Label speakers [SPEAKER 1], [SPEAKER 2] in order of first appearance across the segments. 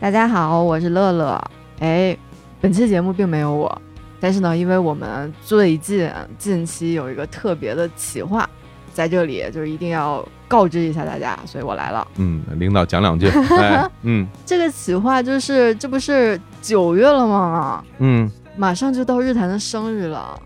[SPEAKER 1] 大家好，我是乐乐。哎，本期节目并没有我，但是呢，因为我们最近呃近期有一个特别的企划，在这里就是一定要告知一下大家，所以我来了。
[SPEAKER 2] 嗯，领导讲两句。哎，嗯
[SPEAKER 1] 这个企划就是，这不是九月了吗？
[SPEAKER 2] 嗯
[SPEAKER 1] 马上就到日坛的生日了，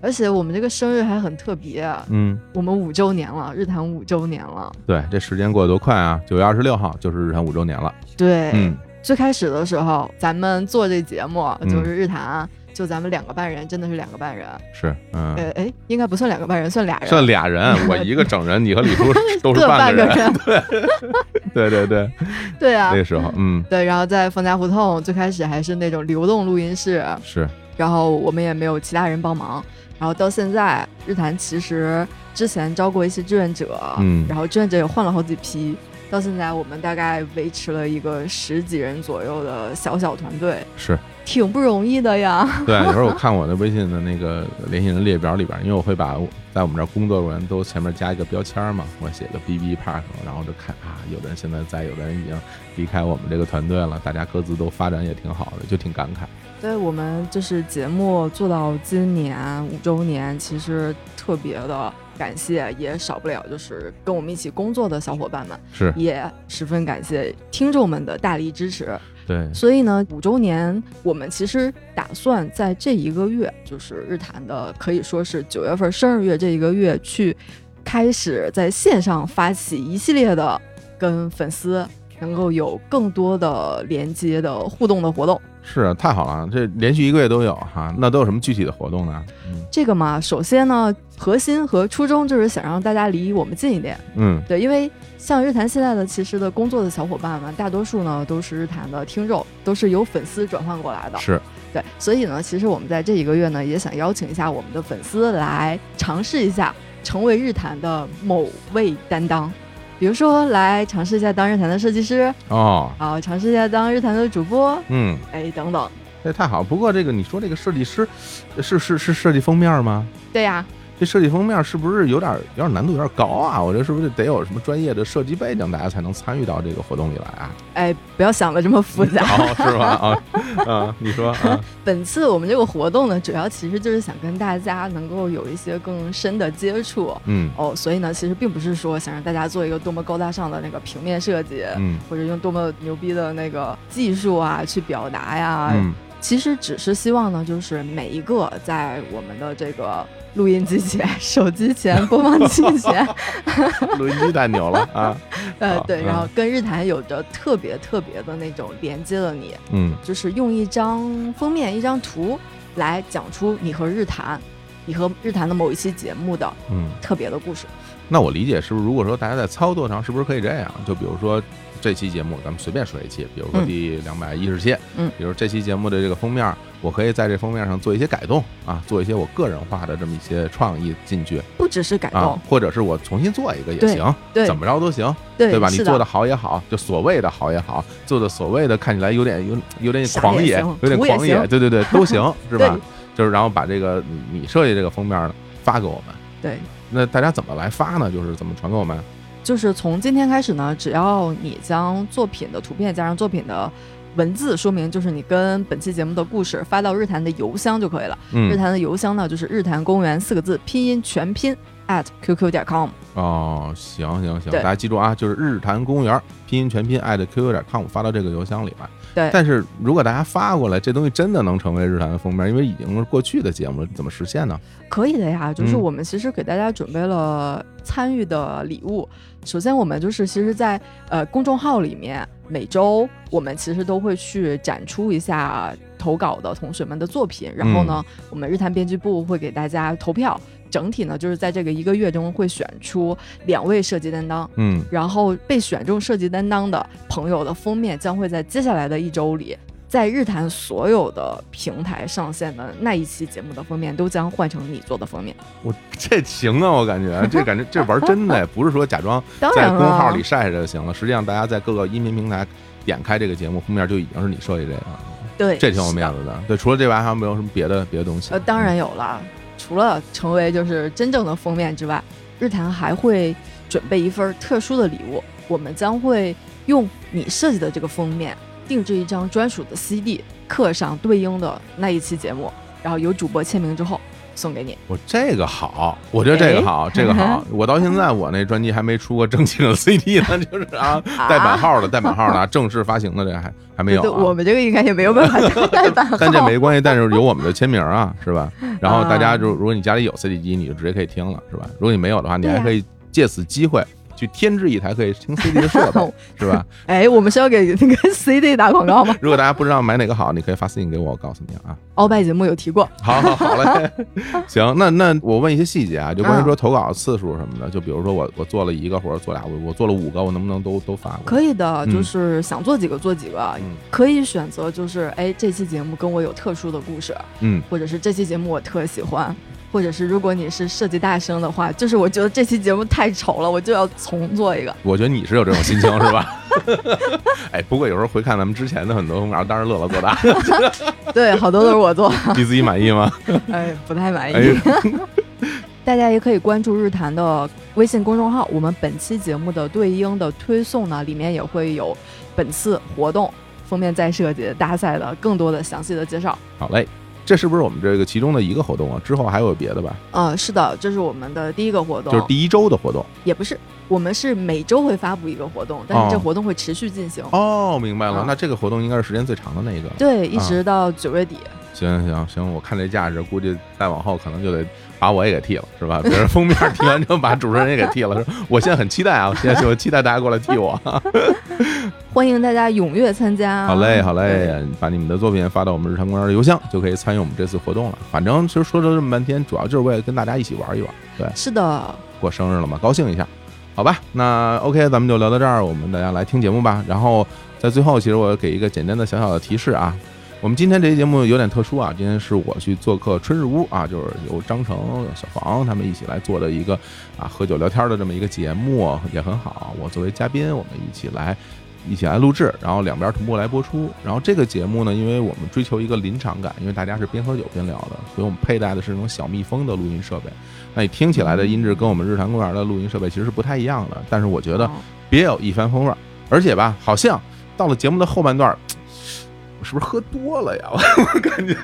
[SPEAKER 1] 而且我们这个生日还很特别，
[SPEAKER 2] 嗯，
[SPEAKER 1] 我们五周年了，日坛五周年了。
[SPEAKER 2] 对，这时间过得多快啊！九月二十六号就是日坛五周年了。
[SPEAKER 1] 对，
[SPEAKER 2] 嗯
[SPEAKER 1] 最开始的时候，咱们做这节目
[SPEAKER 2] 嗯
[SPEAKER 1] 就是日坛，就咱们两个半人，真的是两个半人。
[SPEAKER 2] 是，嗯，
[SPEAKER 1] 呃，哎，应该不算两个半人，算俩人，
[SPEAKER 2] 算俩人，我一个整人，你和李叔都是
[SPEAKER 1] 各半
[SPEAKER 2] 半个人。
[SPEAKER 1] 人。
[SPEAKER 2] 对对对，
[SPEAKER 1] 对啊
[SPEAKER 2] 那，个时候，嗯，
[SPEAKER 1] 对。然后在冯家胡同，最开始还是那种流动录音室，
[SPEAKER 2] 是，
[SPEAKER 1] 然后我们也没有其他人帮忙。然后到现在，日坛其实之前招过一些志愿者，
[SPEAKER 2] 嗯
[SPEAKER 1] 然后志愿者也换了好几批。到现在，我们大概维持了一个十几人左右的小小团队，
[SPEAKER 2] 是
[SPEAKER 1] 挺不容易的呀。
[SPEAKER 2] 对。有时候我看我的微信的那个联系人列表里边，因为我会把我在我们这儿工作的人都前面加一个标签嘛，我写个 B B Park，然后就看啊，有的人现在在，有的人已经离开我们这个团队了，大家各自都发展也挺好的，就挺感慨。
[SPEAKER 1] 对我们就是节目做到今年五周年，其实特别的感谢，也少不了就是跟我们一起工作的小伙伴们，
[SPEAKER 2] 是
[SPEAKER 1] 也十分感谢听众们的大力支持。
[SPEAKER 2] 对，
[SPEAKER 1] 所以呢，五周年我们其实打算在这一个月，就是日坛的可以说是九月份生日月这一个月，去开始在线上发起一系列的跟粉丝能够有更多的连接的互动的活动。
[SPEAKER 2] 是啊太好了，这连续一个月都有哈，那都有什么具体的活动呢？嗯
[SPEAKER 1] 这个嘛，首先呢，核心和初衷就是想让大家离我们近一点。
[SPEAKER 2] 嗯，
[SPEAKER 1] 对，因为像日坛现在的其实的工作的小伙伴们，大多数呢都是日坛的听众，都是由粉丝转换过来的。
[SPEAKER 2] 是
[SPEAKER 1] 对，所以呢，其实我们在这一个月呢，也想邀请一下我们的粉丝来尝试一下成为日坛的某位担当，比如说来尝试一下当日坛的设计师，
[SPEAKER 2] 哦，
[SPEAKER 1] 啊，尝试一下当日坛的主播，
[SPEAKER 2] 嗯，
[SPEAKER 1] 哎，等等。
[SPEAKER 2] 这太好。不过这个你说这个设计师是是是设计封面吗？
[SPEAKER 1] 对呀、
[SPEAKER 2] 这设计封面是不是有点有点难度有点高啊？我觉得是不是得有什么专业的设计背景，大家才能参与到这个活动里来啊？
[SPEAKER 1] 哎，不要想的这么复杂。
[SPEAKER 2] 哦，是吗？啊、啊，你说啊，
[SPEAKER 1] 本次我们这个活动呢，主要其实就是想跟大家能够有一些更深的接触。
[SPEAKER 2] 嗯
[SPEAKER 1] 哦，所以呢，其实并不是说想让大家做一个多么高大上的那个平面设计，
[SPEAKER 2] 嗯
[SPEAKER 1] 或者用多么牛逼的那个技术啊去表达呀，
[SPEAKER 2] 嗯，
[SPEAKER 1] 其实只是希望呢，就是每一个在我们的这个录音机前、 手机前、播放器 前，
[SPEAKER 2] 录音机太牛了啊，
[SPEAKER 1] 呃，
[SPEAKER 2] 好
[SPEAKER 1] 对，
[SPEAKER 2] 嗯
[SPEAKER 1] 然后跟日坛有着特别特别的那种连接的你，
[SPEAKER 2] 嗯
[SPEAKER 1] 就是用一张封面、一张图来讲出你和日坛、你和日坛的某一期节目的
[SPEAKER 2] 嗯。
[SPEAKER 1] 特别的故事。
[SPEAKER 2] 那我理解是不是，如果说大家在操作上是不是可以这样？就比如说这期节目，咱们随便说一期，比如说
[SPEAKER 1] 嗯
[SPEAKER 2] 第两百一十期，
[SPEAKER 1] 嗯，
[SPEAKER 2] 比如这期节目的这个封面，我可以在这封面上做一些改动啊，做一些我个人化的这么一些创意进去
[SPEAKER 1] 不只是改动，
[SPEAKER 2] 啊，或者是我重新做一个也
[SPEAKER 1] 对
[SPEAKER 2] 行，
[SPEAKER 1] 对
[SPEAKER 2] 怎么着都行，
[SPEAKER 1] 对
[SPEAKER 2] 对吧？你
[SPEAKER 1] 是
[SPEAKER 2] 做的好也好，就所谓的好也好，做的所谓的看起来有点有有点
[SPEAKER 1] 傻
[SPEAKER 2] 狂
[SPEAKER 1] 也
[SPEAKER 2] 野
[SPEAKER 1] 行，
[SPEAKER 2] 有点
[SPEAKER 1] 土也
[SPEAKER 2] 狂野，
[SPEAKER 1] 行
[SPEAKER 2] 对对对，都 行，是吧
[SPEAKER 1] 对？
[SPEAKER 2] 就是然后把这个你你设计这个封面呢发给我们，
[SPEAKER 1] 对，
[SPEAKER 2] 那大家怎么来发呢？就是怎么传给我们？
[SPEAKER 1] 就是从今天开始呢，只要你将作品的图片加上作品的文字说明，就是你跟本期节目的故事发到日坛的邮箱就可以了。日
[SPEAKER 2] 嗯，
[SPEAKER 1] 坛的邮箱呢，就是日坛公园四个字拼音全拼 at qq 点 com。
[SPEAKER 2] 哦，行行行，
[SPEAKER 1] 对
[SPEAKER 2] 大家记住啊，就是日坛公园拼音全拼艾特 qq 点 com 发到这个邮箱里来。
[SPEAKER 1] 对
[SPEAKER 2] 但是如果大家发过来，这东西真的能成为日坛的封面，因为已经是过去的节目了，怎么实现呢？
[SPEAKER 1] 可以的呀，就是
[SPEAKER 2] 嗯
[SPEAKER 1] 我们其实给大家准备了参与的礼物。首先，我们就是其实在，呃公众号里面，每周我们其实都会去展出一下投稿的同学们的作品。然后呢，我们日坛编辑部会给大家投票，整体呢就是在这个一个月中会选出两位设计担当。
[SPEAKER 2] 嗯，
[SPEAKER 1] 然后被选中设计担当的朋友的封面将会在接下来的一周里，在日坛所有的平台上线的那一期节目的封面都将换成你做的封面。
[SPEAKER 2] 我这行啊，我感觉这感觉这玩真的，不是说假装
[SPEAKER 1] 当
[SPEAKER 2] 在
[SPEAKER 1] 然
[SPEAKER 2] 公
[SPEAKER 1] 了，
[SPEAKER 2] 号里晒晒就行了。实际上，大家在各个音频平台点开这个节目封面就已经是你设计这个了，
[SPEAKER 1] 对，
[SPEAKER 2] 这挺有
[SPEAKER 1] 是的
[SPEAKER 2] 面子的。对，除了这玩意儿，还有没有什么别的别的东西？
[SPEAKER 1] 呃，当然有了，除了成为就是真正的封面之外，日坛还会准备一份特殊的礼物，我们将会用你设计的这个封面定制一张专属的 CD，刻上对应的那一期节目，然后有主播签名之后送给你。
[SPEAKER 2] 我这个好，我觉得这个
[SPEAKER 1] 哎
[SPEAKER 2] 好，这个 好。我到现在我那专辑还没出过正经的 CD 呢，就是 啊，带版号的，带版号的啊，正式发行的这个还还没有
[SPEAKER 1] 对，我
[SPEAKER 2] 啊。
[SPEAKER 1] 们这个应该也没有办法 代办号。
[SPEAKER 2] 但这没关系，但是有我们的签名 啊，是吧？然后大家就如果你家里有 CD 机，你就直接可以听了，是吧？如果你没有的话，你还可以借此机会去添置一台可以听 CD 的 设备，是吧？
[SPEAKER 1] 哎，我们是要给那个 CD 打广告吗？
[SPEAKER 2] 如果大家不知道买哪个好，你可以发私信给我，我告诉你啊。
[SPEAKER 1] 鳌拜节目有提过，
[SPEAKER 2] 好好好 嘞，行，那那我问一些细节啊，就关
[SPEAKER 1] 嗯
[SPEAKER 2] 于说投稿次数什么的，就比如说我我做了一个或者做俩，我我做了五个，我能不能都都发过来？
[SPEAKER 1] 可以的，
[SPEAKER 2] 嗯
[SPEAKER 1] 就是想做几个做几个，
[SPEAKER 2] 嗯
[SPEAKER 1] 可以选择就是哎，这期节目跟我有特殊的故事，
[SPEAKER 2] 嗯，
[SPEAKER 1] 或者是这期节目我特喜欢，或者是如果你是设计大生的话，就是我觉得这期节目太丑了，我就要重做 一个。
[SPEAKER 2] 我觉得你是有这种心情 是吧？哎，不过有时候回看咱们之前的很多风格，当然乐乐做大，
[SPEAKER 1] 对，好多都是我做，
[SPEAKER 2] 你自己满意吗？
[SPEAKER 1] 哎，不太满意。
[SPEAKER 2] 哎，
[SPEAKER 1] 大家也可以关注日坛的微信公众号，我们本期节目的对应的推送呢，里面也会有本次活动封面再设计大赛的更多的详细的介绍。
[SPEAKER 2] 好嘞，这是不是我们这个其中的一个活动啊？之后还有别的吧？
[SPEAKER 1] 呃，是的，这是我们的第一个活动，
[SPEAKER 2] 就是第一周的活动
[SPEAKER 1] 也不是，我们是每周会发布一个活动，但是这
[SPEAKER 2] 哦
[SPEAKER 1] 活动会持续进行，
[SPEAKER 2] 哦，明白了
[SPEAKER 1] 啊，
[SPEAKER 2] 那这个活动应该是时间最长的那个。
[SPEAKER 1] 对，一直到九月底。
[SPEAKER 2] 行行行，我看这架势，估计再往后可能就得把我也给替了，是吧？别人封面替完之后，把主持人也给替了。是吧 我现在很期待啊，我现在就期待大家过来替我。
[SPEAKER 1] 欢迎大家踊跃参加。
[SPEAKER 2] 好嘞，好嘞，把你们的作品发到我们日常公园的邮箱，就可以参与我们这次活动了。反正其实说了这么半天，主要就是为了跟大家一起玩一玩。对，
[SPEAKER 1] 对。是的，
[SPEAKER 2] 过生日了嘛，高兴一下，好吧？那 OK，咱们就聊到这儿，我们大家来听节目吧。然后在最后，其实我给一个简单的小小的提示啊。我们今天这期节目有点特殊啊，今天是我去做客春日屋啊，就是由张成、小黄他们一起来做的一个啊喝酒聊天的这么一个节目，也很好。我作为嘉宾，我们一起来一起来录制，然后两边同步来播出。然后这个节目呢，因为我们追求一个临场感，因为大家是边喝酒边聊的，所以我们佩戴的是那种小蜜蜂的录音设备。那你听起来的音质跟我们日坛公园的录音设备其实是不太一样的，但是我觉得
[SPEAKER 1] 哦
[SPEAKER 2] 别有一番风味儿。而且吧，好像到了节目的后半段儿，我是不是喝多了呀？ 我感觉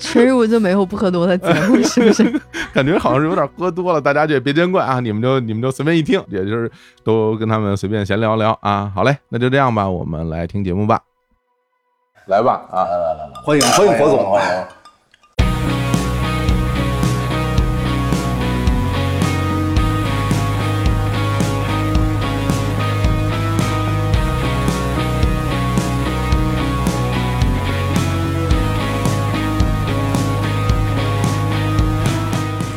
[SPEAKER 1] 春日我就没有不喝多的节目，是不是？
[SPEAKER 2] 感觉好像是有点喝多了，大家就也别见怪啊，你们就你们就随便一听，也就是都跟他们随便闲聊聊啊。好嘞，那就这样吧，我们来听节目吧。来吧啊！
[SPEAKER 3] 欢迎欢迎火总，欢迎。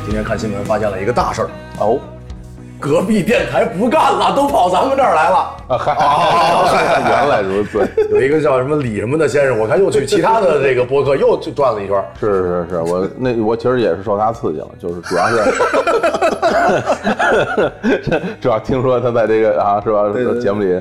[SPEAKER 3] 今天看新闻发现了一个大事儿哦，隔壁电台不干了，都跑咱们这儿来了。
[SPEAKER 2] 啊嗨，原来如此，
[SPEAKER 3] 有一个叫什么李什么的先生，我看又去其他的这个播客又去转了一圈儿。
[SPEAKER 2] 是是是，我那我其实也是受他刺激了，就是 主要是，主要听说他在这个啊是吧
[SPEAKER 3] 对对
[SPEAKER 2] 节目里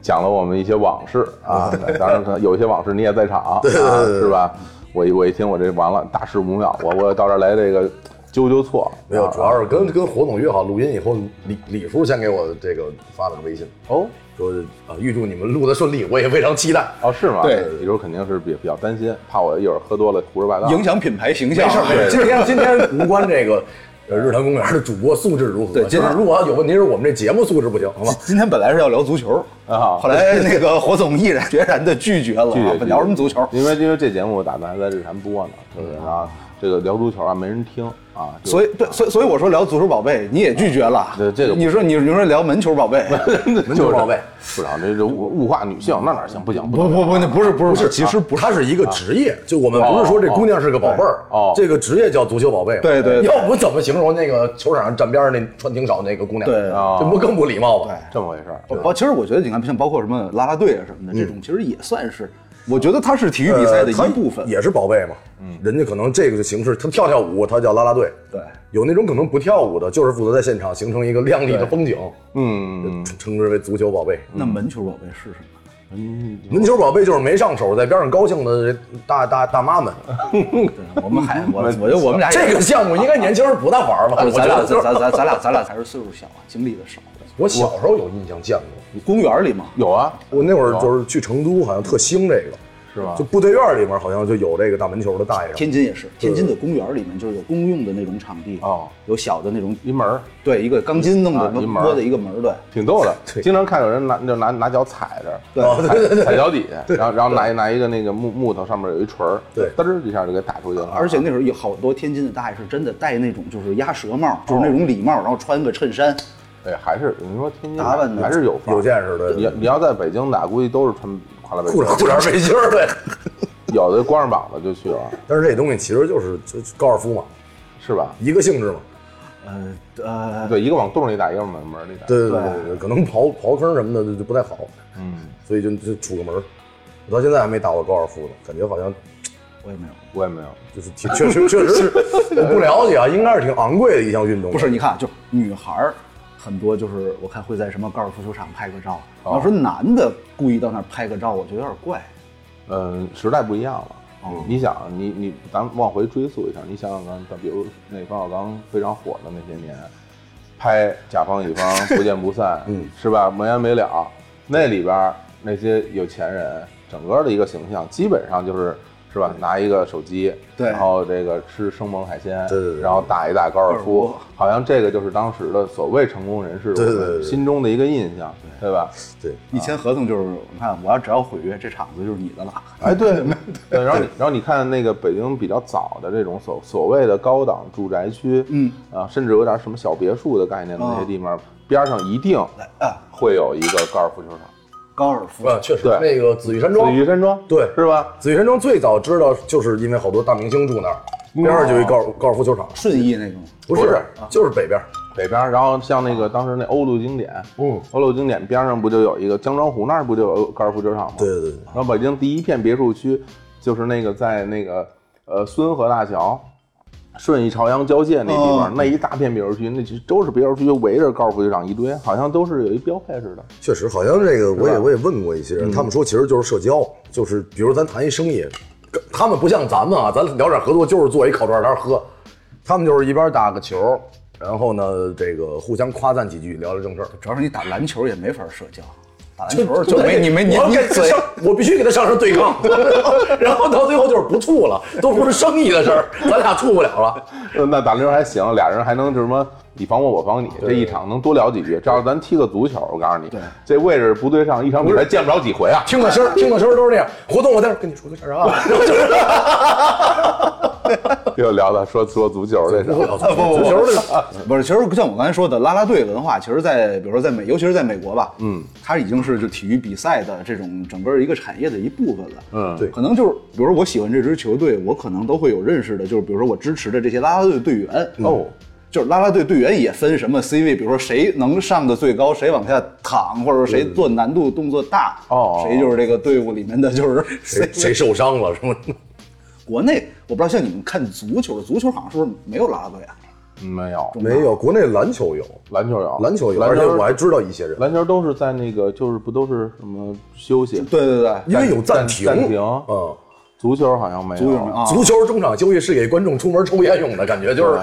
[SPEAKER 2] 讲了我们一些往事啊，当然可能有一些往事你也在场，
[SPEAKER 3] 对对对
[SPEAKER 2] 啊
[SPEAKER 3] 对
[SPEAKER 2] 是吧？我一我一听我这完了，大事不妙，我我到这儿来这个纠纠错，
[SPEAKER 3] 没有，
[SPEAKER 2] 啊
[SPEAKER 3] 主要是跟跟火总约好录音以后，李李叔先给我这个发了个微信，
[SPEAKER 2] 哦
[SPEAKER 3] 说啊预祝你们录的顺利，我也非常期待。
[SPEAKER 2] 哦是吗？
[SPEAKER 4] 对
[SPEAKER 2] 有时候肯定是比比较担心，怕我一会儿喝多了胡说八道，
[SPEAKER 4] 影响品牌形象。
[SPEAKER 3] 没事没事，
[SPEAKER 4] 对
[SPEAKER 3] 今天今天无关这个 呃日坛公园的主播素质如何，
[SPEAKER 4] 对今天
[SPEAKER 3] 就是如果有问题是我们这节目素质不行，好吗？
[SPEAKER 4] 今天本来是要聊足球
[SPEAKER 2] 啊
[SPEAKER 4] 后来那个火总毅然决然的 拒绝了
[SPEAKER 2] 拒
[SPEAKER 4] 啊
[SPEAKER 2] 绝，
[SPEAKER 4] 聊什么足球？
[SPEAKER 2] 因为因为这节目我打算还在日坛播呢，就是啊，这个聊足球啊没人听啊，就
[SPEAKER 4] 所以对，所以所以我说聊足球宝贝，你也拒绝了。
[SPEAKER 2] 对这个
[SPEAKER 4] 你说你你说聊门球宝贝，
[SPEAKER 3] 门球报备，
[SPEAKER 2] 市长这这物物化女性，那哪行？不行，不
[SPEAKER 4] 不
[SPEAKER 2] 行。
[SPEAKER 4] 不不，那不是不是，其实不是。
[SPEAKER 3] 啊它是一个职业，就我们不是说这姑娘是个宝贝儿
[SPEAKER 2] 哦哦
[SPEAKER 3] 这个职业叫足球宝贝，
[SPEAKER 4] 对对对
[SPEAKER 3] 要不怎么形容那个球场上站边儿那穿挺少那个姑娘？
[SPEAKER 4] 对
[SPEAKER 2] 哦
[SPEAKER 3] 这不更不礼貌吗？
[SPEAKER 2] 这么回事儿，
[SPEAKER 4] 包其实我觉得你看，像包括什么啦啦队啊什么的，这种其实也算是，我觉得它是体育比赛的
[SPEAKER 3] 呃
[SPEAKER 4] 一
[SPEAKER 3] 它
[SPEAKER 4] 部分。
[SPEAKER 3] 也是宝贝嘛。嗯，人家可能这个形式，他跳跳舞，他叫啦啦队。
[SPEAKER 4] 对，
[SPEAKER 3] 有那种可能不跳舞的，就是负责在现场形成一个亮丽的风景，
[SPEAKER 2] 嗯，
[SPEAKER 3] 称称之为足球宝贝。
[SPEAKER 4] 那门球宝贝是什么？
[SPEAKER 3] 门球宝贝就是没上手，在边上高兴的这大大大妈们。
[SPEAKER 4] 哎对，我们 还我我觉得我们俩也
[SPEAKER 3] 这个项目应该年轻人不大玩吧？
[SPEAKER 4] 不是
[SPEAKER 3] 我
[SPEAKER 4] 哎咱
[SPEAKER 3] 觉
[SPEAKER 4] 俩
[SPEAKER 3] 得
[SPEAKER 4] 咱咱咱咱俩咱俩还是岁数小啊，经历的少。
[SPEAKER 3] 我小时候有印象见过，
[SPEAKER 4] 公园里嘛，
[SPEAKER 2] 有啊，
[SPEAKER 3] 我那会儿就是去成都，好像特兴这个，
[SPEAKER 2] 是吧
[SPEAKER 3] 就部队院里面好像就有这个打门球的大爷上。
[SPEAKER 4] 天津也是，天津的公园里面就是有公用的那种场地，
[SPEAKER 2] 哦，
[SPEAKER 4] 有小的那种，
[SPEAKER 2] 一门儿
[SPEAKER 4] 对，一个钢筋弄的
[SPEAKER 2] 啊一门儿
[SPEAKER 4] 窝的一个门儿，对，
[SPEAKER 2] 挺逗的，
[SPEAKER 3] 对
[SPEAKER 2] 经常看有人拿就拿拿脚踩着，
[SPEAKER 4] 对
[SPEAKER 3] 哦，对对对
[SPEAKER 2] 踩踩脚底下，然后然后拿一拿一个那个木木头上面有一锤儿，
[SPEAKER 3] 对
[SPEAKER 2] 嘚儿一下就给打出去了。
[SPEAKER 4] 而且那时候有好多天津的大爷是真的戴那种就是鸭舌帽，就是
[SPEAKER 2] 哦
[SPEAKER 4] 那种礼帽，然后穿个衬衫，
[SPEAKER 2] 哎，还是你说天津
[SPEAKER 4] 打扮的
[SPEAKER 2] 还是有范儿
[SPEAKER 3] 有见识的
[SPEAKER 2] 你要你要在北京打，估计都是穿垮了背
[SPEAKER 3] 裤
[SPEAKER 2] 心
[SPEAKER 3] 衩裤
[SPEAKER 2] 儿，
[SPEAKER 3] 衩背心儿对。
[SPEAKER 2] 有的光着膀子就去了，
[SPEAKER 3] 但是这东西其实就是就高尔夫嘛，
[SPEAKER 2] 是吧？
[SPEAKER 3] 一个性质嘛。
[SPEAKER 4] 呃呃，
[SPEAKER 2] 对，一个往洞里打，一个往门里打。
[SPEAKER 3] 对对对对，可能刨刨坑什么的就就不太好，
[SPEAKER 2] 嗯，
[SPEAKER 3] 所以就就杵个门儿。我到现在还没打过高尔夫呢，感觉好像
[SPEAKER 4] 我也没有。
[SPEAKER 2] 我也没有。
[SPEAKER 3] 就是挺确实确实 是我不了解啊，应该是挺昂贵的一项运动。
[SPEAKER 4] 不是，你看，啊就女孩儿很多，就是我看会在什么高尔夫球场拍个照。
[SPEAKER 2] 哦啊
[SPEAKER 4] 要说男的故意到那儿拍个照，我觉得有点怪。
[SPEAKER 2] 嗯，时代不一样了。
[SPEAKER 3] 嗯
[SPEAKER 4] 哦
[SPEAKER 2] 你想，你你，咱们往回追溯一下，你想想看，咱比如那冯小刚非常火的那些年，拍《甲方乙方》不见不 散，嗯，是吧？没完没了，那里边儿那些有钱人，整个的一个形象，基本上就是是吧？拿一个手机，
[SPEAKER 4] 对
[SPEAKER 2] 然后这个吃生猛海鲜，
[SPEAKER 3] 对对对
[SPEAKER 2] 然后打一打高尔夫
[SPEAKER 4] 高尔夫，
[SPEAKER 2] 好像这个就是当时的所谓成功人士
[SPEAKER 3] 对对对
[SPEAKER 2] 我们
[SPEAKER 3] 对
[SPEAKER 2] 心中的一个印象，对 吧？
[SPEAKER 3] 对，
[SPEAKER 4] 一签合同就是，你看，我要只要毁约，这场子就是你的了。
[SPEAKER 2] 哎，对， 对，然后你，然后你看那个北京比较早的这种所所谓的高档住宅区，
[SPEAKER 4] 嗯，
[SPEAKER 2] 啊，甚至有点什么小别墅的概念的那些
[SPEAKER 4] 哦
[SPEAKER 2] 地方，边上一定
[SPEAKER 4] 来啊，
[SPEAKER 2] 会有一个高尔夫球场，
[SPEAKER 4] 高尔夫，
[SPEAKER 3] 啊，确实
[SPEAKER 2] 对
[SPEAKER 3] 那个紫玉山
[SPEAKER 2] 紫
[SPEAKER 3] 庄，
[SPEAKER 2] 玉山庄，
[SPEAKER 3] 对
[SPEAKER 2] 是吧？
[SPEAKER 3] 紫玉山庄最早知道就是因为好多大明星住那儿，边上就一高尔高尔夫球场，
[SPEAKER 4] 顺义那种，
[SPEAKER 3] 哦不是啊
[SPEAKER 2] 不是
[SPEAKER 3] 就是北边儿，
[SPEAKER 2] 北边儿，然后像那个当时那欧陆经典，
[SPEAKER 3] 嗯，
[SPEAKER 2] 欧陆经典边上不就有一个江庄湖那儿不就有高尔夫球场吗？
[SPEAKER 3] 对对对，
[SPEAKER 2] 然后北京第一片别墅区就是那个在那个呃孙河大桥。顺义朝阳交界那地方，
[SPEAKER 4] 哦
[SPEAKER 2] 那一大片别墅区，那就都是别墅区，围着高尔夫球场一堆，好像都是有一标配似的。
[SPEAKER 3] 确实好像这个我也
[SPEAKER 2] 吧
[SPEAKER 3] 我也问过一些人，他们说其实就是社交，就是比如咱谈一生意，跟他们不像咱们啊，咱聊点合作就是坐一烤串摊儿喝，他们就是一边打个球，然后呢这个互相夸赞几句，聊聊正事儿。
[SPEAKER 4] 主要是你打篮球也没法社交，打篮球就没你没你
[SPEAKER 3] 我
[SPEAKER 4] 你
[SPEAKER 3] 要 跟
[SPEAKER 4] 嘴
[SPEAKER 3] 上，我必须给他上升对抗，然后到最后就是不处了，都不是生意的事儿，咱俩处不了了。
[SPEAKER 2] 呃那打篮球还行，俩人还能就是什么你防我，我防你，这一场能多聊几句。这要是咱踢个足球，我告诉你，这位置不对上，一场比赛见不着几回啊。
[SPEAKER 3] 听个声儿，听个声儿都是这样。活动我在这儿跟你说个事儿啊，
[SPEAKER 2] 又聊到说说足球这事儿，
[SPEAKER 3] 不不足球这个
[SPEAKER 4] 不是，其实像我刚才说的，啦啦队文化，其实在，比如说在美，尤其是在美国吧，嗯，它已经是就体育比赛的这种整个一个产业的一部分了，
[SPEAKER 2] 嗯
[SPEAKER 3] 对
[SPEAKER 4] 可能就是，比如说我喜欢这支球队，我可能都会有认识的，就是比如说我支持的这些啦啦队队员，
[SPEAKER 2] 哦，
[SPEAKER 4] 就是啦啦队队员也分什么 C 位，比如说谁能上的最高，谁往下躺，或者说谁做难度动作大，
[SPEAKER 2] 哦
[SPEAKER 4] 谁就是这个队伍里面的就是 C
[SPEAKER 3] 谁谁受伤了是吗？
[SPEAKER 4] 国内我不知道，像你们看足球，足球好像是不是没有啦啦队啊？
[SPEAKER 2] 嗯没有，
[SPEAKER 3] 没有，国内篮球有，
[SPEAKER 2] 篮球有，
[SPEAKER 3] 篮球有，
[SPEAKER 2] 篮
[SPEAKER 3] 而且
[SPEAKER 2] 球
[SPEAKER 3] 我还知道一些人，
[SPEAKER 2] 篮球都是在那个就是不都是什么休息？
[SPEAKER 4] 对对对，
[SPEAKER 3] 因为有暂停，
[SPEAKER 2] 暂暂停
[SPEAKER 3] 嗯，
[SPEAKER 2] 足球好像没有，
[SPEAKER 4] 足球没有啊
[SPEAKER 3] 足球中场休息是给观众出门抽烟用的，感觉就是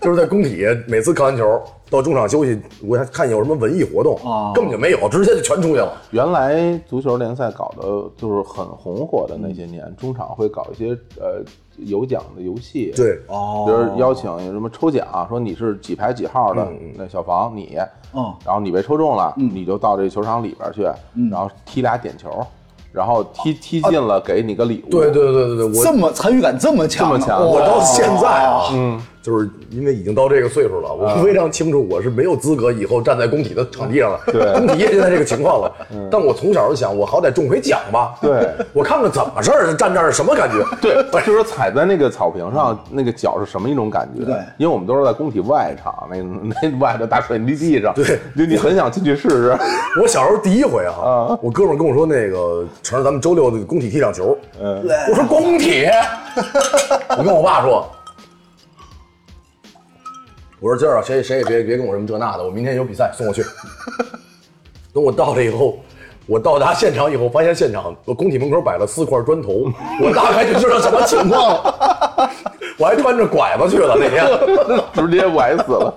[SPEAKER 3] 就是在工体每次看完球到中场休息，我还看有什么文艺活动
[SPEAKER 4] 哦，
[SPEAKER 3] 根本就没有，直接就全出去了。
[SPEAKER 2] 原来足球联赛搞的就是很红火的那些年，中场会搞一些呃有奖的游戏，，
[SPEAKER 3] 对，
[SPEAKER 4] 哦，
[SPEAKER 2] 比如邀请有什么抽奖，说你是几排几号的那小房，你，
[SPEAKER 4] 嗯
[SPEAKER 2] 然后你被抽中了，你就到这球场里边去，然后踢俩点球，然后踢
[SPEAKER 4] 啊
[SPEAKER 2] 踢进了给你个礼物，
[SPEAKER 3] 对对对对对，我
[SPEAKER 4] 这么参与感这么强，
[SPEAKER 2] 这么强
[SPEAKER 3] 我
[SPEAKER 4] 哇
[SPEAKER 3] 到现在啊，嗯，就是因为已经到这个岁数了，我非常清楚我是没有资格以后站在工体的场地上了。
[SPEAKER 2] 对
[SPEAKER 3] 工体也现在这个情况了。但我从小就想，我好歹中回奖吧。
[SPEAKER 2] 对，
[SPEAKER 3] 我看看怎么事儿，站这儿什么感觉？
[SPEAKER 2] 对，就是说踩在那个草坪上，那个脚是什么一种感觉？
[SPEAKER 4] 对
[SPEAKER 2] 因为我们都是在工体外场，那那外头大水泥地上，
[SPEAKER 3] 对，
[SPEAKER 2] 就你很想进去试试。
[SPEAKER 3] 我小时候第一回啊
[SPEAKER 2] 啊，
[SPEAKER 3] 我哥们儿跟我说，那个成儿，咱们周六工体踢场球。
[SPEAKER 2] 嗯，
[SPEAKER 3] 我说工体， 我跟我爸说，我说今儿啊，谁谁也别别跟我什么这那的，我明天有比赛，送我去。等我到了以后，我到达现场以后，发现现场我工体门口摆了四块砖头，我大概就知道什么情况了。我还 穿着拐子去了那天，
[SPEAKER 2] 直接崴死了。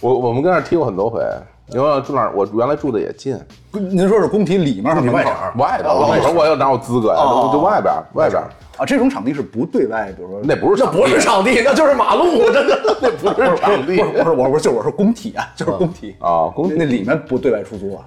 [SPEAKER 2] 我我们跟那儿踢过很多回，你说住哪儿？我原来住的也近，
[SPEAKER 4] 不您说是工体里面还是
[SPEAKER 3] 你
[SPEAKER 4] 门
[SPEAKER 3] 外
[SPEAKER 4] 口
[SPEAKER 3] 点儿
[SPEAKER 2] 外头。
[SPEAKER 3] 哦
[SPEAKER 2] 我说我有哪有资格呀？
[SPEAKER 4] 哦
[SPEAKER 2] 就就外边儿，外边儿，
[SPEAKER 4] 啊？这种场地是不对外，比如说
[SPEAKER 2] 那不是
[SPEAKER 3] 那不是场地，那就是马路，真的，那不是场
[SPEAKER 4] 不
[SPEAKER 3] 地
[SPEAKER 4] 是，。我说我说就是我说工体啊，就是工体
[SPEAKER 2] 啊，公
[SPEAKER 4] 那那里面不对外出租啊。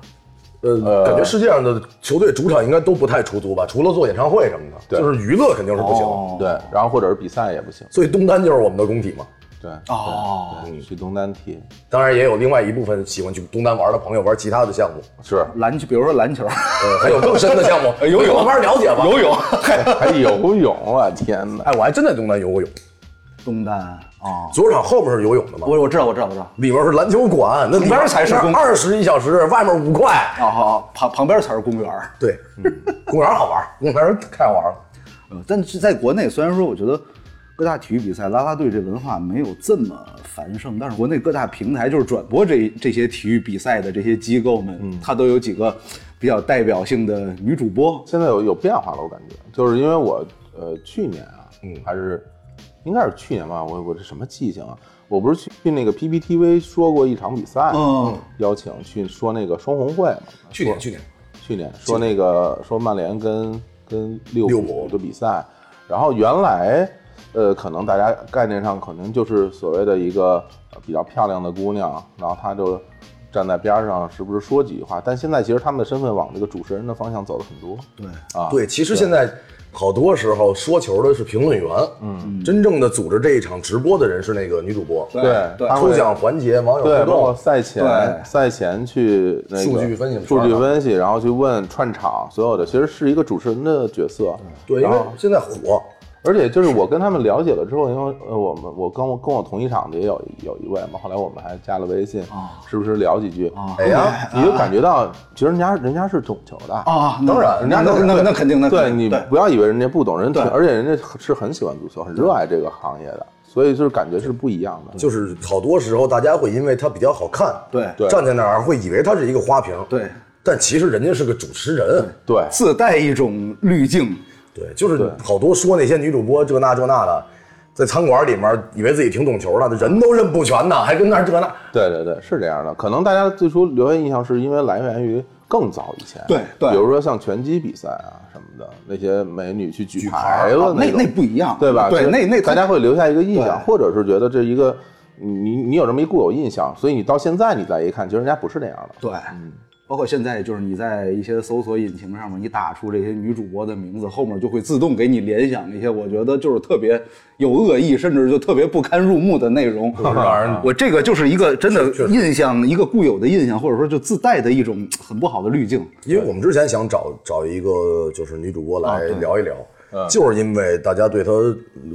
[SPEAKER 3] 呃，感觉世界上的球队主场应该都不太出租吧，除了做演唱会什么的，
[SPEAKER 2] 对
[SPEAKER 3] 就是娱乐肯定是不行。
[SPEAKER 4] 哦
[SPEAKER 2] 对，然后或者是比赛也不行，
[SPEAKER 3] 所以东单就是我们的工体嘛。
[SPEAKER 2] 对，
[SPEAKER 4] 哦
[SPEAKER 2] 对，对去东单踢
[SPEAKER 3] 当然也有另外一部分喜欢去东单玩的朋友玩其他的项目，
[SPEAKER 2] 是
[SPEAKER 4] 篮球，比如说篮球，，
[SPEAKER 3] 呃，还有更深的项 目
[SPEAKER 4] 游泳
[SPEAKER 3] 慢慢了解吧。
[SPEAKER 4] 游泳，
[SPEAKER 2] 还游泳，我天哪！
[SPEAKER 3] 哎，我还真在东单游过泳，
[SPEAKER 4] 东单啊。哦
[SPEAKER 3] 足球场后面是游泳的嘛，
[SPEAKER 4] 我我知道，我知道，我知道。
[SPEAKER 3] 里面是篮球馆，那里
[SPEAKER 4] 里
[SPEAKER 3] 面
[SPEAKER 4] 面才是公园
[SPEAKER 3] 二十一小时，外面五块。
[SPEAKER 4] 啊，好，好旁旁边才是公园儿。
[SPEAKER 3] 对， 公园好玩，公园太好玩了。
[SPEAKER 4] 呃，但是在国内，虽然说我觉得各大体育比赛啦啦队这文化没有这么繁盛，但是国内各大平台就是转播这这些体育比赛的这些机构们，
[SPEAKER 2] 嗯
[SPEAKER 4] 它都有几个比较代表性的女主播。
[SPEAKER 2] 现在有有变化了，我感觉，就是因为我呃去年啊，嗯，还是应该是去年吧，我我这什么记性啊？我不是去去那个 PPTV 说过一场比赛，
[SPEAKER 4] 嗯，
[SPEAKER 2] 邀请去说那个双红会嘛，
[SPEAKER 3] 去年去年，
[SPEAKER 2] 去年说那个说曼联跟跟利
[SPEAKER 3] 利
[SPEAKER 2] 物
[SPEAKER 3] 物
[SPEAKER 2] 浦的
[SPEAKER 3] 浦
[SPEAKER 2] 比赛，然后原来呃可能大家概念上可能就是所谓的一个呃比较漂亮的姑娘，然后她就站在边上，时不时说几句话，但现在其实他们的身份往这个主持人的方向走了很多，
[SPEAKER 4] 对，
[SPEAKER 2] 啊，
[SPEAKER 3] 对，其实现在好多时候说球的是评论员，嗯，真正的组织这一场直播的人是那个女主播。
[SPEAKER 2] 对
[SPEAKER 4] 对
[SPEAKER 2] 他会
[SPEAKER 3] 抽奖环节，网友
[SPEAKER 2] 对，
[SPEAKER 3] 互
[SPEAKER 2] 包括
[SPEAKER 3] 动，
[SPEAKER 2] 赛前
[SPEAKER 4] 对
[SPEAKER 2] 赛前去那个
[SPEAKER 3] 数据分析
[SPEAKER 2] 数据分析，然后去问串场所有的，其实是一个主持人的角色。
[SPEAKER 3] 对，因为现在火，
[SPEAKER 2] 而且就是我跟他们了解了之后，因为呃，我们我跟我跟我同一场的也有有一位嘛，后来我们还加了微信，
[SPEAKER 4] 啊
[SPEAKER 2] 时不时聊几句，
[SPEAKER 4] 啊
[SPEAKER 3] 哎呀，
[SPEAKER 2] 你就感觉到，其实人家人家是懂球的啊
[SPEAKER 4] 啊，那
[SPEAKER 3] 当然
[SPEAKER 4] 那
[SPEAKER 2] 人家
[SPEAKER 4] 那那那肯定，那
[SPEAKER 2] 对
[SPEAKER 4] 肯定
[SPEAKER 2] 你不要以为人家不懂，人挺而且人家是很喜欢足球，很热爱这个行业的，所以就是感觉是不一样的。
[SPEAKER 3] 就是好多时候大家会因为她比较好看，
[SPEAKER 4] 对
[SPEAKER 2] 对
[SPEAKER 3] 站在那儿会以为她是一个花瓶，
[SPEAKER 4] 对，
[SPEAKER 3] 但其实人家是个主持人，
[SPEAKER 2] 对，
[SPEAKER 4] 自带一种滤镜。
[SPEAKER 3] 对，就是好多说那些女主播这那这那的，在餐馆里面以为自己挺懂球了，人都认不全呢，还跟那儿这那，
[SPEAKER 2] 对对对，是这样的。可能大家最初留下印象是因为来源于更早以前，
[SPEAKER 4] 对对
[SPEAKER 2] 比如说像拳击比赛啊什么的，那些美女去举牌
[SPEAKER 4] 牌
[SPEAKER 2] 了
[SPEAKER 4] 啊那
[SPEAKER 2] 种
[SPEAKER 4] 那不一样
[SPEAKER 2] 对吧？
[SPEAKER 4] 对
[SPEAKER 2] 就是
[SPEAKER 4] 那那
[SPEAKER 2] 大家会留下一个印象，
[SPEAKER 4] 对
[SPEAKER 2] 或者是觉得这一个你你你有这么一固有印象，所以你到现在你再一看，其实人家不是那样的。
[SPEAKER 4] 对，包括现在就是你在一些搜索引擎上面，你打出这些女主播的名字，后面就会自动给你联想一些我觉得就是特别有恶意，甚至就特别不堪入目的内 容。
[SPEAKER 3] 让人
[SPEAKER 4] 我这个就是一个真的印象，一个固有的印象，或者说就自带的一种很不好的滤镜。
[SPEAKER 3] 因为我们之前想找找一个就是女主播来聊一聊，就是因为大家对她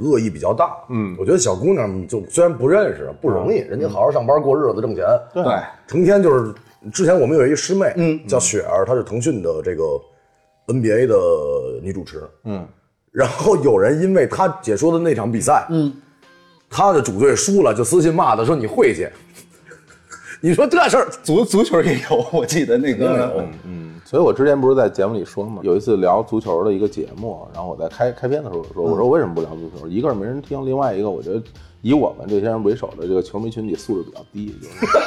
[SPEAKER 3] 恶意比较大。嗯，我觉得小姑娘就虽然不认识，不容易，人家好好上班过日子挣钱，对
[SPEAKER 4] 对
[SPEAKER 3] 成天就是之前我们有一师妹，嗯，叫雪儿，她是腾讯的这个 NBA 的女主持，嗯， 然后有人因为她解说的那场比赛，嗯，她的主队输了，就私信骂她说你晦气， 你说这事儿
[SPEAKER 4] 足足球也有，我记得那个
[SPEAKER 2] 嗯，所以我之前不是在节目里说嘛，有一次聊足球的一个节目，然后我在开开篇的时候我说，我
[SPEAKER 4] 嗯
[SPEAKER 2] 说为什么不聊足球？一个是没人听，另外一个我觉得以我们这些人为首的这个球迷群体素质比较低，就是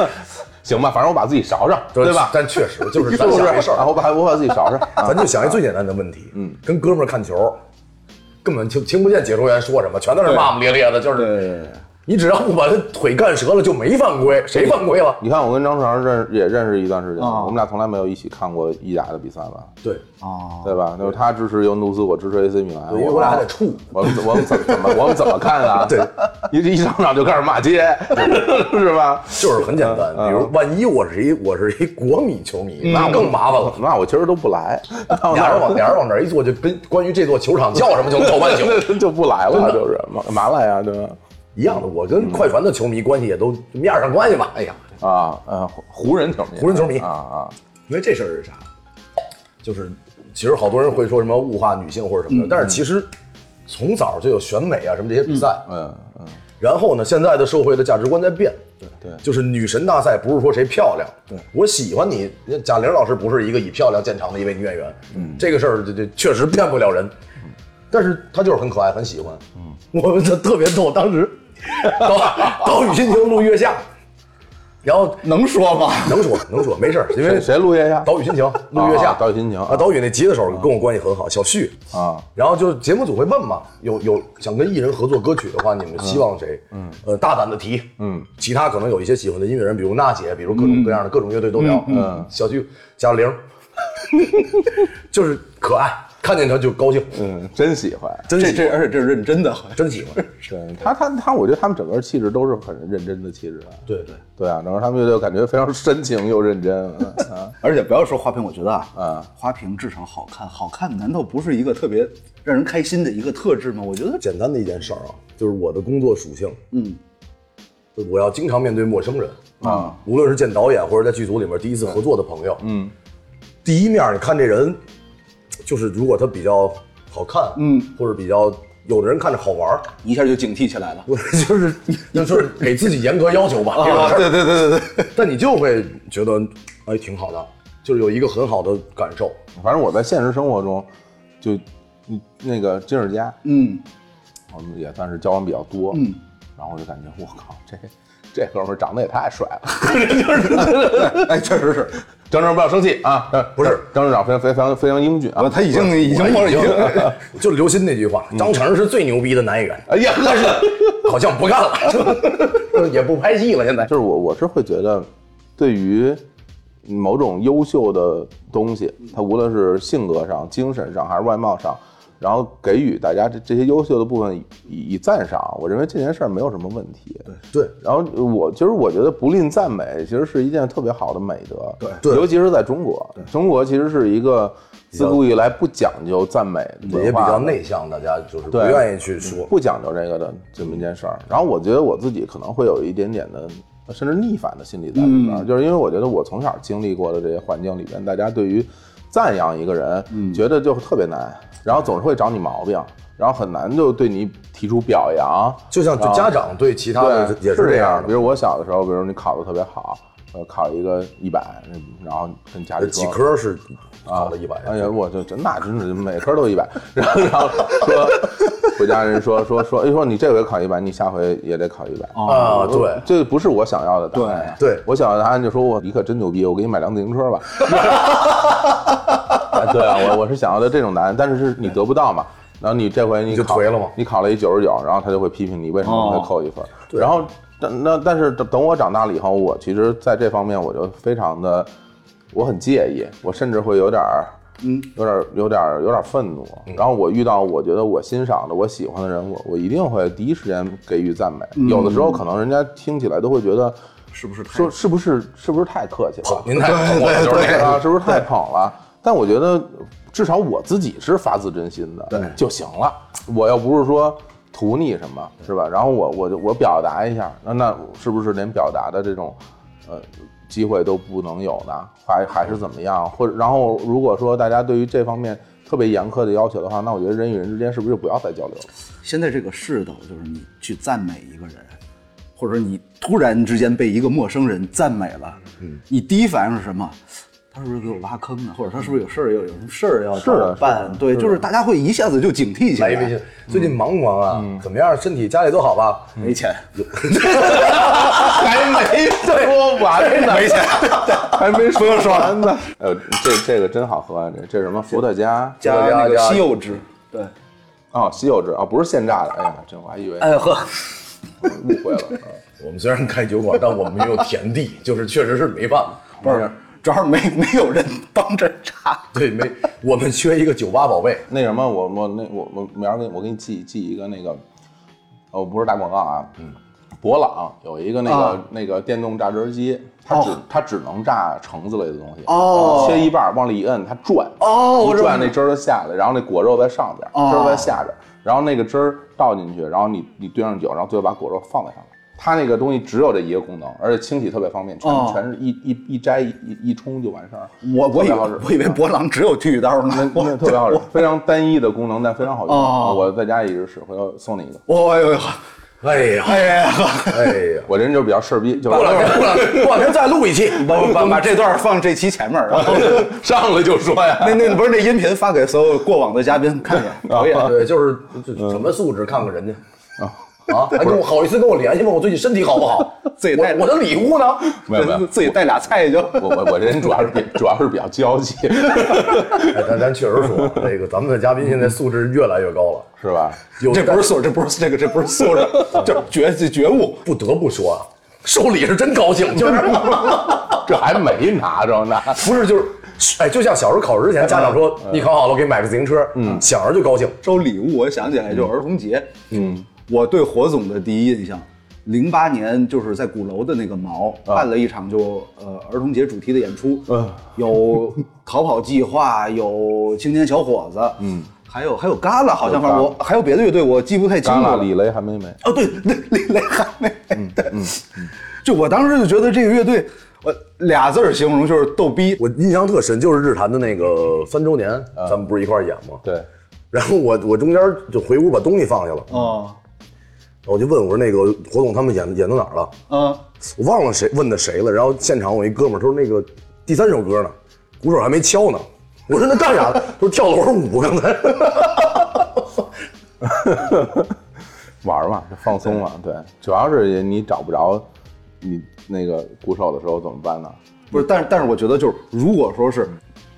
[SPEAKER 2] 行吧，反正我把自己勺上，对吧？
[SPEAKER 3] 但确实 就是啊
[SPEAKER 2] 是
[SPEAKER 3] 咱
[SPEAKER 2] 不是？
[SPEAKER 3] 想这事儿
[SPEAKER 2] 然。后我把我把自己勺上，啊
[SPEAKER 3] 咱就想一最简单的问题，嗯，跟哥们儿看球，根本听听不见解说员说什么，全都是骂骂咧咧的，就是你只要不把他腿干折了，就没犯规，谁犯规了？
[SPEAKER 2] 你看我跟张成认也认识一段时间了，
[SPEAKER 3] 哦
[SPEAKER 4] 啊
[SPEAKER 2] 我们俩从来没有一起看过意甲的比赛吧？
[SPEAKER 3] 对，
[SPEAKER 4] 啊，
[SPEAKER 2] 对吧？就是他支持尤文图斯，我支持 AC 米兰，
[SPEAKER 3] 哦因为我俩还得处，
[SPEAKER 2] 我们我们怎么怎么我们怎么看啊？
[SPEAKER 3] 对，
[SPEAKER 2] 一一上场就开始骂街， 是吧？
[SPEAKER 3] 就是很简单。比如，万一我是一我是一国米球迷，那更麻烦了。
[SPEAKER 2] 那我其实都不 来，那
[SPEAKER 3] 俩人
[SPEAKER 2] 我
[SPEAKER 3] 往俩人往那儿一坐，就跟关于这座球场叫什么就能叫半 宿
[SPEAKER 2] 就不来了，就是嘛嘛来呀，对吧？
[SPEAKER 3] 一样的。我跟快船的球迷关系也都面上关系吧。哎呀，
[SPEAKER 2] 啊，呃，湖人球迷，
[SPEAKER 3] 湖人球迷
[SPEAKER 2] 啊啊，
[SPEAKER 3] 因为这事儿是啥？就是其实好多人会说什么物化女性或者什
[SPEAKER 2] 嗯
[SPEAKER 3] 么的，但是其实从早就有选美啊什么这些比赛，
[SPEAKER 2] 嗯嗯，
[SPEAKER 3] 然后呢，现在的社会的价值观在变，对
[SPEAKER 2] 对
[SPEAKER 3] 就是女神大赛不是说谁漂亮，对我喜欢你，贾玲老师不是一个以漂亮见长的一位女演员，嗯，这个事儿这这确实骗不了人，
[SPEAKER 2] 嗯
[SPEAKER 3] 但是她就是很可爱，很 喜欢，嗯，我们这特别逗，当时到到雨欣情路月下，然后
[SPEAKER 4] 能说吗？
[SPEAKER 3] 能说能说，没事儿，因为
[SPEAKER 2] 谁谁录月下？
[SPEAKER 3] 岛屿心情，哎陆月下，
[SPEAKER 2] 啊岛屿心情啊
[SPEAKER 3] 啊，岛屿那吉他手跟我关系很好，小旭
[SPEAKER 2] 啊。
[SPEAKER 3] 然后就节目组会问嘛，有有想跟艺人合作歌曲的话，你们希望谁？嗯，呃，大胆的提，嗯，其他可能有一些喜欢的音乐人，比如娜姐，比如各种各样的各种乐队都聊，嗯，小旭加玲， 就是可爱，看见他就高兴，
[SPEAKER 2] 嗯，真喜欢。
[SPEAKER 3] 真
[SPEAKER 4] 这
[SPEAKER 3] 喜
[SPEAKER 4] 这，
[SPEAKER 3] 欢，
[SPEAKER 4] 而且这是认真的，
[SPEAKER 3] 真喜欢，
[SPEAKER 2] 对他他他，我觉得他们整个气质都是很认真的气质啊。
[SPEAKER 3] 对对，
[SPEAKER 2] 对啊，然后他们就感觉非常深情又认真 啊。
[SPEAKER 4] 而且不要说花瓶，我觉得啊，
[SPEAKER 2] 啊
[SPEAKER 4] 花瓶至少好看，好看难道不是一个特别让人开心的一个特质吗？我觉得这
[SPEAKER 3] 简单的一件事儿啊，就是我的工作属性，
[SPEAKER 4] 嗯，
[SPEAKER 3] 我要经常面对陌生人
[SPEAKER 4] 啊，
[SPEAKER 3] 无论是见导演或者在剧组里面第一次合作的朋友，嗯，第一面你看这人，就是如果他比较好看，
[SPEAKER 4] 嗯，
[SPEAKER 3] 或者比较有的人看着好 玩儿，
[SPEAKER 4] 一下就警惕起来了。
[SPEAKER 3] 我就是就是给自己严格要求吧， 这个事儿
[SPEAKER 4] 对对对啊对对，
[SPEAKER 3] 但你就会觉得哎挺好的，就是有一个很好的感受，
[SPEAKER 2] 反正我在现实生活中，就嗯那个金世佳，
[SPEAKER 4] 嗯
[SPEAKER 2] 我们也算是交往比较多，
[SPEAKER 4] 嗯，
[SPEAKER 2] 然后我就感觉我靠，这这哥们儿长得也太帅了，
[SPEAKER 4] 哎，确实是，
[SPEAKER 2] 张正不要生气啊，呃
[SPEAKER 3] 不是
[SPEAKER 2] 张正长得非常非常非常英俊啊
[SPEAKER 4] 啊，，他已经已经
[SPEAKER 3] 我
[SPEAKER 4] 已 经，
[SPEAKER 3] 就刘鑫那句话，张成是最牛逼的男演员，
[SPEAKER 2] 哎呀，但是
[SPEAKER 3] 好像不干 了，也不拍戏了，现在
[SPEAKER 2] 就是我我是会觉得，对于某种优秀的东西，它无论是性格上、精神上还是外貌上，然后给予大家这这些优秀的部分以以以赞赏，我认为这件事儿没有什么问题。
[SPEAKER 3] 对。
[SPEAKER 2] 然后我其实我觉得不吝赞美，其实是一件特别好的美德。
[SPEAKER 3] 对对
[SPEAKER 2] 尤其是在中国，中国其实是一个自古以来不讲究赞美文化的，
[SPEAKER 3] 也比较内向，大家就是不
[SPEAKER 2] 对
[SPEAKER 3] 愿意去说。
[SPEAKER 2] 嗯
[SPEAKER 3] 嗯
[SPEAKER 2] 不讲究这个的这么一件事儿。然后我觉得我自己可能会有一点点的，甚至逆反的心理在里边儿，
[SPEAKER 3] 嗯
[SPEAKER 2] 就是因为我觉得我从小经历过的这些环境里边，大家对于赞扬一个人，
[SPEAKER 3] 嗯
[SPEAKER 2] 觉得就特别难，然后总是会找你毛病，然后很难就对你提出表扬。
[SPEAKER 3] 就像就家长对其他的
[SPEAKER 2] 对，
[SPEAKER 3] 也
[SPEAKER 2] 是
[SPEAKER 3] 这
[SPEAKER 2] 样。
[SPEAKER 3] 的
[SPEAKER 2] 比，如我小的时候，比如你考的特别好，呃，考一个一百，然后跟家里
[SPEAKER 3] 有
[SPEAKER 2] 说
[SPEAKER 3] 几科是考了一百，
[SPEAKER 2] 哎呀，我就真那真是每科都一百，然后然后说回家人说说说，哎说你这回考一百，你下回也得考一百。
[SPEAKER 4] 哦
[SPEAKER 3] 啊，对，
[SPEAKER 2] 这不是我想要的答案呀。
[SPEAKER 3] 对对
[SPEAKER 2] 我想要的答案就说我你可真牛逼，我给你买辆自行车吧。 啊对啊，我我是想要的这种答案，但是是你得不到嘛。然后你这回你
[SPEAKER 3] 你就
[SPEAKER 2] 考
[SPEAKER 3] 颓了嘛
[SPEAKER 2] 你考了一九十九，然后他就会批评你为什么会扣一分。然后但那但是等等我长大了以后，我其实在这方面我就非常的，我很介意，我甚至会有点儿。嗯，有点儿有点儿有点儿愤怒。
[SPEAKER 3] 嗯
[SPEAKER 2] 然后我遇到我觉得我欣赏的、我喜欢的人，我我一定会第一时间给予赞美。有的时候可能人家听起来都会觉得，
[SPEAKER 4] 是不是太
[SPEAKER 2] 说是不是是不是太客气了？
[SPEAKER 3] 您太我就是那
[SPEAKER 2] 啊，
[SPEAKER 3] 个，
[SPEAKER 2] 是不是太捧了？但我觉得至少我自己是发自真心的，对就行了。我又不是说图你什么，是吧？然后我我就我表达一下，那那是不是连表达的这种呃机会都不能有呢？还还是怎么样？或者然后如果说大家对于这方面特别严苛的要求的话，那我觉得人与人之间是不是就不要再交流了？
[SPEAKER 4] 现在这个世道，就是你去赞美一个人，或者说你突然之间被一个陌生人赞美了，你第一反应是什么？他是不是给我挖坑啊？或者他是不是有事儿要有什么事儿要
[SPEAKER 2] 是的
[SPEAKER 4] 找我办？对，就是大家会一下子就警惕起
[SPEAKER 3] 来一微
[SPEAKER 4] 来
[SPEAKER 3] 信。，最近忙不忙啊？怎么样？身体家里都好吧？
[SPEAKER 4] 没钱，
[SPEAKER 2] 还没说完呢，没钱，还没说完呢。呃，这这个真好喝啊！这这是什么伏特加
[SPEAKER 4] 加
[SPEAKER 3] 加
[SPEAKER 4] 那个
[SPEAKER 3] 加
[SPEAKER 4] 西柚汁，对，
[SPEAKER 2] 哦，稀有制啊，不是现榨的。哎呀，真我还以为
[SPEAKER 4] 哎喝，
[SPEAKER 2] 误会了。 嗯
[SPEAKER 3] 我们虽然开酒馆，但我们没有田地，就是确实是没办法。
[SPEAKER 4] 不是，主要是没没有人帮着查。
[SPEAKER 3] 对，没，我们缺一个酒吧宝贝。
[SPEAKER 2] 那什么，我我那我我明儿给你我给你寄寄一个那个，哦，不是打广告啊，嗯，博朗有一个那个、
[SPEAKER 4] 啊
[SPEAKER 2] 那个电动榨汁机，它只、
[SPEAKER 4] 哦
[SPEAKER 2] 它只能榨橙子类的东西，
[SPEAKER 4] 哦
[SPEAKER 2] 切一半儿往里一摁，它转，
[SPEAKER 4] 哦我
[SPEAKER 2] 一
[SPEAKER 4] 知道
[SPEAKER 2] 转那汁儿就下来，然后那果肉在上边儿，
[SPEAKER 4] 哦
[SPEAKER 2] 汁儿在下边儿，然后那个汁儿倒进去，然后你你兑上酒，然后最后把果肉放在上面。它那个东西只有这一个功能，而且清洗特别方便，全、
[SPEAKER 4] 哦
[SPEAKER 2] 全是一一一摘一一一冲就完事儿。
[SPEAKER 4] 我我以
[SPEAKER 2] 特别
[SPEAKER 4] 为
[SPEAKER 2] 好使
[SPEAKER 4] 我以为 博朗只有剃须刀
[SPEAKER 2] 那
[SPEAKER 4] 呢，我
[SPEAKER 2] 那特别好使，非常单一的功能，但非常好用。
[SPEAKER 4] 哦
[SPEAKER 2] 我在家也一直使，回头送你一个。
[SPEAKER 4] 我哎呦，
[SPEAKER 3] 哎呀，
[SPEAKER 4] 哎呀，
[SPEAKER 3] 哎呀，
[SPEAKER 2] 我这人就是比较事儿逼，就
[SPEAKER 3] 过两
[SPEAKER 2] 是
[SPEAKER 3] 天，过 两天，过两天再录一期。
[SPEAKER 4] 把 把把这 段放这期前面，然 后。
[SPEAKER 2] 上来就说呀。
[SPEAKER 4] 那那不是那音频发 啊给所有过往的嘉宾看一眼，
[SPEAKER 3] 对，就是就什么素质，看看人家。啊，还跟我好意思跟我联系吗？我最近身体好不好？
[SPEAKER 4] 自己带
[SPEAKER 3] 我我的礼 物呢？
[SPEAKER 2] 没有没有
[SPEAKER 4] 自己带俩菜就。
[SPEAKER 2] 我我我这人主要是比主要是比较娇气，
[SPEAKER 3] 哎，咱咱确实说，这个咱们的嘉宾现在素质越来越高了。
[SPEAKER 2] 是吧？
[SPEAKER 3] 有
[SPEAKER 4] 这不是素质，这不是这个，这不是 素质，就是觉这觉悟。
[SPEAKER 3] 不得不说，啊，收礼是真高兴，就是
[SPEAKER 2] 这还没拿着呢。
[SPEAKER 3] 不是就是，哎，就像小时候考试之前，家长说你考好了，我给你买个自行车，嗯，想着就高兴。
[SPEAKER 4] 收礼物，我想起来就是儿童节。嗯，我对火总的第一印象，零八年就是在鼓楼的那个毛办了一场就呃儿童节主题的演出，
[SPEAKER 2] 嗯
[SPEAKER 4] 有逃跑计划，有青年小伙子，嗯，还有还有旮旯，好像
[SPEAKER 2] 有
[SPEAKER 4] 反正我还有别的乐队，我记不太 清
[SPEAKER 2] 戛
[SPEAKER 4] 楚
[SPEAKER 2] 纳
[SPEAKER 4] 了。
[SPEAKER 2] 李雷还没没，
[SPEAKER 4] 哦，对，那李雷还没。对， 就我当时就觉得这个乐队，我俩字儿形容就是逗逼。
[SPEAKER 3] 我印象特深，就是日坛的那个三周年，咱们不是一块儿演吗？
[SPEAKER 2] 对，
[SPEAKER 3] 然后我我中间就回屋把东西放下了，
[SPEAKER 4] 哦，
[SPEAKER 3] 我就问我说那个火总他们演演到哪儿了？
[SPEAKER 4] 嗯，
[SPEAKER 3] 我忘了谁问的谁了。然后现场我一哥们儿说那个第三首歌呢，鼓手还没敲呢。我说那干啥呢？ 他说跳了会儿舞刚才。
[SPEAKER 2] 玩儿嘛，就放松嘛，对，主要是你找不着你那个鼓手的时候怎么办呢？
[SPEAKER 4] 不是，但是但是我觉得就是，如果说是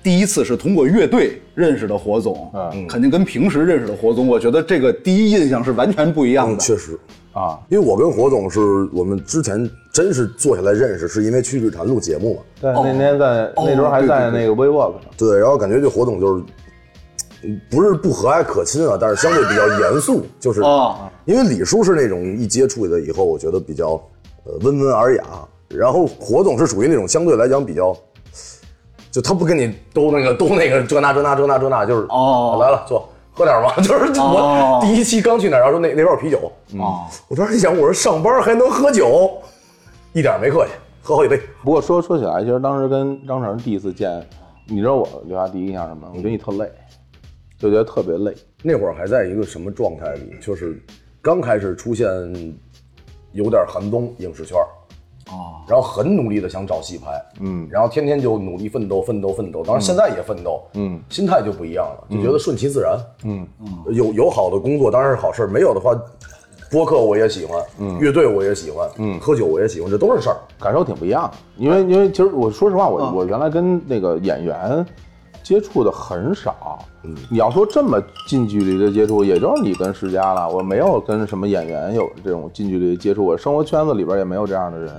[SPEAKER 4] 第一次是通过乐队认识的火总，
[SPEAKER 2] 嗯
[SPEAKER 4] 肯定跟平时认识的火总，我觉得这个第一印象是完全不一样
[SPEAKER 3] 嗯，
[SPEAKER 4] 的。
[SPEAKER 3] 确实，
[SPEAKER 2] 啊，
[SPEAKER 3] 因为我跟火总是我们之前真是坐下来认识，是因为去日坛录节目嘛。
[SPEAKER 2] 对，那天在那时候还在那个 WeWork 上，
[SPEAKER 3] 对，然后感觉对火总就是，嗯不是不和蔼可亲啊，但是相对比较严肃，就是
[SPEAKER 4] 啊，
[SPEAKER 3] 因为李叔是那种一接触了以后，我觉得比较呃温文尔雅，然后火总是属于那种相对来讲比较，就他不跟你都那个都那个这那这那这那这那，就是
[SPEAKER 4] 哦
[SPEAKER 3] 来了坐喝点吧， 就是我
[SPEAKER 4] 哦
[SPEAKER 3] 第一期刚去哪儿，然后说那那边有啤酒，
[SPEAKER 4] 哦，
[SPEAKER 3] 我当时一想，我说上班还能喝酒，一点没客气，喝好几杯。
[SPEAKER 2] 不过说说起来，其实当时跟张成第一次见，你知道我留下第一印象是什么？我觉得你特累，就觉得特别累。
[SPEAKER 3] 那会儿还在一个什么状态里？就是刚开始出现有点寒冬影视圈儿
[SPEAKER 4] 哦，
[SPEAKER 3] 然后很努力的想找戏拍，
[SPEAKER 2] 嗯
[SPEAKER 3] 然后天天就努力奋斗，奋斗，奋斗。当然现在也奋斗，
[SPEAKER 2] 嗯，
[SPEAKER 3] 心态就不一样了，就觉得顺其自然。呃
[SPEAKER 2] 嗯，
[SPEAKER 3] 有有好的工作当然是好事儿，没有的话，播客我也喜欢，
[SPEAKER 2] 嗯
[SPEAKER 3] 乐队我也喜欢，嗯，喝酒我也喜欢，这都是事儿。
[SPEAKER 2] 感受挺不一样的。因为因为其实我说实话，
[SPEAKER 4] 嗯
[SPEAKER 2] 我、我原来跟那个演员接触的很少。
[SPEAKER 4] 嗯
[SPEAKER 2] 你要说这么近距离的接触，也就是你跟世家了，我没有跟什么演员有这种近距离的接触，我生活圈子里边也没有这样的人。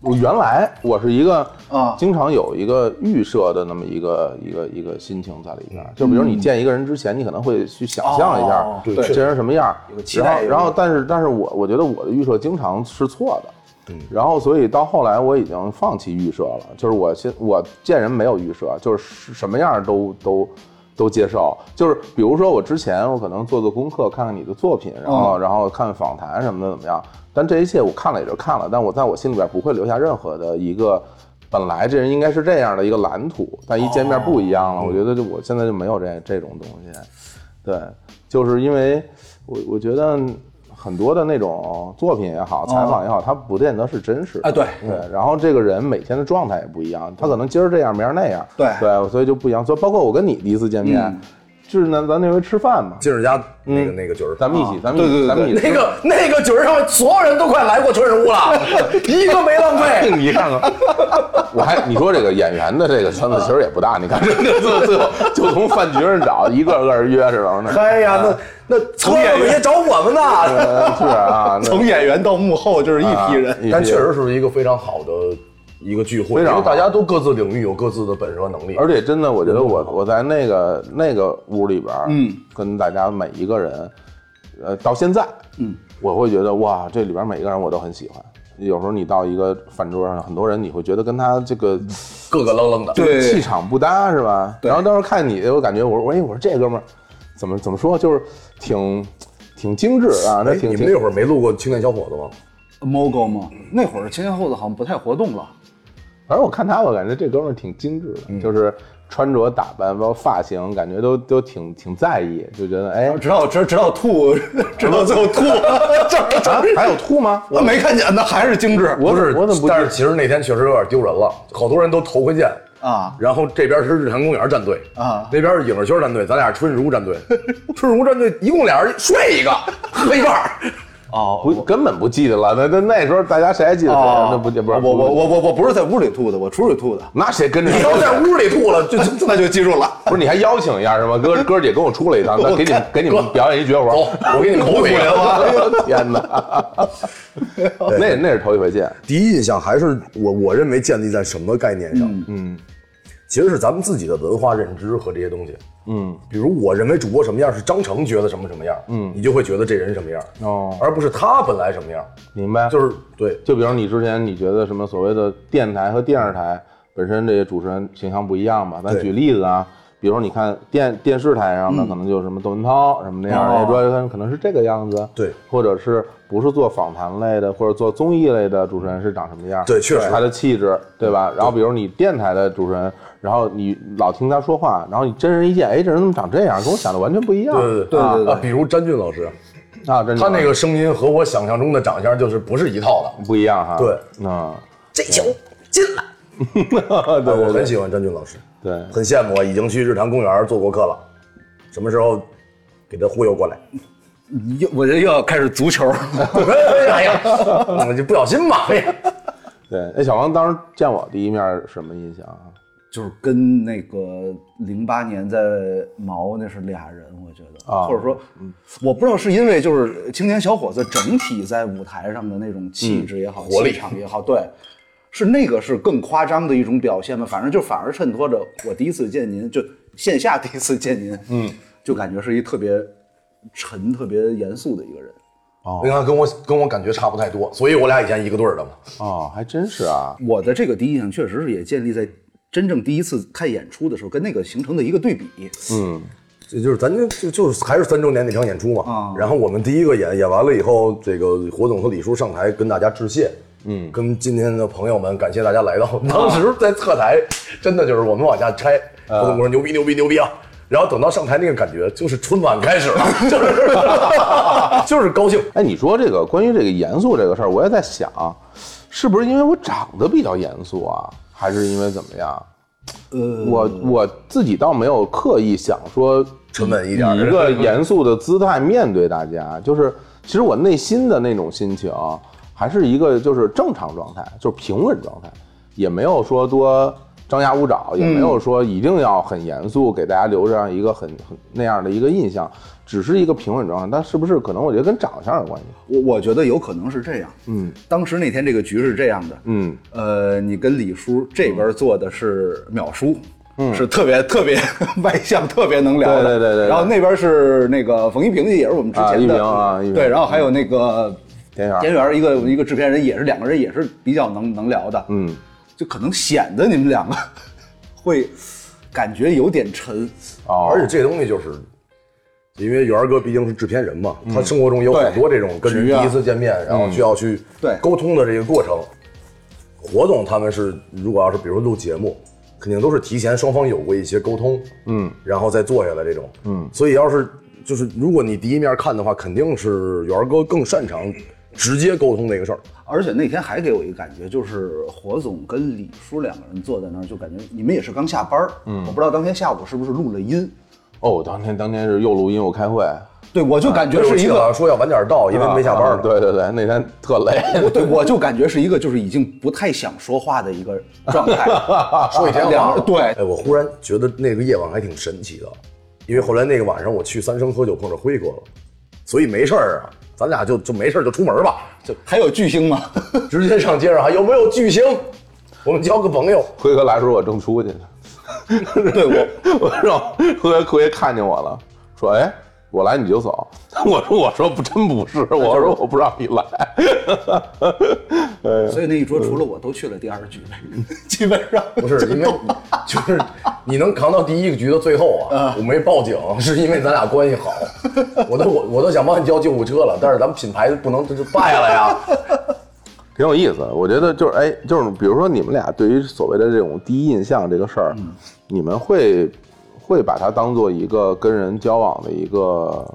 [SPEAKER 2] 我原来我是一个
[SPEAKER 4] 啊
[SPEAKER 2] 经常有一个预设的那么一个一个一个心情在里边儿，就比如你见一个人之前，你可能会去想象一下
[SPEAKER 4] 嗯哦，
[SPEAKER 2] 这
[SPEAKER 4] 对
[SPEAKER 2] 人是什么样儿
[SPEAKER 4] 有个期待有
[SPEAKER 2] 然后然后
[SPEAKER 4] 个
[SPEAKER 2] 但是但是我我觉得我的预设经常是错的，然后所以到后来我已经放弃预设了，就是我现我见人没有预设，就是什么样儿都都都接受，就是比如说我之前我可能做做功课，看看你的作品，然后、然后看访谈什么的怎么样，但这一切我看了也就看了，但我在我心里边不会留下任何的一个。本来这人应该是这样的一个蓝图，但一见面不一样了。我觉得就我现在就没有这这种东西。对，就是因为我我觉得很多的那种作品也好，采访也好，它不见得是真实的
[SPEAKER 4] 哎哦对
[SPEAKER 2] 对，然后这个人每天的状态也不一样，他可能今儿这样，明儿那样，
[SPEAKER 4] 对嗯
[SPEAKER 2] 对，所以就不一样。所以包括我跟你第一次见面，就是那咱那回吃饭嘛，
[SPEAKER 3] 进世家那
[SPEAKER 2] 嗯
[SPEAKER 3] 个那个局儿，
[SPEAKER 2] 咱们一起，咱们
[SPEAKER 4] 哦对对对
[SPEAKER 2] 咱们一起
[SPEAKER 3] 那个那个局儿上面所有人都快来过春日屋了， 一个没浪
[SPEAKER 4] 哎
[SPEAKER 3] 费。
[SPEAKER 2] 你看看， 我还你说这个演员的这个圈子其实也不大，你看这这最最后就从饭局上找，一个个约是吧？ 那
[SPEAKER 3] 哎呀，那那从
[SPEAKER 4] 啊演员
[SPEAKER 3] 也找我们呢。
[SPEAKER 2] 呃是啊，那
[SPEAKER 4] 从演员到幕后就是一批人。
[SPEAKER 2] 一
[SPEAKER 3] 但
[SPEAKER 2] 批
[SPEAKER 3] 确实是一个非常好的一个聚会，
[SPEAKER 2] 非
[SPEAKER 3] 因
[SPEAKER 2] 常好
[SPEAKER 3] 为大家都各自领域有各自的本事和能力。
[SPEAKER 2] 而且真的，我觉得我我在那个那个屋里边，嗯，跟大家每一个人，呃，到现在，嗯，我会觉得哇，这里边每一个人我都很喜欢。有时候你到一个饭桌上，很多人你会觉得跟他这个
[SPEAKER 3] 各个愣愣的，哎
[SPEAKER 4] 对
[SPEAKER 2] 气场不搭，是吧？然后当时看你，我感觉我说，哎，我说这哥们儿怎么怎么说，就是挺挺精致啊，那
[SPEAKER 3] 哎，
[SPEAKER 2] 挺
[SPEAKER 3] 你们
[SPEAKER 2] 挺
[SPEAKER 3] 那会儿没录过青年小伙子吗？
[SPEAKER 4] 呃 Mogo 吗？那会儿前前后后好像不太活动了。
[SPEAKER 2] 反正我看他，我感觉这哥们儿挺精致的，
[SPEAKER 3] 嗯
[SPEAKER 2] 就是穿着打扮，包括发型，感觉都都挺挺在意，就觉得
[SPEAKER 3] 啊
[SPEAKER 2] 哎，
[SPEAKER 4] 直到直直到吐，直到最后吐， 这
[SPEAKER 2] 啊，还有吐吗？
[SPEAKER 4] 我没看见，那还是精致
[SPEAKER 2] 我
[SPEAKER 3] 不是，
[SPEAKER 2] 我怎么不
[SPEAKER 3] 但是其实那天确实有点丢人了，好多人都头回见。
[SPEAKER 4] 啊！
[SPEAKER 3] 然后这边是日坛公园战队
[SPEAKER 4] 啊
[SPEAKER 3] 那边是影视 圈战队，咱俩是春日屋战队。春日屋战队一共俩人睡一个，喝一半儿，
[SPEAKER 4] 哦
[SPEAKER 2] 不根本不记得了。那那那时候大家谁还记得谁啊？那不不
[SPEAKER 4] 我
[SPEAKER 2] 是
[SPEAKER 4] 我我我我不是在屋里吐的，我出去吐的，
[SPEAKER 2] 那谁跟着
[SPEAKER 3] 你
[SPEAKER 2] 你
[SPEAKER 3] 要在屋里吐了，就就就
[SPEAKER 4] 那就记住了。
[SPEAKER 2] 不是你还邀请一下是吗？哥哥姐跟我出来一趟，那给你们给你们表演一绝活。
[SPEAKER 3] 走，我给你口 水了吧。
[SPEAKER 2] 哎呦天哪！那那是头一回见，
[SPEAKER 3] 第一印象还是我我认为建立在什么概念上？嗯，其实是咱们自己的文化认知和这些东西。嗯，比如我认为主播什么样是张成觉得什么什么样，嗯，你就会觉得这人什么样，
[SPEAKER 2] 哦
[SPEAKER 3] 而不是他本来什么样，
[SPEAKER 2] 明白？
[SPEAKER 3] 就是对。
[SPEAKER 2] 就比如你之前你觉得什么所谓的电台和电视台本身这些主持人形象不一样吧？咱
[SPEAKER 3] 对
[SPEAKER 2] 举例子啊，比如你看电电视台上的可能就是什么窦文涛什么那样哎
[SPEAKER 4] 哦
[SPEAKER 2] 的，主要人可能是这个样子，
[SPEAKER 3] 对
[SPEAKER 2] 或者是不是做访谈类的，或者做综艺类的主持人是长什么样？
[SPEAKER 3] 对确实
[SPEAKER 2] 他的气质，对吧？然后比如你电台的主持人，然后你老听他说话，然后你真人一见，哎，这人怎么长这样？跟我想的完全不一样。
[SPEAKER 3] 对
[SPEAKER 4] 对对对
[SPEAKER 3] 啊，比如詹俊老师，
[SPEAKER 2] 啊，真的
[SPEAKER 3] 他那个声音和我想象中的长相就是不是一套的。
[SPEAKER 2] 不一样哈。
[SPEAKER 3] 对
[SPEAKER 2] 啊，
[SPEAKER 3] 这球进了，
[SPEAKER 2] 对
[SPEAKER 3] 哎我
[SPEAKER 2] 对
[SPEAKER 3] 很
[SPEAKER 2] 对
[SPEAKER 3] 喜欢詹俊老师，
[SPEAKER 2] 对。
[SPEAKER 3] 很羡慕啊，已经去日坛公园做过客了，什么时候给他忽悠过来？
[SPEAKER 4] 又我这又要开始足球，
[SPEAKER 3] 哎 呀，我就不小心嘛。哎呀
[SPEAKER 2] 对，哎那小王当时见我第一面是什么印象啊？
[SPEAKER 4] 就是跟那个零八年在毛那是俩人，我觉得，
[SPEAKER 2] 啊
[SPEAKER 4] 或者说，我不知道是因为就是青年小伙子整体在舞台上的那种气质也好，
[SPEAKER 3] 活力
[SPEAKER 4] 气场也好，对，是那个是更夸张的一种表现吧。反正就反而衬托着我第一次见您，就线下第一次见您，嗯， 就感觉是一特别沉、特别严肃的一个人。
[SPEAKER 3] 你看，跟我跟我感觉差不太多，所以我俩以前一个队儿的嘛。
[SPEAKER 2] 哦，还真是啊。
[SPEAKER 4] 我的这个第一印象确实是也建立在真正第一次看演出的时候，跟那个形成的一个对比。
[SPEAKER 2] 嗯，
[SPEAKER 3] 这就是咱就就就是还是三周年那场演出嘛。
[SPEAKER 4] 啊
[SPEAKER 3] 然后我们第一个演演完了以后，这个火总和李叔上台跟大家致谢。嗯，啊跟今天的朋友们感谢大家来到。当时在侧台，真的就是我们往下拆，火总说牛逼牛逼牛逼啊！然后等到上台那个感觉，就是春晚开始 了，就是就是 高兴。
[SPEAKER 2] 哎，你说这个关于这个严肃这个事儿，我也在想，是不是因为我长得比较严肃啊，还是因为怎么样？
[SPEAKER 4] 呃，
[SPEAKER 2] 我我自己倒没有刻意想说
[SPEAKER 3] 沉稳一点儿
[SPEAKER 2] 以一个严肃的姿态面对大家，就是其实我内心的那种心情还是一个就是正常状态，就是平稳状态，也没有说多张牙舞爪，也没有
[SPEAKER 3] 嗯
[SPEAKER 2] 说一定要很严肃，给大家留这样一个很很那样的一个印象，只是一个平稳状态。但是不是可能我觉得跟长相有关系？
[SPEAKER 4] 我我觉得有可能是这样。嗯，当时那天这个局是这样的。
[SPEAKER 2] 嗯，
[SPEAKER 4] 呃，你跟李叔这边坐的是淼叔。嗯，是特别特别 外向，特别能聊的。
[SPEAKER 2] 对对对对对
[SPEAKER 4] 然后那边是那个冯一平，也是我们之
[SPEAKER 2] 啊
[SPEAKER 4] 前
[SPEAKER 2] 一
[SPEAKER 4] 的
[SPEAKER 2] 平啊一平嗯
[SPEAKER 4] 对，然后还有那个
[SPEAKER 2] 田园儿
[SPEAKER 4] 田园儿一个一个制片人，也是两个人也是比较能能聊的。
[SPEAKER 2] 嗯，
[SPEAKER 4] 就可能显得你们两个 会感觉有点沉。
[SPEAKER 2] 哦，
[SPEAKER 3] 而且这东西就是，因为元儿哥毕竟是制片人嘛，他生活中有很多这种跟人
[SPEAKER 4] 局啊
[SPEAKER 3] 第一次见面，然后需要去
[SPEAKER 4] 对
[SPEAKER 3] 沟通的这个过程。火总他们是，如果要是比如录节目，肯定都是提前双方有过一些沟通，嗯，然后再坐下来这种，嗯，所以要是就是如果你第一面看的话，肯定是元儿哥更擅长直接沟通这个事儿，
[SPEAKER 4] 而且那天还给我一个感觉，就是火总跟李叔两个人坐在那儿，就感觉你们也是刚下班儿。嗯，我不知道当天下午是不是录了音。
[SPEAKER 2] 哦，当天当天是又录音又开会，
[SPEAKER 4] 对，哎我就感觉是一
[SPEAKER 3] 我记
[SPEAKER 4] 个
[SPEAKER 3] 得，说要晚点到，因为没下班
[SPEAKER 2] 啊
[SPEAKER 3] 儿，
[SPEAKER 2] 对对对，那天特累。
[SPEAKER 4] 对，我就感觉是一个，就是已经不太想说话的一个状态。
[SPEAKER 3] 说一天
[SPEAKER 4] 啊两
[SPEAKER 3] 话
[SPEAKER 4] 个。对
[SPEAKER 3] 哎，我忽然觉得那个夜晚还挺神奇的，因为后来那个晚上我去三生喝酒碰着辉哥了，所以没事儿啊，咱俩就就没事儿就出门吧，就
[SPEAKER 4] 还有巨星吗？
[SPEAKER 3] 直接上街上还有没有巨星？我们交个朋友，
[SPEAKER 2] 辉哥来的时候我正出去 呢，
[SPEAKER 4] 对 我，
[SPEAKER 2] 我说辉哥辉哥看见我了，说哎。我来你就走， 我说我说不真不啊是，我说我不让你来， 哎
[SPEAKER 4] 所以那一桌除了我都去了第二局， 基本上
[SPEAKER 3] 不是 因为就是你能扛到第一个局的最后
[SPEAKER 4] 嗯
[SPEAKER 3] 啊，我没报警是因为咱俩关系好，我都我我都想帮你叫救护车了，但是咱们品牌不能这就败了呀。
[SPEAKER 2] 挺有意思的。我觉得就是哎，就是比如说你们俩对于所谓的这种第一印象这个事儿，你们会会把它当做一个跟人交往的一个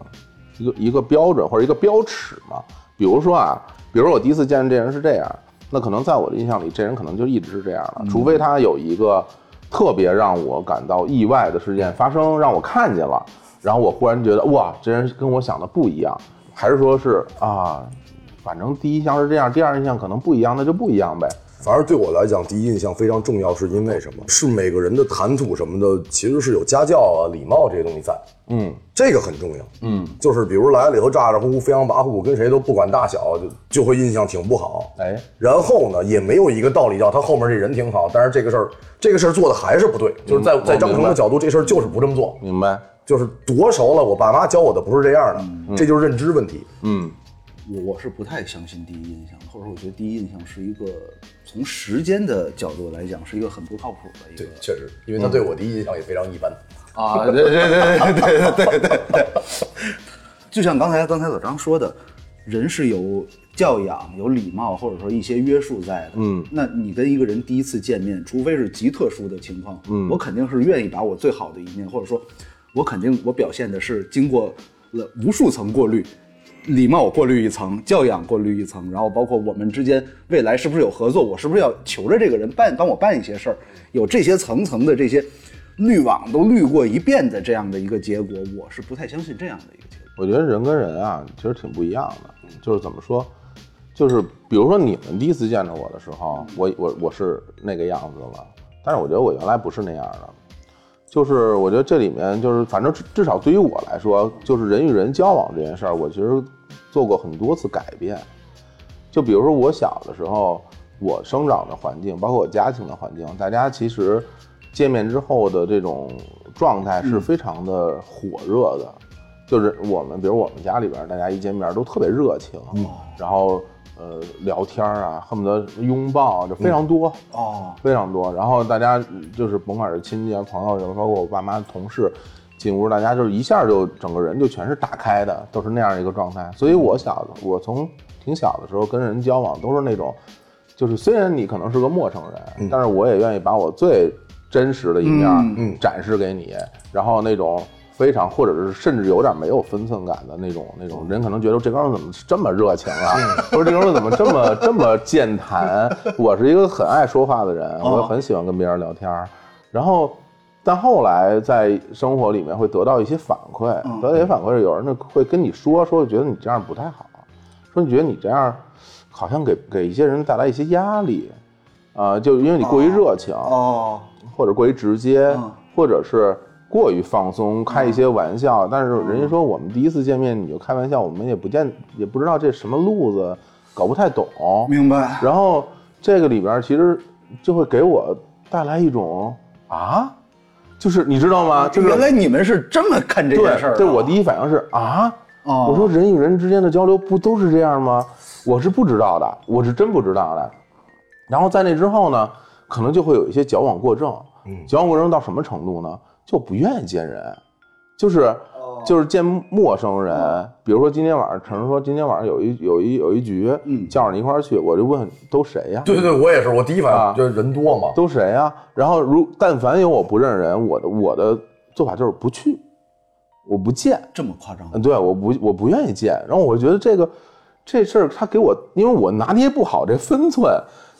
[SPEAKER 2] 一个一个标准或者一个标尺吗？比如说啊，比如说我第一次见这人是这样，那可能在我的印象里，这人可能就一直是这样了，除非他有一个特别让我感到意外的事件发生，让我看见了，然后我忽然觉得哇，这人跟我想的不一样，还是说是啊，反正第一项是这样，第二项可能不一样，那就不一样呗。
[SPEAKER 3] 反而对我来讲，第一印象非常重要，是因为什么？是每个人的谈吐什么的，其实是有家教啊、礼貌这些东西在。
[SPEAKER 2] 嗯，
[SPEAKER 3] 这个很重要。嗯，就是比如来了以后咋咋呼呼、飞扬跋扈，跟谁都不管大小，就就会印象挺不好。
[SPEAKER 2] 哎，
[SPEAKER 3] 然后呢，也没有一个道理叫他后面这人挺好，但是这个事儿，这个事儿做的还是不对。就是在在张成的角度，这事儿就是不这么做。
[SPEAKER 2] 明白。
[SPEAKER 3] 就是多熟了，我爸妈教我的不是这样的，这就是认知问题。
[SPEAKER 2] 嗯，
[SPEAKER 4] 我我是不太相信第一印象，或者我觉得第一印象是一个从时间的角度来讲是一个很不靠谱的一个
[SPEAKER 3] 对，确实，因为他对我第一印象也非常一般。
[SPEAKER 4] 啊，对对对对对对对对对，就像刚才刚才老张说的，人是有教养、有礼貌，或者说一些约束在的。嗯，那你跟一个人第一次见面，除非是极特殊的情况，嗯，我肯定是愿意把我最好的一面，或者说，我肯定我表现的是经过了无数层过滤。礼貌过滤一层，教养过滤一层，然后包括我们之间未来是不是有合作，我是不是要求着这个人办帮我办一些事儿，有这些层层的这些滤网都滤过一遍的这样的一个结果，我是不太相信这样的一个结果。
[SPEAKER 2] 我觉得人跟人啊，其实挺不一样的。就是怎么说，就是比如说你们第一次见着我的时候，我我我是那个样子了，但是我觉得我原来不是那样的。就是我觉得这里面就是，反正至至少对于我来说，就是人与人交往这件事儿，我其实做过很多次改变。就比如说我小的时候，我生长的环境，包括我家庭的环境，大家其实见面之后的这种状态是非常的火热的。就是我们，比如我们家里边儿，大家一见面都特别热情，然后呃聊天儿啊，恨不得拥抱啊，就非常多。
[SPEAKER 4] 哦，
[SPEAKER 2] 非常多。然后大家嗯就是甭管是亲戚啊、朋友，包括我爸妈、同事，进屋大家就是一下就整个人就全是打开的，都是那样一个状态。所以我小我从挺小的时候跟人交往都是那种，就是虽然你可能是个陌生人，但是我也愿意把我最真实的一面儿
[SPEAKER 4] 嗯
[SPEAKER 3] 嗯
[SPEAKER 2] 展示给你，然后那种。非常，或者是甚至有点没有分寸感的那种，那
[SPEAKER 4] 嗯
[SPEAKER 2] 种人可能觉得这哥们儿怎么这么热情啊，或者这哥们儿怎么这 么这么健谈？我是一个很爱说话的人，
[SPEAKER 4] 哦
[SPEAKER 2] 我很喜欢跟别人聊天儿，然后。但后来在生活里面会得到一些反馈，
[SPEAKER 4] 嗯
[SPEAKER 2] 得到一些反馈，有人会跟你说说，觉得你这样不太好，说你觉得你这样好像给给一些人带来一些压力，啊、就因为你过于热情，
[SPEAKER 4] 哦，
[SPEAKER 2] 或者过于直接，
[SPEAKER 4] 嗯
[SPEAKER 2] 或者是过于放松，开一些玩
[SPEAKER 4] 嗯
[SPEAKER 2] 笑。但是人家说我们第一次见面你就开玩笑，我们也不见也不知道这什么路子，搞不太懂。
[SPEAKER 4] 明白。
[SPEAKER 2] 然后这个里边其实就会给我带来一种啊，就是你知道吗？就是
[SPEAKER 4] 原来你们是这么看这件事儿、
[SPEAKER 2] 啊对，
[SPEAKER 4] 啊。
[SPEAKER 2] 对我第一反应是啊，
[SPEAKER 4] 哦
[SPEAKER 2] 我说人与人之间的交流不都是这样吗？我是不知道的，我是真不知道的。然后在那之后呢，可能就会有一些矫枉过正。
[SPEAKER 4] 嗯
[SPEAKER 2] 矫枉过正到什么程度呢？就不愿意见人，就是
[SPEAKER 4] 哦
[SPEAKER 2] 就是见陌生人。比如说今天晚上，陈说今天晚上有一有一有一局，
[SPEAKER 4] 嗯
[SPEAKER 2] 叫上你一块儿去，我就问都谁呀、
[SPEAKER 3] 对对对，我也是，我第一
[SPEAKER 2] 啊
[SPEAKER 3] 反应就是人多嘛。
[SPEAKER 2] 都谁啊？然后如但凡有我不认识人，我的我的做法就是不去，我不见。
[SPEAKER 4] 这么夸张
[SPEAKER 2] 嗯，对，我不我不愿意见。然后我觉得这个这事儿，他给我，因为我拿捏不好这分寸，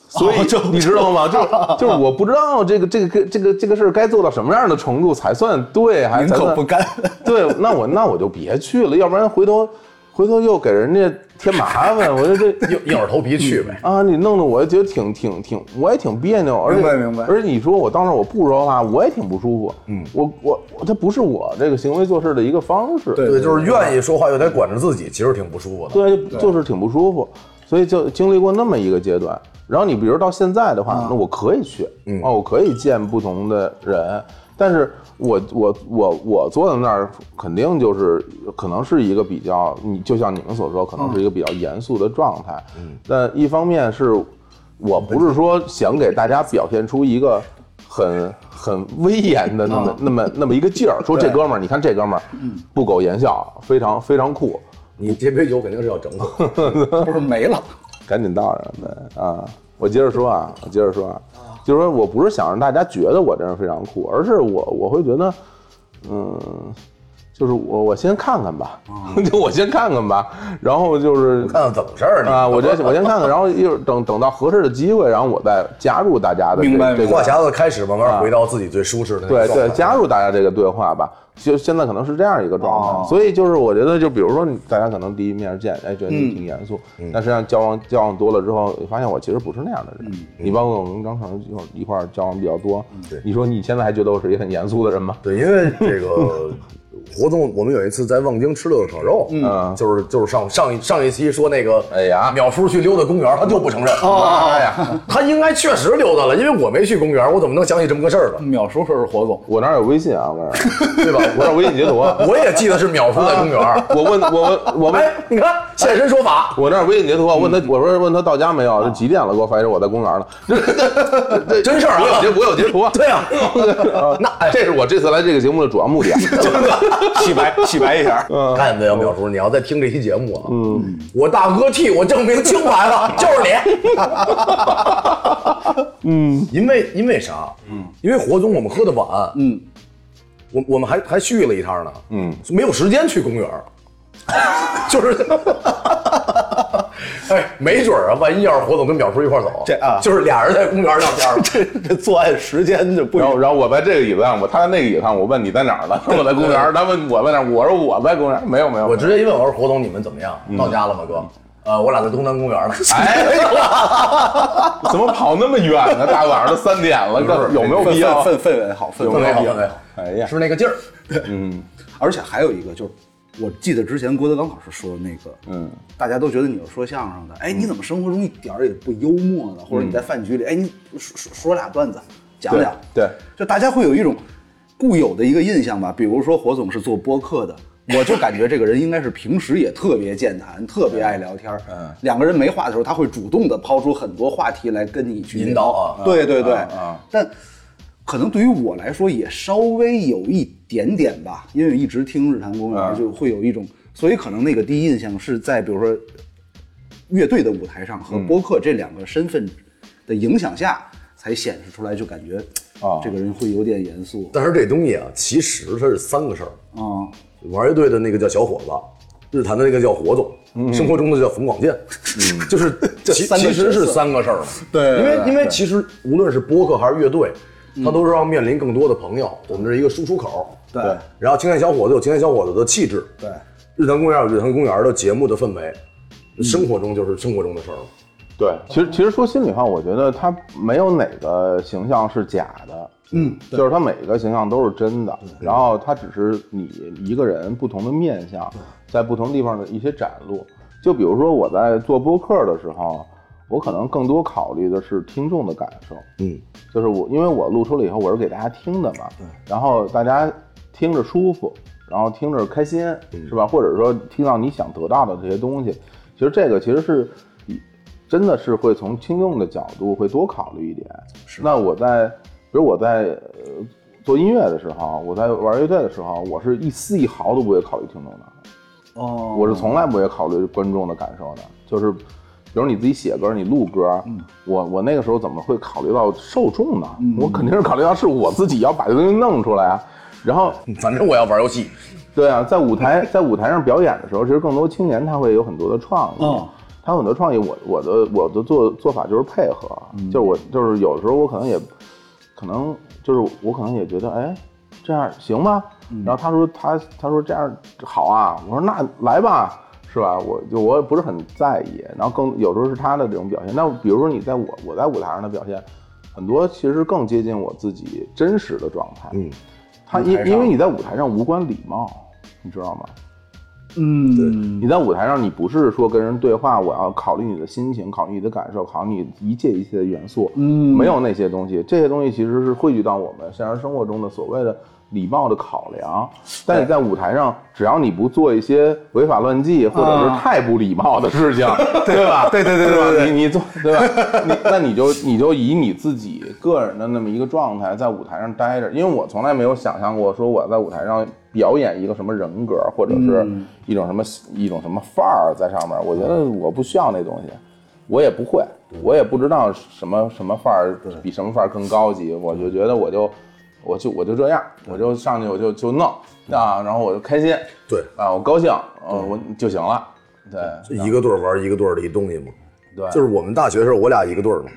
[SPEAKER 2] 所
[SPEAKER 4] 哦
[SPEAKER 2] 以、你知道 吗？就就是我不知道这个这个这个这个事儿该做到什么样的程度才算对，还
[SPEAKER 4] 您
[SPEAKER 2] 才
[SPEAKER 4] 可
[SPEAKER 2] 算
[SPEAKER 4] 不 干。
[SPEAKER 2] 对，那我那我就别去了，要不然回头回头又给人家添麻烦。我觉得这
[SPEAKER 3] 硬硬着头皮去呗。
[SPEAKER 2] 啊，你弄得我觉得挺挺挺，我也挺别扭，而且
[SPEAKER 4] 明白明白
[SPEAKER 2] 而且你说我当时我不说话，我也挺不舒服。嗯，我我我这不是我这个行为做事的一个方式。
[SPEAKER 4] 对
[SPEAKER 3] 对，就是愿意说话又得管着自己，其实挺不舒服的。
[SPEAKER 2] 对，就就是挺不舒服，所以就经历过那么一个阶段。然后你比如到现在的话，那我可以去，
[SPEAKER 3] 嗯
[SPEAKER 2] 啊，我可以见不同的人，但是我我我我坐在那儿，肯定就是可能是一个比较，你就像你们所说，可能是一个比较严肃的状态。嗯，但一方面是我不是说想给大家表现出一个很很威严的那么、那么那么一个劲儿，说这哥们儿，你看这哥们儿，不苟言笑，非常非常酷。
[SPEAKER 3] 你这杯酒肯定是要 整死。
[SPEAKER 4] 不是没了。
[SPEAKER 2] 赶紧到上对啊！我接着说啊，我接着说啊，就是说我不是想让大家觉得我这人非常酷，而是我我会觉得，嗯，就是我我先看看吧，
[SPEAKER 4] 嗯
[SPEAKER 2] 就我先看看吧，然后 就是
[SPEAKER 3] 看看怎么事儿呢？
[SPEAKER 2] 啊，我先我先看看，然后一会儿等等到合适的机会，然后我再加入大家的这
[SPEAKER 4] 明白
[SPEAKER 2] 这
[SPEAKER 4] 明
[SPEAKER 2] 个
[SPEAKER 3] 话匣子开始慢慢回到自己最舒适的那
[SPEAKER 2] 对
[SPEAKER 3] 个
[SPEAKER 2] 对，
[SPEAKER 3] 状态。
[SPEAKER 2] 加入大家这个对话吧。就现在可能是这样一个状态，
[SPEAKER 4] 哦
[SPEAKER 2] 所以就是我觉得，就比如说你大家可能第一面见，哎，觉得你
[SPEAKER 4] 嗯
[SPEAKER 2] 挺严肃，但实际上交往交往多了之后，发现我其实不是那样的人。你包括我们刚才一块儿交往比较多，
[SPEAKER 3] 对
[SPEAKER 2] 你说你现在还觉得我是一个很严肃的人吗？
[SPEAKER 3] 对，因为 这个活动，我们有一次在望京吃了个烤肉，
[SPEAKER 2] 嗯
[SPEAKER 3] 就是就是上上一上一期说那个，
[SPEAKER 2] 哎呀哦
[SPEAKER 3] 淼叔去溜达公园，他就不承认。哎呀，他应该确实溜达了，因为我没去公园，我怎么能想起这么个事儿呢？
[SPEAKER 4] 秒叔说是火总，
[SPEAKER 2] 我哪有微信啊？我告诉你
[SPEAKER 3] 对吧？
[SPEAKER 2] 我有微信截图啊。
[SPEAKER 3] 我也记得是淼叔在公 园。
[SPEAKER 2] 我问我问我问
[SPEAKER 3] 哎，你看现身说法，
[SPEAKER 2] 我那儿微信截图啊，问他我说问他到家没有？这几点了？给 我发一声，我在公园呢。这这
[SPEAKER 3] 真事儿啊
[SPEAKER 2] 我有截我有截图啊。
[SPEAKER 3] 对呀，
[SPEAKER 2] 那这是我这次来这个节目的主要目的啊。
[SPEAKER 4] 洗白洗白一下，
[SPEAKER 2] 嗯
[SPEAKER 3] 看见没有，淼叔，你要在听这期节目啊，嗯，我大哥替我证明清白了，就是你。嗯， 因为因为啥？嗯，因为火总我们喝的晚，
[SPEAKER 4] 嗯，
[SPEAKER 3] 我我们还还续了一趟呢，
[SPEAKER 2] 嗯，
[SPEAKER 3] 没有时间去公园儿， 就是。 哎，没准儿啊，万一要是火总跟淼叔一块儿走，
[SPEAKER 4] 这啊
[SPEAKER 3] 就是俩人在公园儿聊天儿，
[SPEAKER 4] 这 这作案时间就不
[SPEAKER 2] 然后，然后我在这个椅子上，我他在那个椅子上，我问你在哪儿呢？我在公园儿。他问我在哪儿，我说我在公园儿。没有没有，
[SPEAKER 3] 我直接一问，我说火总你们怎么样？
[SPEAKER 4] 嗯
[SPEAKER 3] 到家了吗，哥？呃，我俩在东南公 园呢。
[SPEAKER 2] 哎，怎么跑那么远呢？大晚上都三点了，这有没有必要？
[SPEAKER 4] 氛氛氛围好，氛
[SPEAKER 3] 氛
[SPEAKER 4] 围
[SPEAKER 3] 围好，
[SPEAKER 4] 好。
[SPEAKER 3] 氛围好，
[SPEAKER 2] 哎呀，
[SPEAKER 3] 是那个劲儿。
[SPEAKER 4] 嗯而且还有一个就是，我记得之前郭德纲老师说的那个，
[SPEAKER 2] 嗯，
[SPEAKER 4] 大家都觉得你是说相声的，哎，你怎么生活中一点儿也不幽默呢？或者你在饭局里，哎，你说说说俩段子，讲讲，
[SPEAKER 2] 对对
[SPEAKER 4] 就大家会有一种固有的一个印象吧。比如说火总是做播客的，我就感觉这个人应该是平时也特别健谈，特别爱聊天儿。
[SPEAKER 2] 嗯
[SPEAKER 4] 两个人没话的时候，他会主动的抛出很多话题来跟你去
[SPEAKER 3] 引
[SPEAKER 4] 聊
[SPEAKER 3] 导啊
[SPEAKER 4] 对对对，
[SPEAKER 2] 啊
[SPEAKER 4] 但。可能对于我来说也稍微有一点点吧，因为一直听日坛公
[SPEAKER 2] 啊
[SPEAKER 4] 园就会有一种，所以可能那个第一印象是在比如说乐队的舞台上
[SPEAKER 2] 嗯
[SPEAKER 4] 和播客这两个身份的影响下，才显示出来，就感觉
[SPEAKER 2] 啊
[SPEAKER 4] 这个人会有点严肃
[SPEAKER 3] 但是这东西啊，其实它是三个事儿。
[SPEAKER 4] 啊。
[SPEAKER 3] 玩乐队的那个叫小伙子，日坛的那个叫火总，生活中的叫冯广建， 就是
[SPEAKER 4] 嗯这
[SPEAKER 3] 其
[SPEAKER 4] 三个
[SPEAKER 3] 其实
[SPEAKER 4] 角
[SPEAKER 3] 是
[SPEAKER 4] 色
[SPEAKER 3] 三个事儿嘛。
[SPEAKER 4] 对
[SPEAKER 3] 因为
[SPEAKER 4] 对嗯
[SPEAKER 3] 因为其实无论是播客还是乐队，它都是要面临更多的朋友，我们这是一个输出口。
[SPEAKER 4] 对
[SPEAKER 3] 然后青年小伙子有青年小伙子的气质，
[SPEAKER 4] 对，
[SPEAKER 3] 日坛公园有日坛公园的节目的氛围，生活中就是生活中的事儿了。
[SPEAKER 2] 对，其实其实说心里话，我觉得他没有哪个形象是假的，嗯，就是他每个形象都是真的，然后他只是你一个人不同的面相，在不同地方的一些展露。就比如说我在做播客的时候，我可能更多考虑的是听众的感受，
[SPEAKER 3] 嗯，
[SPEAKER 2] 就是我，因为我录出了以后，我是给大家听的嘛，然后大家听着舒服，然后听着开心，是吧？或者说听到你想得到的这些东西，其实这个其实是真的是会从听众的角度会多考虑一点。是，那我在，比如我在呃做音乐的时候，啊我在玩乐队的时候，啊我是一丝一毫都不会考虑听众的。
[SPEAKER 4] 哦
[SPEAKER 2] 我是从来不会考虑观众的感受的，就是比如你自己写歌，你录歌，
[SPEAKER 3] 嗯
[SPEAKER 2] 我我那个时候怎么会考虑到受众呢？
[SPEAKER 3] 嗯
[SPEAKER 2] 我肯定是考虑到是我自己要把这东西弄出来啊。然后，
[SPEAKER 3] 反正我要玩游戏，
[SPEAKER 2] 对啊，在舞台在舞台上表演的时候，其实更多青年他会有很多的创意，
[SPEAKER 4] 嗯
[SPEAKER 2] 他有很多创意。我我的我的做做法就是配合，
[SPEAKER 4] 嗯
[SPEAKER 2] 就是我就是有时候我可能也可能就是我可能也觉得，哎，这样行吗？
[SPEAKER 4] 嗯
[SPEAKER 2] 然后他说他他说这样好啊，我说那来吧，是吧？我就我也不是很在意，然后更有时候是他的这种表现。那比如说你在我我在舞台上的表现，很多其实更接近我自己真实的状态。
[SPEAKER 3] 嗯，
[SPEAKER 2] 他
[SPEAKER 4] 舞台
[SPEAKER 2] 因
[SPEAKER 4] 上
[SPEAKER 2] 因为你在舞台上无关礼貌，你知道吗？
[SPEAKER 4] 嗯，
[SPEAKER 2] 你在舞台上，你不是说跟人对话，我要考虑你的心情，考虑你的感受，考虑你一切一切的元素，
[SPEAKER 4] 嗯
[SPEAKER 2] 没有那些东西，这些东西其实是汇聚到我们现实生活中的所谓的礼貌的考量。但你在舞台上，只要你不做一些违法乱纪或者是太不礼貌的事情，对 吧？对对对对吧？你你做对 吧？你那你就你就以你自己个人的那么一个状态在舞台上待着，因为我从来没有想象过说我在舞台上表演一个什么人格或者是一种什么一种什么范儿在上面，我觉得我不需要那东西。我也不会，我也不知道什么什么范儿比什么范儿更高级，我就觉得我就我就我就这样，我就上去我就就弄啊，然后我就开心，
[SPEAKER 3] 对
[SPEAKER 2] 啊，我高兴，呃，我就行了，对
[SPEAKER 3] 一个队儿玩一个队儿的一东西嘛。
[SPEAKER 2] 对，
[SPEAKER 3] 就是我们大学的时候，我俩一个队儿嘛。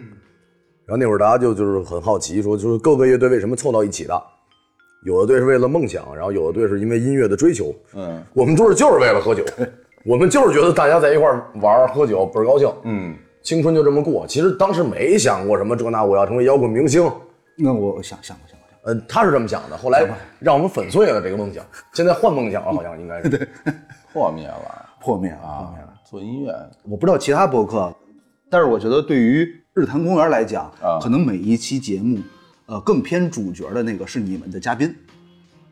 [SPEAKER 3] 然后那会儿大家就就是很好奇，说就是各个乐队为什么凑到一起的？有的队是为了梦想，然后有的队是因为音乐的追求。
[SPEAKER 2] 嗯
[SPEAKER 3] 我们队儿就是为了 喝酒，我们就是觉得大家在一块儿玩儿喝酒倍儿高兴，
[SPEAKER 2] 嗯，
[SPEAKER 3] 青春就这么过。其实当时没想过什么这那，我要成为摇滚明星。
[SPEAKER 4] 那我想想过想过想
[SPEAKER 3] 呃，他是这么想的，后来让我们粉碎了这个梦想。现在换梦想了，好像应该 是。
[SPEAKER 2] 破灭了
[SPEAKER 4] 过，破灭了，破
[SPEAKER 2] 啊
[SPEAKER 4] 灭了。，
[SPEAKER 2] 做音乐，
[SPEAKER 4] 我不知道其他播客，但是我觉得对于日坛公园来讲，
[SPEAKER 2] 啊
[SPEAKER 4] 可能每一期节目，呃，更偏主角的那个是你们的嘉宾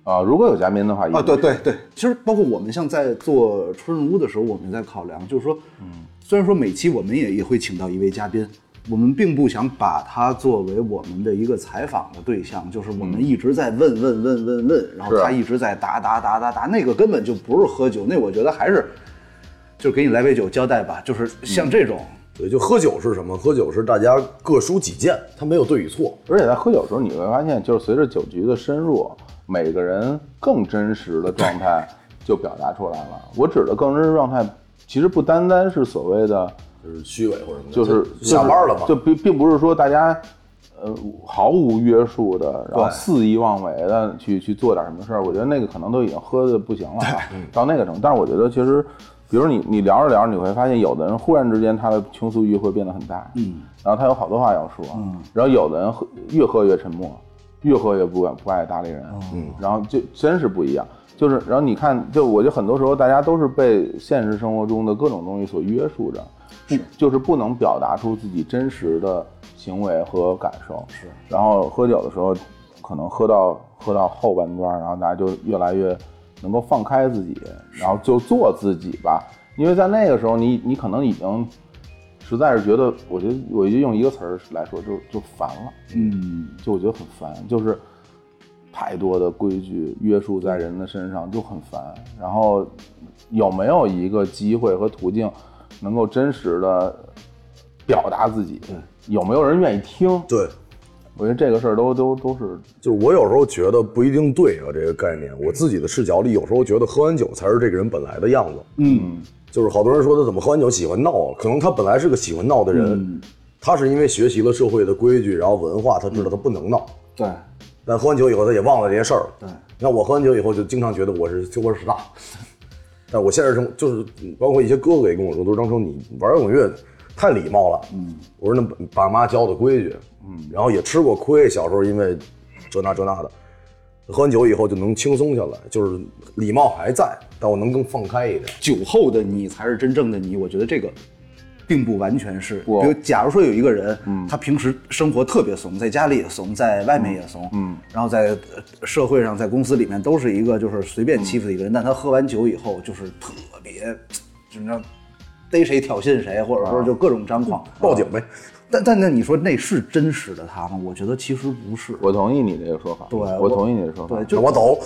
[SPEAKER 2] 啊，如果有嘉宾的话，
[SPEAKER 4] 啊，对对对。其实包括我们像在做春屋的时候，我们在考量，就是说，嗯，虽然说每期我们也也会请到一位嘉宾。我们并不想把他作为我们的一个采访的对象，就是我们一直在问问问问问，然后
[SPEAKER 2] 是
[SPEAKER 4] 他一直在答答答答答，那个根本就不是喝酒，那我觉得还是，就是给你来杯酒交代吧，就是像这种，
[SPEAKER 3] 对，就喝酒是什么？喝酒是大家各抒己见，他没有对与错。
[SPEAKER 2] 而且在喝酒的时候，你会发现，就是随着酒局的深入，每个人更真实的状态就表达出来了。我指的更真实状态，其实不单单是所谓的，
[SPEAKER 3] 就是虚伪或者什么的，
[SPEAKER 2] 就是
[SPEAKER 3] 下班了嘛，
[SPEAKER 2] 就并并不是说大家，呃，毫无约束的，然后
[SPEAKER 4] 对
[SPEAKER 2] 肆意妄为的去去做点什么事儿。我觉得那个可能都已经喝的不行了，啊到那个程度。但是我觉得其实。比如你你聊着聊着，你会发现有的人忽然之间他的倾诉欲会变得很大，嗯，然后他有好多话要说，嗯，然后有的人喝越喝越沉默，越喝越不不爱搭理人，嗯，然后就真是不一样。就是，然后你看，就我觉得很多时候大家都是被现实生活中的各种东西所约束着，不就是不能表达出自己真实的行为和感受。是，然后喝酒的时候，可能喝到喝到后半段，然后大家就越来越能够放开自己，然后就做自己吧。因为在那个时候你，你可能已经实在是觉得，我觉得我就用一个词儿来说，就就烦了。
[SPEAKER 4] 嗯，
[SPEAKER 2] 就我觉得很烦，就是太多的规矩约束在人的身上就很烦。然后有没有一个机会和途径能够真实的表达自己？
[SPEAKER 4] 嗯
[SPEAKER 2] 有没有人愿意听？
[SPEAKER 3] 对，
[SPEAKER 2] 我觉得这个事儿都都都是
[SPEAKER 3] 就是我有时候觉得不一定对啊，这个概念，我自己的视角里，有时候觉得喝完酒才是这个人本来的样子。
[SPEAKER 4] 嗯，
[SPEAKER 3] 就是好多人说他怎么喝完酒喜欢闹啊，可能他本来是个喜欢闹的人，
[SPEAKER 2] 嗯
[SPEAKER 3] 他是因为学习了社会的规矩，然后文化，他知道他不能闹，
[SPEAKER 4] 对，
[SPEAKER 3] 但喝完酒以后他也忘了这些事儿了。
[SPEAKER 4] 对，
[SPEAKER 3] 那我喝完酒以后就经常觉得我是酒窝屎大，但我现实中就是包括一些哥哥也跟我说，都是张成你玩摇滚乐太礼貌了。嗯，我说那爸妈教的规矩，嗯，然后也吃过亏，小时候因为这那这那的，喝完酒以后就能轻松下来，就是礼貌还在，但我能更放开一点。
[SPEAKER 4] 酒后的你才是真正的你，我觉得这个并不完全是。
[SPEAKER 2] 我
[SPEAKER 4] 比如，假如说有一个人，他平时生活特别怂，在家里也怂，在外面也怂，嗯，然后在呃社会上、在公司里面都是一个就是随便欺负的一个人，但他喝完酒以后就是特别，就是那逮谁挑衅谁，或者说就各种张狂，
[SPEAKER 3] 报警
[SPEAKER 4] 啊
[SPEAKER 3] 呗，
[SPEAKER 4] 但但那你说那是真实的他吗？我觉得其实不是。
[SPEAKER 2] 我同意你这个说法，
[SPEAKER 4] 对
[SPEAKER 2] 我
[SPEAKER 4] 我
[SPEAKER 2] 同意你的说法，
[SPEAKER 4] 对，
[SPEAKER 3] 那
[SPEAKER 4] 就
[SPEAKER 3] 我走。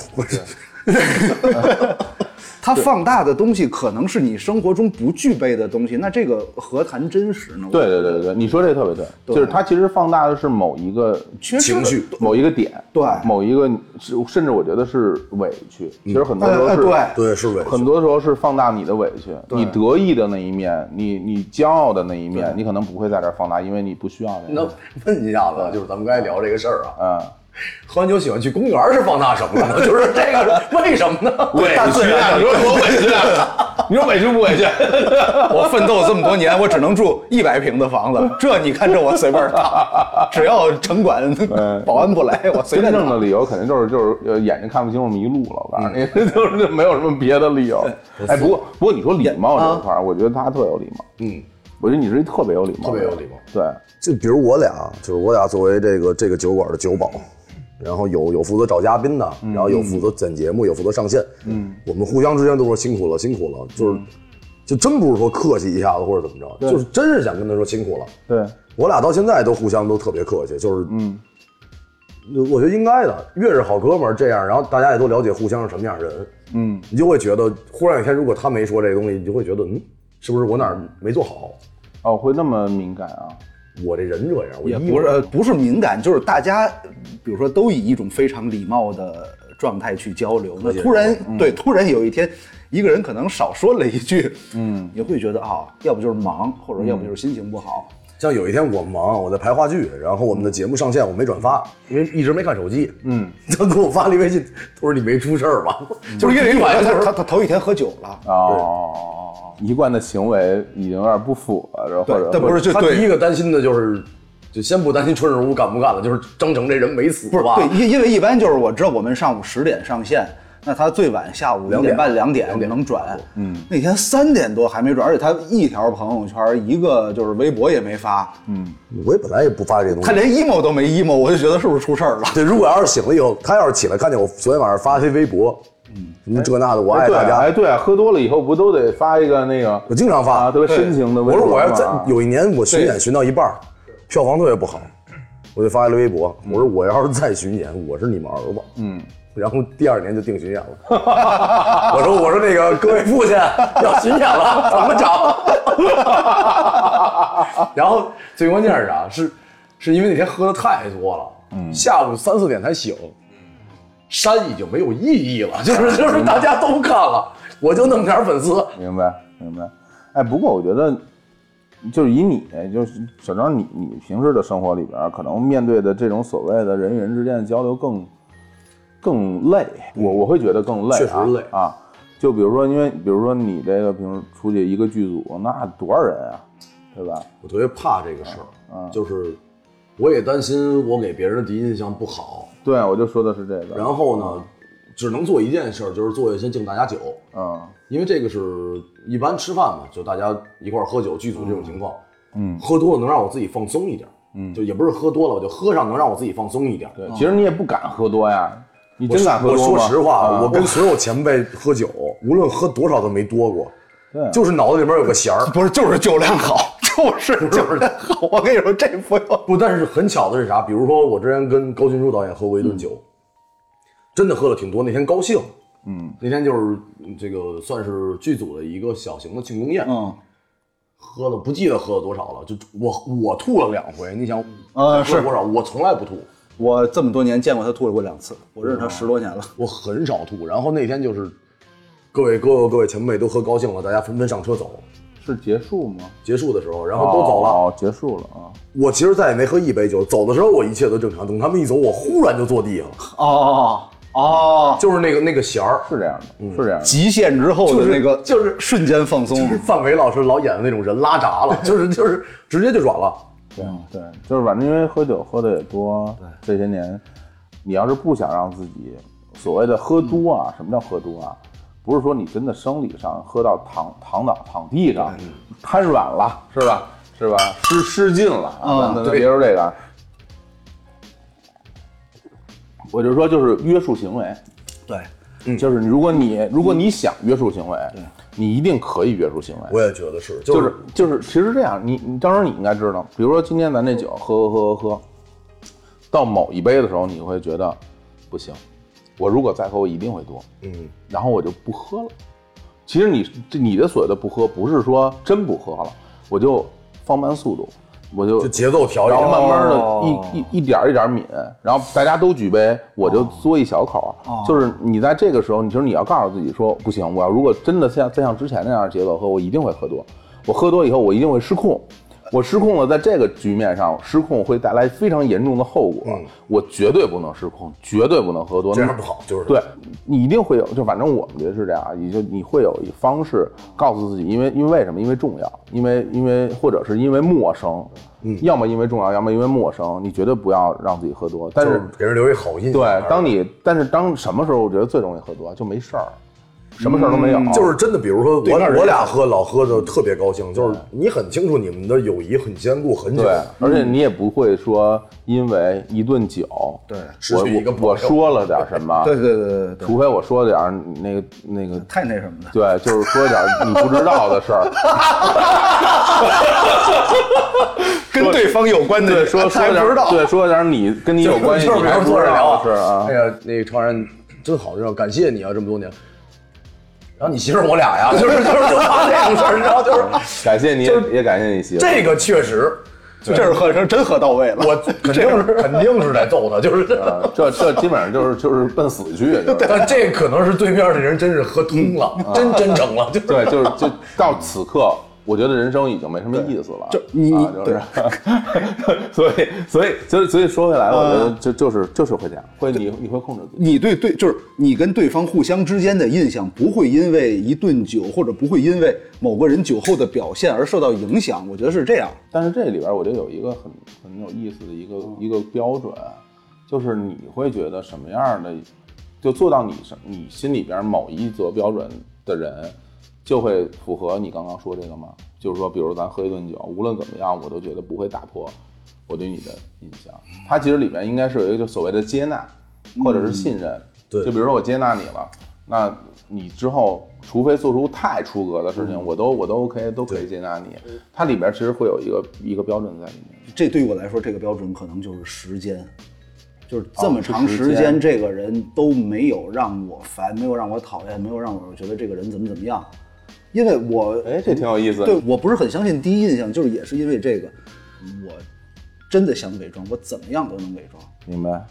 [SPEAKER 4] 它放大的东西可能是你生活中不具备的东西，那这个何谈真实呢？
[SPEAKER 2] 对对对对对，你说这个特别对，就是它其实放大的是某一个
[SPEAKER 4] 缺失 的
[SPEAKER 3] 情绪
[SPEAKER 2] 某一个点，
[SPEAKER 4] 对
[SPEAKER 2] 某一个是甚至我觉得是委屈，其实很多时候
[SPEAKER 4] 呃，
[SPEAKER 2] 是、
[SPEAKER 4] 对，
[SPEAKER 3] 嗯对，是委屈
[SPEAKER 2] 很多时候是放大你的委屈，你得意的那一面，你你骄傲的那一面，你可能不会在这儿放大，因为你不需要 那
[SPEAKER 3] 那
[SPEAKER 2] 个。
[SPEAKER 3] 问一下子，就是咱们刚才聊这个事儿啊，
[SPEAKER 2] 嗯，
[SPEAKER 3] 喝完酒喜欢去公园儿是放大什么了呢？ 就是这个是为什么呢？ 大自然
[SPEAKER 2] 啊！你说多委屈 啊！你说委屈不委屈？
[SPEAKER 4] 我奋斗这么多年，我只能住一百平的房 子，这你看这我随便 打，只要城管保安不来，我 随
[SPEAKER 2] 真
[SPEAKER 4] 便
[SPEAKER 2] 正
[SPEAKER 4] 弄。
[SPEAKER 2] 的理由肯定就是就是呃眼睛看不清楚迷路了，我
[SPEAKER 3] 嗯
[SPEAKER 2] 告诉你，就是就没有什么别的理由。哎，不过不过你说礼貌
[SPEAKER 3] 啊
[SPEAKER 2] 这一块儿，我觉得他特有礼貌。
[SPEAKER 3] 嗯，
[SPEAKER 2] 我觉得你是一特别有礼貌，
[SPEAKER 3] 特别有礼貌。
[SPEAKER 2] 对，
[SPEAKER 3] 就比如我俩，就是我俩作为这个这个酒馆的酒保，然后有有负责找嘉宾的，然后有负责剪节目，有负责上线，嗯，我们互相之间都说辛苦了，辛苦了，就是、就真不是说客气一下子或者怎么着，就是真是想跟他说辛苦了。
[SPEAKER 2] 对，
[SPEAKER 3] 我俩到现在都互相都特别客气，就是嗯，我觉得应该的，越是好哥们儿这样，然后大家也都了解互相是什么样的人，
[SPEAKER 2] 嗯，
[SPEAKER 3] 你就会觉得，忽然有一天如果他没说这个东西，你就会觉得，嗯，是不是我哪儿没做好？
[SPEAKER 2] 哦，会那么敏感啊？
[SPEAKER 3] 我这人这样，我
[SPEAKER 4] 也
[SPEAKER 3] 一
[SPEAKER 4] 不是呃不是敏感，就是大家，比如说都以一种非常礼貌的状态去交流，那突然、对突然有一天，一个人可能少说了一句，嗯，你会觉得啊、要不就是忙，或者要不就是心情不好，
[SPEAKER 3] 像有一天我忙，我在排话剧，然后我们的节目上线，我没转发，因为一直没看手机。嗯， 他给我发了一微信，他说你没出事儿吧？
[SPEAKER 4] 嗯
[SPEAKER 3] 就是因为晚上
[SPEAKER 4] 他
[SPEAKER 3] 他
[SPEAKER 4] 他他头一天喝酒了，
[SPEAKER 2] 哦，一贯的行为已经有点不符了，然后或
[SPEAKER 4] 对
[SPEAKER 2] 者
[SPEAKER 4] 但不是就
[SPEAKER 3] 他
[SPEAKER 4] 对
[SPEAKER 3] 第一个担心的就是，就先不担心春日屋干不干了，就是张成这人没死
[SPEAKER 4] 不是
[SPEAKER 3] 吧？
[SPEAKER 4] 对，因因为一般就是我知道我们上午十点上线，那他最晚下
[SPEAKER 3] 两
[SPEAKER 4] 午两
[SPEAKER 3] 点
[SPEAKER 4] 点半两点
[SPEAKER 3] 两点
[SPEAKER 4] 能转。嗯，那天三点多还没转，而且他一条朋友圈一个就是微博也没发，
[SPEAKER 3] 嗯我也本来也不发这东
[SPEAKER 4] 他
[SPEAKER 3] 西。
[SPEAKER 4] 连 emo 都没 emo，我就觉得是不是出事儿了？
[SPEAKER 3] 对，如果要是醒了以后，他要是起来看见我昨天晚上发一微博，嗯，什么这那的，我
[SPEAKER 2] 哎
[SPEAKER 3] 爱
[SPEAKER 2] 对
[SPEAKER 3] 大
[SPEAKER 2] 啊，
[SPEAKER 3] 家
[SPEAKER 2] 哎，对啊，喝多了以后不都得发一个那个
[SPEAKER 3] 我经常
[SPEAKER 2] 啊
[SPEAKER 3] 发。
[SPEAKER 2] 特别深情的微
[SPEAKER 3] 我
[SPEAKER 2] 博啊吗
[SPEAKER 3] 说我要在有一年我巡演巡到一半儿，票房特别不好，我就发了微博，
[SPEAKER 2] 嗯
[SPEAKER 3] 我说我要是再巡演，我是你们儿子。嗯。然后第二年就定巡演了， 我说我说那个各位父亲要巡演了，怎么找？ 然后最关键是啥？是是因为那天喝的太多了，
[SPEAKER 2] 嗯
[SPEAKER 3] 下午三四点才醒，删已经没有意义了，就是就是大家都看了，我就那么点儿粉丝，
[SPEAKER 2] 明白，明白。哎，不过我觉得，就是以你，就是小张你，你平时的生活里边儿，可能面对的这种所谓的人与人之间的交流更更累，我我会觉得更累、啊，
[SPEAKER 3] 确实累
[SPEAKER 2] 啊。就比如说，因为比如说你这个平时出去一个剧组，那多少人啊，对吧？
[SPEAKER 3] 我特别怕这个事儿，
[SPEAKER 2] 嗯
[SPEAKER 3] 就是我也担心我给别人的第一印象不好，
[SPEAKER 2] 对，我就说的是这个。
[SPEAKER 3] 然后呢，只能做一件事儿，就是做一些敬大家酒，
[SPEAKER 2] 嗯，
[SPEAKER 3] 因为这个是一般吃饭嘛，就大家一块儿喝酒，剧组这种情况，
[SPEAKER 2] 嗯
[SPEAKER 3] 喝多了能让我自己放松一点，
[SPEAKER 2] 嗯
[SPEAKER 3] 就也不是喝多了，我就喝上能让我自己放松一点。
[SPEAKER 2] 对，其实你也不敢喝多呀，你
[SPEAKER 3] 我
[SPEAKER 2] 真敢喝
[SPEAKER 3] 嗯我
[SPEAKER 2] 多吗？
[SPEAKER 3] 说实话，
[SPEAKER 2] 啊
[SPEAKER 3] 我跟所有前辈喝酒，无论喝多少都没多过，
[SPEAKER 2] 对啊
[SPEAKER 3] 就是脑子里面有个弦儿。
[SPEAKER 4] 不是，就是酒量好， 就是酒量好。我跟你说，这不用。
[SPEAKER 3] 不，但是很巧的是啥？比如说我之前跟高群书导演喝过
[SPEAKER 4] 嗯
[SPEAKER 3] 一顿酒，真的喝了挺多。那天高兴，
[SPEAKER 2] 嗯，
[SPEAKER 3] 那天就是嗯这个算是剧组的一个小型的庆功宴，
[SPEAKER 4] 嗯，
[SPEAKER 3] 喝了不记得喝了多少了，就我我吐了两回。你想，
[SPEAKER 4] 呃
[SPEAKER 3] 喝
[SPEAKER 4] 是
[SPEAKER 3] 多少？我从来不吐，
[SPEAKER 4] 我这么多年见过他吐了过两次，我认识他十多年了。
[SPEAKER 3] 我很少吐。然后那天就是各位哥哥、各位前辈都喝高兴了，大家纷纷上车走。
[SPEAKER 2] 是结束吗？
[SPEAKER 3] 结束的时候，然后都走了。
[SPEAKER 2] 哦，结束了啊。
[SPEAKER 3] 我其实再也没喝一杯酒。走的时候我一切都正常，等他们一走，我忽然就坐地上了，
[SPEAKER 4] 哦哦，
[SPEAKER 3] 就是那个那个弦儿。
[SPEAKER 2] 是这样的，
[SPEAKER 3] 嗯
[SPEAKER 2] 是这样的。
[SPEAKER 4] 极限之后的那个
[SPEAKER 3] 就是
[SPEAKER 4] 瞬间放松。
[SPEAKER 2] 嗯
[SPEAKER 3] 就是 范伟老师老演的那种人拉闸了，就是就是直接就软了。
[SPEAKER 2] 对嗯对，就是反正因为喝酒喝的也多，这些年，你要是不想让自己所谓的喝多啊，什么叫喝多啊？不是说你真的生理上喝到躺躺倒躺地上，瘫软了是吧？是吧？失失禁了啊
[SPEAKER 4] 嗯！
[SPEAKER 2] 那那别说这个啊，我就说就是约束行为，
[SPEAKER 4] 对，
[SPEAKER 2] 就是如果你如果你想约束行为，你一定可以约束行为。
[SPEAKER 3] 我也觉得是，就
[SPEAKER 2] 就是就是，其实这样，你你当时你应该知道，比如说今天咱这酒喝喝喝喝喝，到某一杯的时候，你会觉得不行，我如果再喝，我一定会多，
[SPEAKER 3] 嗯，
[SPEAKER 2] 然后我就不喝了。其实你这你的所谓的不喝，不是说真不喝了，我就放慢速度，我就
[SPEAKER 3] 就节奏调一
[SPEAKER 2] 然
[SPEAKER 3] 下
[SPEAKER 2] 后慢慢
[SPEAKER 4] 哦
[SPEAKER 2] 的一一一点儿一点儿抿，然后大家都举杯，我就嘬一小口儿。就是你在这个时候，你其实你要告诉自己说，不行，我要如果真的像再像之前那样的节奏喝，我一定会喝多。我喝多以后，我一定会失控。我失控了，在这个局面上失控会带来非常严重的后果。我绝对不能失控，绝对不能喝多。
[SPEAKER 3] 这样不好，就是
[SPEAKER 2] 对你一定会有，就反正我们觉得是这样，啊你就你会有一方式告诉自己，因为因为为什么？因为重要，因为因为或者是因为陌生，嗯，要么因为重要，要么因为陌生，你绝对不要让自己喝多。但
[SPEAKER 3] 就是是给人留一好印象。
[SPEAKER 2] 对，当你但是当什么时候我觉得最容易喝多就没事儿，什么事儿都没有，
[SPEAKER 3] 嗯就是真的，比如说我
[SPEAKER 4] 面人
[SPEAKER 3] 我俩喝老喝的特别高兴，就是你很清楚你们的友谊很坚固很久
[SPEAKER 2] 对，，而且你也不会说因为一顿酒，
[SPEAKER 4] 对
[SPEAKER 3] 失
[SPEAKER 2] 我
[SPEAKER 3] 去一个
[SPEAKER 2] 我我
[SPEAKER 3] 朋友
[SPEAKER 2] 说了点儿什么，
[SPEAKER 4] 对对对对对，
[SPEAKER 2] 除非我说点儿那个那个
[SPEAKER 4] 太那什么 了。
[SPEAKER 2] 对，就是说点儿你不知道的事儿。
[SPEAKER 4] 跟对方有关的
[SPEAKER 2] 对，说说
[SPEAKER 4] 还
[SPEAKER 2] 点
[SPEAKER 4] 不知
[SPEAKER 2] 儿，
[SPEAKER 4] 道。
[SPEAKER 2] 对，说点儿你跟你有关系，
[SPEAKER 3] 就
[SPEAKER 2] 你
[SPEAKER 3] 是比
[SPEAKER 2] 还
[SPEAKER 3] 如
[SPEAKER 2] 不
[SPEAKER 3] 坐着
[SPEAKER 2] 知
[SPEAKER 3] 聊
[SPEAKER 2] 道
[SPEAKER 3] 啊
[SPEAKER 2] 的事儿啊
[SPEAKER 3] 哎。呀，那个超然真好，真好，感谢你啊，这么多年。然后你媳妇儿我俩 呀，就是就是就怕这种事儿，你知道，就是
[SPEAKER 2] 感谢你，也感谢你媳妇儿。
[SPEAKER 3] 这个确实，
[SPEAKER 4] 这是喝声真喝到位了。
[SPEAKER 3] 我肯定是肯定是在揍他，就是这。
[SPEAKER 2] 啊这这基本上就是就是奔死 去，就是
[SPEAKER 3] 但这可能是对面的人真是喝通了，真真诚了，就是
[SPEAKER 2] 对，就是就到此刻，我觉得人生已经没什么意思了。
[SPEAKER 4] 就你
[SPEAKER 2] 啊、就是， 所以所以所以所以说回来，我觉
[SPEAKER 4] 嗯
[SPEAKER 2] 得就就是就是会这样，会你你会控制自己。
[SPEAKER 4] 你对对，就是你跟对方互相之间的印象，不会因为一顿酒或者不会因为某个人酒后的表现而受到影响。我觉得是这样。
[SPEAKER 2] 但是这里边我觉得有一个很很有意思的一个、一个标准，就是你会觉得什么样的，就做到你什你心里边某一则标准的人，就会符合你刚刚说这个吗？就是说，比如咱喝一顿酒，无论怎么样，我都觉得不会打破我对你的印象。它其实里边应该是有一个所谓的接纳，或者是信任。
[SPEAKER 3] 对
[SPEAKER 2] 就比如说我接纳你了，那你之后除非做出太出格的事情，我都我都 OK，都可以接纳你。它里边其实会有一个一个标准在里面。
[SPEAKER 4] 这对于我来说，这个标准可能就是时间，就是这
[SPEAKER 2] 哦
[SPEAKER 4] 么
[SPEAKER 2] 是
[SPEAKER 4] 长
[SPEAKER 2] 时
[SPEAKER 4] 时
[SPEAKER 2] 间
[SPEAKER 4] 间，这个人都没有让我烦，没有让我讨厌，没有让我觉得这个人怎么怎么样，因为我
[SPEAKER 2] 哎，这挺有意思。
[SPEAKER 4] 对我不是很相信第一印象，就是也是因为这个，我真的想伪装，我怎么样都能伪装。
[SPEAKER 2] 明白。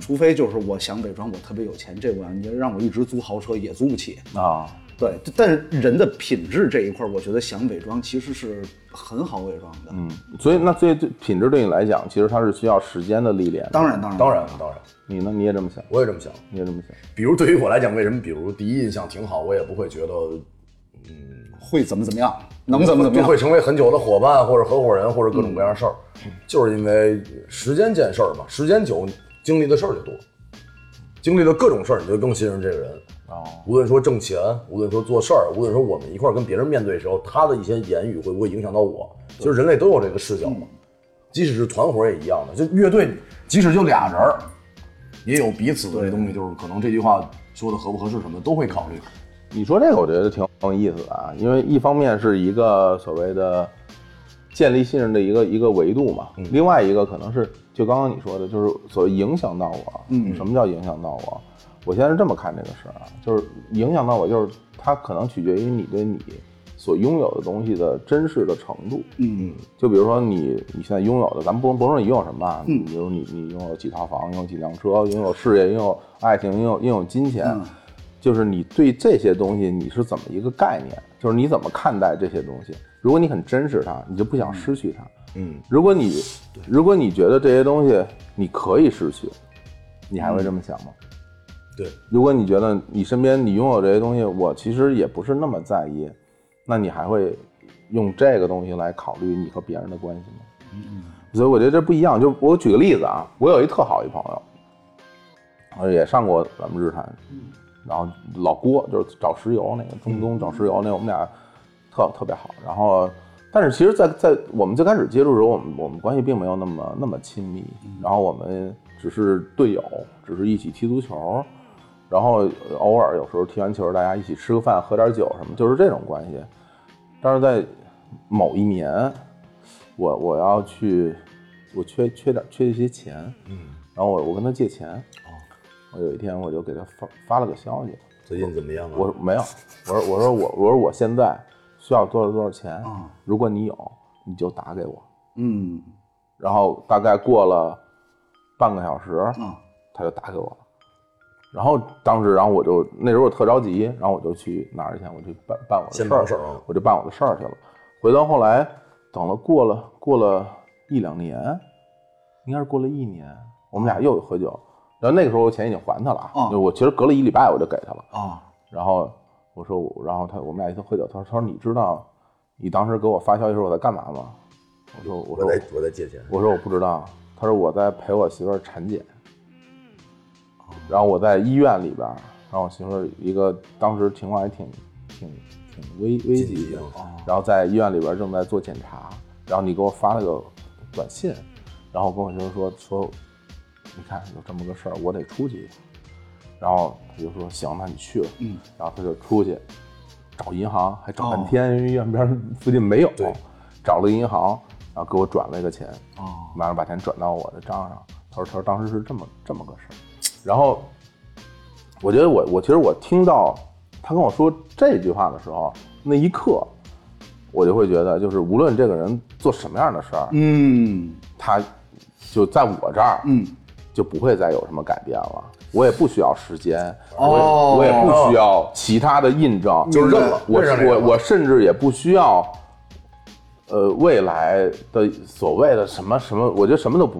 [SPEAKER 4] 除非就是我想伪装我特别有钱，这我你让我一直租豪车也租不起。
[SPEAKER 2] 啊，
[SPEAKER 4] 对，但是人的品质这一块儿，我觉得想伪装其实是很好伪装的。
[SPEAKER 2] 嗯，所以那最对品质对你来讲，其实它是需要时间的历练的。
[SPEAKER 4] 当然，当然，
[SPEAKER 3] 当然当然，
[SPEAKER 2] 你呢？你也这么想？
[SPEAKER 3] 我也这么想。
[SPEAKER 2] 你也这么想？
[SPEAKER 3] 比如对于我来讲，为什么比如第一印象挺好，我也不会觉得
[SPEAKER 4] 会怎么怎么样，能怎么怎么
[SPEAKER 3] 就
[SPEAKER 4] 样。
[SPEAKER 3] 会成为很久的伙伴或者合伙人或者各种各样的事儿，
[SPEAKER 4] 嗯
[SPEAKER 3] 就是因为时间见事儿嘛，时间久，经历的事儿就多，经历了各种事儿，你就更信任这个人。
[SPEAKER 2] 哦，
[SPEAKER 3] 无论说挣钱，无论说做事儿，无论说我们一块儿跟别人面对的时候，他的一些言语会不会影响到我？其实人类都有这个视角
[SPEAKER 4] 嗯
[SPEAKER 3] 嘛，即使是团伙也一样的。就乐队，即使就俩人儿，也有彼此的这东西，就是可能这句话说的合不合适什么的都会考虑。
[SPEAKER 2] 你说这个我觉得挺有意思的啊，因为一方面是一个所谓的建立信任的一个一个维度嘛，另外一个可能是就刚刚你说的，就是所谓影响到我。嗯，什么叫影响到我？我现在是这么看这个事儿啊，就是影响到我，就是它可能取决于你对你所拥有的东西的真实的程度。
[SPEAKER 4] 嗯，
[SPEAKER 2] 就比如说你你现在拥有的，咱们不不说你拥有什么啊，比如你你拥有几套房，拥有几辆车，拥有事业，拥有爱情，拥有拥有金钱，就是你对这些东西你是怎么一个概念？就是你怎么看待这些东西？如果你很珍视它，你就不想失去它；
[SPEAKER 3] 嗯，
[SPEAKER 2] 如果你如果你觉得这些东西你可以失去，你还会这么想吗？
[SPEAKER 3] 对，
[SPEAKER 2] 如果你觉得你身边你拥有这些东西，我其实也不是那么在意，那你还会用这个东西来考虑你和别人的关系吗？所以我觉得这不一样。就我举个例子啊，我有一特好一朋友，呃，也上过咱们日坛，然后老郭就是找石油那个中东找石油那个，我们俩特特别好。然后，但是其实在，在我们最开始接触的时候，我们我们关系并没有那么那么亲密，然后我们只是队友，只是一起踢足球。然后呃偶尔有时候踢完球，大家一起吃个饭、喝点酒什么，就是这种关系。但是在某一年，我我要去，我缺缺点缺一些钱，嗯，然后我我跟他借钱，哦，我有一天我就给他发发了个消息，
[SPEAKER 3] 最近怎么样啊？
[SPEAKER 2] 我说没有，我说我说我我说我现在需要多少多少钱，如果你有，你就打给我。
[SPEAKER 4] 嗯
[SPEAKER 2] 然后大概过了半个小时，
[SPEAKER 4] 啊，
[SPEAKER 2] 他就打给我了。然后当时，然后我就那时候我特着急，然后我就去哪儿去？我去办办我的
[SPEAKER 3] 先
[SPEAKER 2] 事儿
[SPEAKER 3] 办事儿啊，
[SPEAKER 2] 我就办我的事儿去了。回到后来，等了过了过了一两年，应该是过了一年，我们俩又喝酒。然后那个时候我钱已经还他了啊，
[SPEAKER 3] 哦
[SPEAKER 4] 嗯
[SPEAKER 2] 就我其实隔了一礼拜我就给他了。
[SPEAKER 4] 啊，
[SPEAKER 2] 然后我说我，然后他我们俩一起喝酒，他说他说你知道你当时给我发消息的时候我在干嘛吗？我说我说
[SPEAKER 3] 我在我在借钱，
[SPEAKER 2] 我说我不知道，他说我在陪我媳妇儿产检，然后我在医院里边儿，然后我媳妇儿一个当时情况还挺挺挺危危
[SPEAKER 3] 紧
[SPEAKER 2] 急
[SPEAKER 3] 急
[SPEAKER 2] 的
[SPEAKER 3] 啊，
[SPEAKER 2] 然后在医院里边儿正在做检查，然后你给我发了个短信，然后跟我媳妇儿说说，你看有这么个事儿，我得出去一趟，然后他就说行，那你去吧，
[SPEAKER 4] 嗯，
[SPEAKER 2] 然后他就出去找银行，还找半
[SPEAKER 4] 哦
[SPEAKER 2] 天，因为医院边儿附近没有
[SPEAKER 3] 对，
[SPEAKER 2] 找了银行，然后给我转了一个钱，
[SPEAKER 4] 哦，
[SPEAKER 2] 马上把钱转到我的账上。他说：“他说当时是这么这么个事儿。”然后我觉得我我其实我听到他跟我说这句话的时候，那一刻我就会觉得，就是无论这个人做什么样的事儿，
[SPEAKER 4] 嗯
[SPEAKER 2] 他就在我这儿，
[SPEAKER 4] 嗯，
[SPEAKER 2] 就不会再有什么改变了。我也不需要时间，
[SPEAKER 4] 哦
[SPEAKER 2] 我也我也不需要其他的印证，
[SPEAKER 3] 就是认了
[SPEAKER 2] 我
[SPEAKER 3] 认上这个
[SPEAKER 2] 我
[SPEAKER 3] 了
[SPEAKER 2] 我甚至也不需要，呃，未来的所谓的什么什么，我觉得什么都不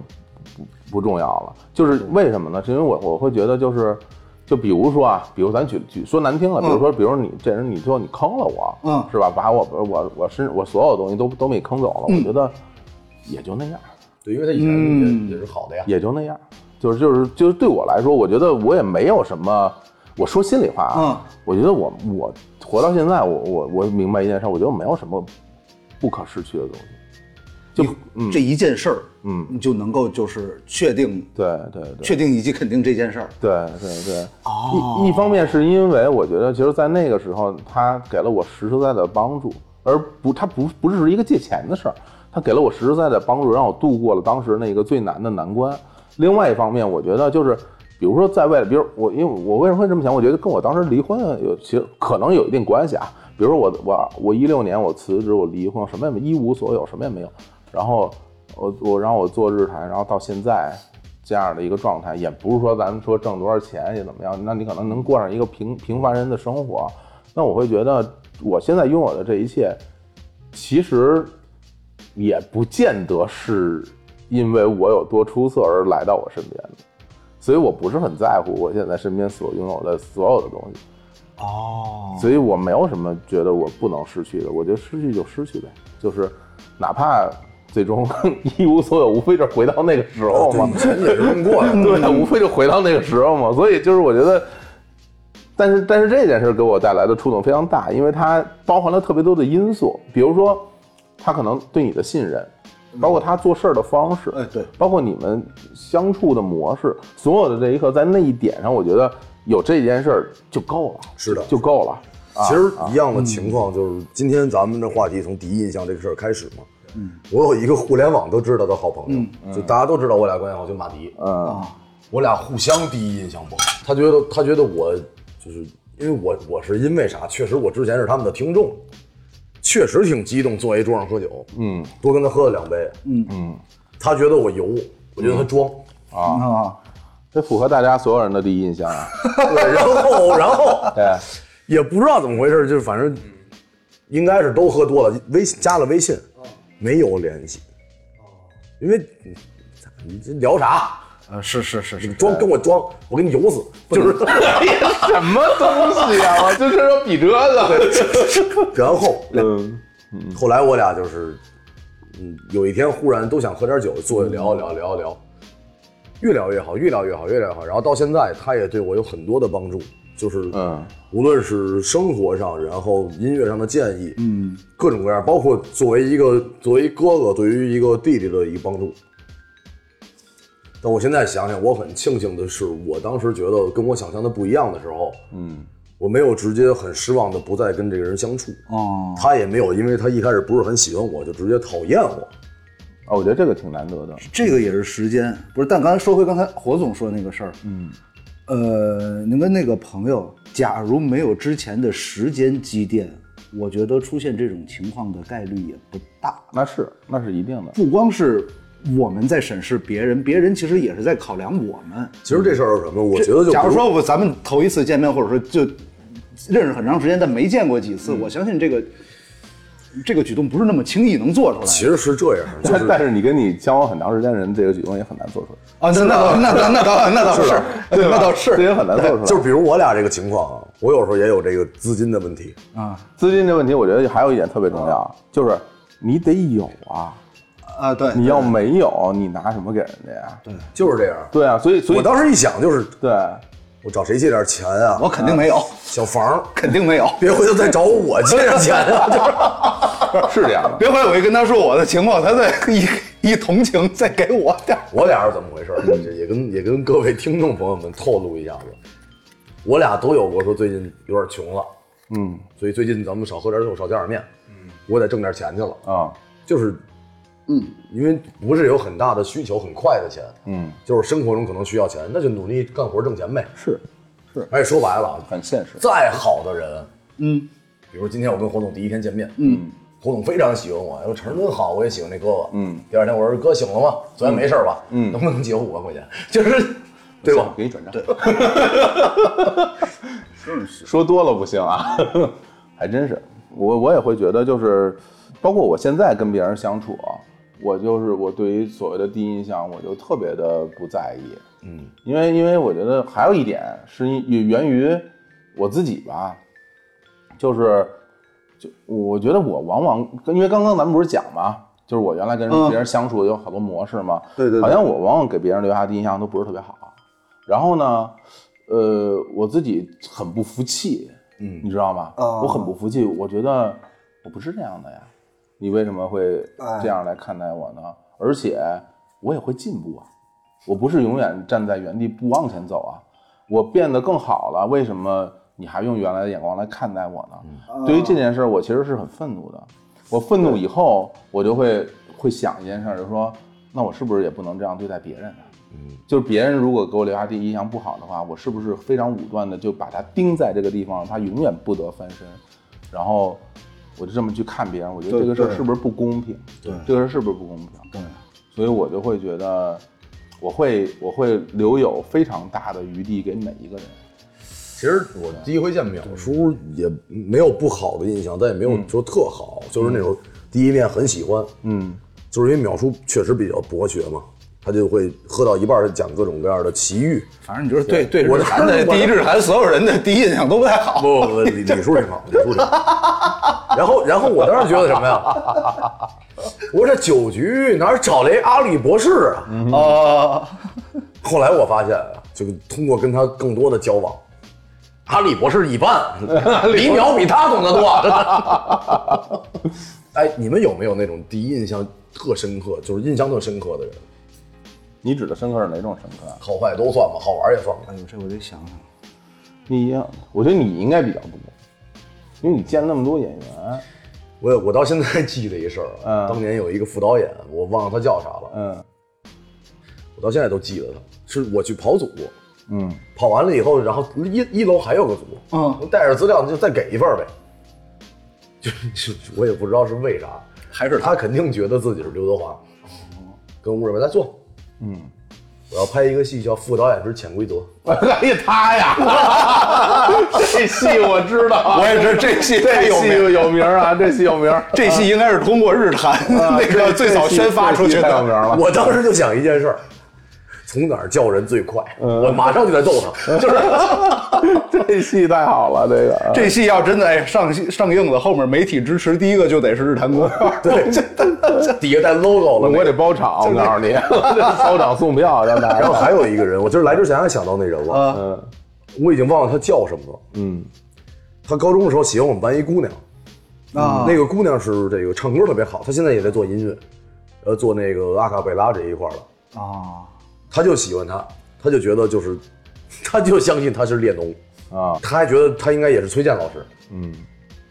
[SPEAKER 2] 不不重要了。就是为什么呢？是因为我我会觉得就是，就比如说啊，比如咱举举说难
[SPEAKER 3] 嗯
[SPEAKER 2] 听了，比如说，比如你这人，你最后你坑了我，
[SPEAKER 4] 嗯
[SPEAKER 2] 是吧？把我我我身我所有东西都都给你坑走了，
[SPEAKER 3] 嗯
[SPEAKER 2] 我觉得也就那样。
[SPEAKER 3] 对，因为他以前
[SPEAKER 4] 嗯
[SPEAKER 3] 也也是好的呀。
[SPEAKER 2] 也就那样，就是就是就是对我来说，我觉得我也没有什么。我说心里话
[SPEAKER 4] 嗯
[SPEAKER 2] 啊，我觉得我我活到现在，我我我明白一件事，我觉得我没有什么不可失去的东西。就
[SPEAKER 4] 你
[SPEAKER 2] 嗯
[SPEAKER 4] 这一件事儿，
[SPEAKER 2] 嗯
[SPEAKER 4] 你就能够就是确定、
[SPEAKER 2] 对对对
[SPEAKER 4] 确定以及肯定这件事儿。
[SPEAKER 2] 对对对。
[SPEAKER 4] 哦
[SPEAKER 2] 一一方面是因为我觉得，其实，在那个时候，他给了我实实在在的帮助，而不，他不不是一个借钱的事儿，他给了我实实在在的帮助，让我度过了当时那个最难的难关。另外一方面，我觉得就是，比如说在外，比如我，因为我为什么会这么想？我觉得跟我当时离婚有，其实可能有一定关系啊。比如说我我我一六年我辞职，我离婚，什么也没一无所有，什么也没有。然后我我然后我做日坛，然后到现在这样的一个状态，也不是说咱们说挣多少钱也怎么样，那你可能能过上一个平平凡人的生活。那我会觉得我现在拥有的这一切，其实也不见得是因为我有多出色而来到我身边的，所以我不是很在乎我现在身边所拥有的所有的东西。
[SPEAKER 4] 哦，
[SPEAKER 2] 所以我没有什么觉得我不能失去的，我觉得失去就失去呗，就是哪怕最终 一无所有，无非就是回到那个时候嘛
[SPEAKER 3] 啊对，以，前也是问 过的。
[SPEAKER 2] 对，啊无非就回到那个时候嘛。所以就是我觉得，但是但是这件事给我带来的触动非常大，因为它包含了特别多的因素，比如说他可能对你的信任，包括他做事儿的方式，
[SPEAKER 4] 哎对，
[SPEAKER 2] 包括你们相处的模式，所有的这一刻，在那一点上，我觉得有这件事儿就够了，
[SPEAKER 3] 是的
[SPEAKER 2] 就够了。
[SPEAKER 3] 其实一样的情况就是，今天咱们的话题从第一印象这个事儿开始嘛。嗯，我有一个互联网都知道的好朋友，就大家都知道我俩关系好，就马迪。
[SPEAKER 2] 嗯，
[SPEAKER 3] 我俩互相第一印象不好，他觉得他觉得我就是因为我我是因为啥？确实我之前是他们的听众，确实挺激动，坐一桌上喝酒，嗯，多跟他喝了两杯，嗯嗯，他觉得我油，我觉得他装，
[SPEAKER 4] 啊，
[SPEAKER 2] 这符合大家所有人的第一印象啊。
[SPEAKER 3] 对，然后然后
[SPEAKER 2] 对，
[SPEAKER 3] 也不知道怎么回事，就是反正应该是都喝多了，微信加了微信，没有联系，因为你你这聊啥？
[SPEAKER 4] 呃，是是是是，
[SPEAKER 3] 装跟我装，我给你油死，就是。
[SPEAKER 2] 什么东西啊？我就是要比这个。
[SPEAKER 3] 然后
[SPEAKER 2] 嗯，
[SPEAKER 3] 后来我俩就是，嗯，有一天忽然都想喝点酒，坐着聊聊聊聊，越聊越好，越聊越好，越聊越好。然后到现在，他也对我有很多的帮助，就是
[SPEAKER 2] 嗯
[SPEAKER 3] 无论是生活上，然后音乐上的建议，嗯，各种各样，包括作为一个作为哥哥对于一个弟弟的一个帮助。但我现在想想，我很庆幸的是，我当时觉得跟我想象的不一样的时候，
[SPEAKER 2] 嗯，
[SPEAKER 3] 我没有直接很失望的不再跟这个人相处，
[SPEAKER 4] 哦，
[SPEAKER 3] 他也没有，因为他一开始不是很喜欢我，就直接讨厌我。
[SPEAKER 2] 啊，我觉得这个挺难得的。
[SPEAKER 4] 这个也是时间，不是？但刚才说回刚才火总说那个事儿，嗯，呃，您跟那个朋友，假如没有之前的时间积淀，我觉得出现这种情况的概率也不大。
[SPEAKER 2] 那是，那是一定的。
[SPEAKER 4] 不光是我们在审视别人，别人其实也是在考量我们。
[SPEAKER 3] 其实这事儿有什么？我觉得就
[SPEAKER 4] 假如
[SPEAKER 3] 不是
[SPEAKER 4] 说我咱们头一次见面，或者说就认识很长时间，但没见过几次，
[SPEAKER 3] 嗯
[SPEAKER 4] 我相信这个这个举动不是那么轻易能做出来的。
[SPEAKER 3] 其实是这样，就
[SPEAKER 2] 但
[SPEAKER 3] 是
[SPEAKER 2] 但是你跟你交往很长时间的人，这个举动也很难做出来。
[SPEAKER 4] 啊，那那 倒那倒那倒那倒是，
[SPEAKER 3] 啊
[SPEAKER 4] 对那倒
[SPEAKER 2] 这
[SPEAKER 4] 是
[SPEAKER 2] 也很难做出来。
[SPEAKER 3] 就比如我俩这个情况啊，我有时候也有这个资金的问题，
[SPEAKER 4] 啊
[SPEAKER 2] 资金这问题，我觉得还有一点特别重要，就是你得有啊。
[SPEAKER 4] 啊对，
[SPEAKER 2] 你要没有，你拿什么给人家呀？对
[SPEAKER 3] 就是这样。
[SPEAKER 2] 啊，所以所以
[SPEAKER 3] 我当时一想就是，
[SPEAKER 2] 对
[SPEAKER 3] 我找谁借点钱啊？
[SPEAKER 4] 我肯定没有，
[SPEAKER 3] 小房，
[SPEAKER 4] 肯定没有。
[SPEAKER 3] 别回头再找我借点钱啊！ 就是
[SPEAKER 2] 是这样的。
[SPEAKER 4] 别回来我一跟他说我的情况，他再一一同情，再给我点儿。
[SPEAKER 3] 我俩是怎么回事儿？这也跟也跟各位听众朋友们透露一下子，我俩都有过说最近有点穷了，
[SPEAKER 2] 嗯
[SPEAKER 3] 所以最近咱们少喝点酒，少见点面，我得挣点钱去了。
[SPEAKER 2] 啊
[SPEAKER 3] 就是，嗯，因为不是有很大的需求，很快的钱，
[SPEAKER 2] 嗯，
[SPEAKER 3] 就是生活中可能需要钱，那就努力干活挣钱呗。
[SPEAKER 2] 是
[SPEAKER 3] 而且说白了啊，
[SPEAKER 2] 很现实。
[SPEAKER 3] 再好的人，
[SPEAKER 4] 嗯
[SPEAKER 3] 比如今天我跟黄总第一天见面，
[SPEAKER 4] 嗯，
[SPEAKER 3] 胡总非常喜欢我，说陈儿真好，我也喜欢这哥哥。嗯，第二天我说哥醒了吗？昨天没事儿吧？嗯，能不能借我五万块钱？就是，对吧？
[SPEAKER 2] 给你转 账。
[SPEAKER 4] 真是
[SPEAKER 2] 说多了不行啊，还真是。我我也会觉得，就是包括我现在跟别人相处啊，我就是我对于所谓的第一印象，我就特别的不在意。
[SPEAKER 3] 嗯，
[SPEAKER 2] 因为因为我觉得还有一点是因源于我自己吧，就是就我觉得我往往因为刚刚咱们不是讲嘛，就是我原来跟
[SPEAKER 4] 嗯
[SPEAKER 2] 别人相处有好多模式嘛，
[SPEAKER 4] 对对对
[SPEAKER 2] 好像我往往给别人留下的印象都不是特别好。然后呢，呃，我自己很不服气，
[SPEAKER 3] 嗯
[SPEAKER 2] 你知道吗？
[SPEAKER 4] 哦
[SPEAKER 2] 我很不服气，我觉得我不是这样的呀，你为什么会这样来看待我呢？而且我也会进步啊，我不是永远站在原地不往前走啊，我变得更好了，为什么你还用原来的眼光来看待我呢？对于这件事儿，我其实是很愤怒的。我愤怒以后，我就会会想一件事儿，就说那我是不是也不能这样对待别人呢、啊
[SPEAKER 4] 嗯
[SPEAKER 2] 就是别人如果给我留下第一印象不好的话，我是不是非常武断的就把他钉在这个地方，他永远不得翻身？然后我就这么去看别人，我觉得
[SPEAKER 4] 对
[SPEAKER 2] 这个事儿
[SPEAKER 4] 对
[SPEAKER 2] 是不是不公平？
[SPEAKER 4] 对
[SPEAKER 2] 这个事儿是不是不公平？
[SPEAKER 4] 对，
[SPEAKER 2] 所以我就会觉得，我会我会留有非常大的余地给每一个人。
[SPEAKER 3] 其实我第一回见淼叔也没有不好的印象，但也没有说特好，就是那种第一面很喜欢，
[SPEAKER 2] 嗯
[SPEAKER 3] 就是因为淼叔确实比较博学嘛，他就会喝到一半儿讲各种各样的奇遇。
[SPEAKER 4] 反正你就是对对日
[SPEAKER 3] 我
[SPEAKER 4] 韩的
[SPEAKER 3] 我
[SPEAKER 4] 第一日韩所有人的第一印象都不太好。
[SPEAKER 3] 不不不，李李叔挺好，李叔挺好。然后然后我当时觉得什么呀？ 我说这酒局哪儿找来阿里博士啊？
[SPEAKER 2] 嗯
[SPEAKER 4] 哦，
[SPEAKER 3] 后来我发现啊，就是通过跟他更多的交往，阿李博士一般，李淼比他懂得多，真的。哎，你们有没有那种第一印象特深刻，就是印象特深刻的人？
[SPEAKER 2] 你指的深刻是哪种深刻啊？
[SPEAKER 3] 好坏都算吧，好玩也算吧。
[SPEAKER 4] 哎呦，这我得想想。
[SPEAKER 2] 你一样，我觉得你应该比较多，因为你见那么多演员。
[SPEAKER 3] 我我到现在记得一事儿啊，
[SPEAKER 2] 嗯
[SPEAKER 3] 当年有一个副导演，我忘了他叫啥了，
[SPEAKER 2] 嗯
[SPEAKER 3] 我到现在都记得他。是我去跑组，
[SPEAKER 2] 嗯，
[SPEAKER 3] 跑完了以后，然后一一楼还有个组，
[SPEAKER 4] 嗯，
[SPEAKER 3] 我带着资料就再给一份儿呗。就就我也不知道是为啥，
[SPEAKER 4] 还是他
[SPEAKER 3] 他
[SPEAKER 4] 哦
[SPEAKER 3] 肯定觉得自己是刘德华，跟吴志文来坐，
[SPEAKER 2] 嗯，
[SPEAKER 3] 我要拍一个戏叫《副导演之潜规则》，
[SPEAKER 4] 啊
[SPEAKER 2] 哎呀，他呀，这戏我知 道，
[SPEAKER 4] 我也知道这戏太
[SPEAKER 2] 这
[SPEAKER 4] 有
[SPEAKER 2] 戏
[SPEAKER 4] 名了
[SPEAKER 2] 有名啊，这戏有名 儿，
[SPEAKER 4] 这戏应该是通过日坛
[SPEAKER 2] 啊
[SPEAKER 4] 那 个最早宣发出去
[SPEAKER 2] 这戏太有名
[SPEAKER 4] 的。
[SPEAKER 2] 了。
[SPEAKER 3] 我当时就想一件事儿。从哪儿叫人最快？
[SPEAKER 4] 嗯
[SPEAKER 3] 我马上就在揍他， 就是
[SPEAKER 2] 这 戏太好了，这个
[SPEAKER 4] 这戏要真的哎上上映了，后面媒体支持第一个就得是日坛公园。
[SPEAKER 3] 对，底下带 logo 了。
[SPEAKER 2] 我得包场，我告诉 你，包场送票让大
[SPEAKER 3] 然后
[SPEAKER 2] 家。
[SPEAKER 3] 还有一个人，我就是来之前还想到那人了，
[SPEAKER 4] 啊，
[SPEAKER 2] 嗯
[SPEAKER 3] 我已经忘了他叫什么了。
[SPEAKER 2] 嗯
[SPEAKER 3] 他高中的时候喜欢我们班一姑娘，嗯
[SPEAKER 4] 啊
[SPEAKER 3] 那个姑娘是这个唱歌特别好，她现在也在做音乐，呃，做那个阿卡贝拉这一块儿了。
[SPEAKER 4] 啊，
[SPEAKER 3] 他就喜欢她，他就觉得就是，他就相信她是列侬，
[SPEAKER 2] 啊
[SPEAKER 3] 他还觉得她应该也是崔健老师，
[SPEAKER 2] 嗯，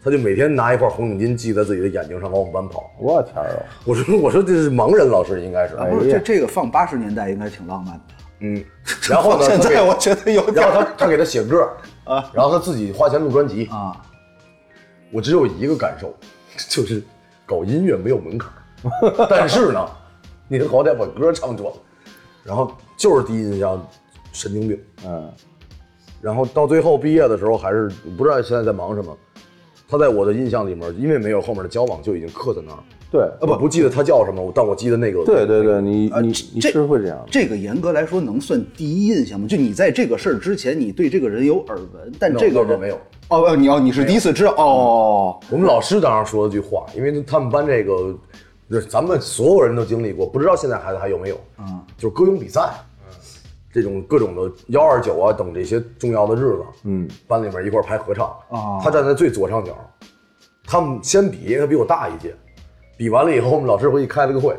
[SPEAKER 3] 他就每天拿一块红领巾系在自己的眼睛上往我们班跑。
[SPEAKER 2] 我天儿哎啊！
[SPEAKER 3] 我说我说这是盲人老师应该是，
[SPEAKER 4] 啊不是这这个放八十年代应该挺浪漫的。
[SPEAKER 3] 嗯，然 后呢，
[SPEAKER 4] 现
[SPEAKER 3] 他给
[SPEAKER 4] 在我觉得有点
[SPEAKER 3] 然后
[SPEAKER 4] 儿
[SPEAKER 3] 他他给他写歌
[SPEAKER 4] 啊，
[SPEAKER 3] 然后他自己花钱录专辑，
[SPEAKER 4] 啊，
[SPEAKER 3] 我只有一个感受，就是搞音乐没有门槛儿，但是呢，你好歹把歌唱出来，然后就是第一印象神经病。
[SPEAKER 2] 嗯
[SPEAKER 3] 然后到最后毕业的时候，还是不知道现在在忙什么。他在我的印象里面，因为没有后面的交往，就已经刻在那儿。
[SPEAKER 2] 对
[SPEAKER 3] 啊，不，不记得他叫什么，但我记得那个。
[SPEAKER 2] 对对对，你
[SPEAKER 4] 呃
[SPEAKER 2] 你
[SPEAKER 4] 这
[SPEAKER 2] 你是会这样的。
[SPEAKER 4] 这个严格来说能算第一印象吗？就你在这个事儿之前，你对这个人有耳闻，但
[SPEAKER 3] No，
[SPEAKER 4] 这个
[SPEAKER 3] no，no，
[SPEAKER 4] 人
[SPEAKER 3] 没有。
[SPEAKER 4] 哦，哦你哦，你是第一次知道哦，
[SPEAKER 3] 我们老师当时说了句话，因为他们班这个，就是咱们所有人都经历过，不知道现在孩子还有没有。嗯，就是歌咏比赛，这种各种的幺二九啊等这些重要的日子，
[SPEAKER 2] 嗯，
[SPEAKER 3] 班里面一块儿排合唱。
[SPEAKER 4] 哦
[SPEAKER 3] 他站在最左上角，他们先比，因为他比我大一届。比完了以后，我们老师回去开了个会，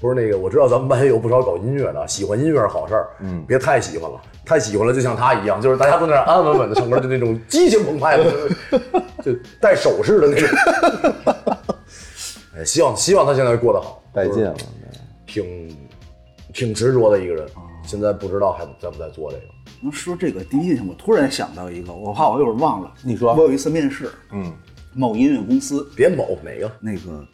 [SPEAKER 3] 不是那个，我知道咱们班有不少搞音乐的，喜欢音乐是好事儿，嗯，别太喜欢了，太喜欢了就像他一样，就是大家都在那儿安安稳稳的唱歌，就那种激情澎湃的， 就带手势的那种。 哎，希望希望他现在过得好，
[SPEAKER 2] 带劲了，
[SPEAKER 3] 挺挺执着的一个人，
[SPEAKER 4] 啊
[SPEAKER 3] 现在不知道还在不在做这个。
[SPEAKER 4] 能说这个第一印象，我突然想到一个，我怕我一会儿忘了。
[SPEAKER 2] 你说
[SPEAKER 4] 我有一次面试，
[SPEAKER 2] 嗯，
[SPEAKER 4] 某音乐公司，
[SPEAKER 3] 别某哪个，
[SPEAKER 4] 那个，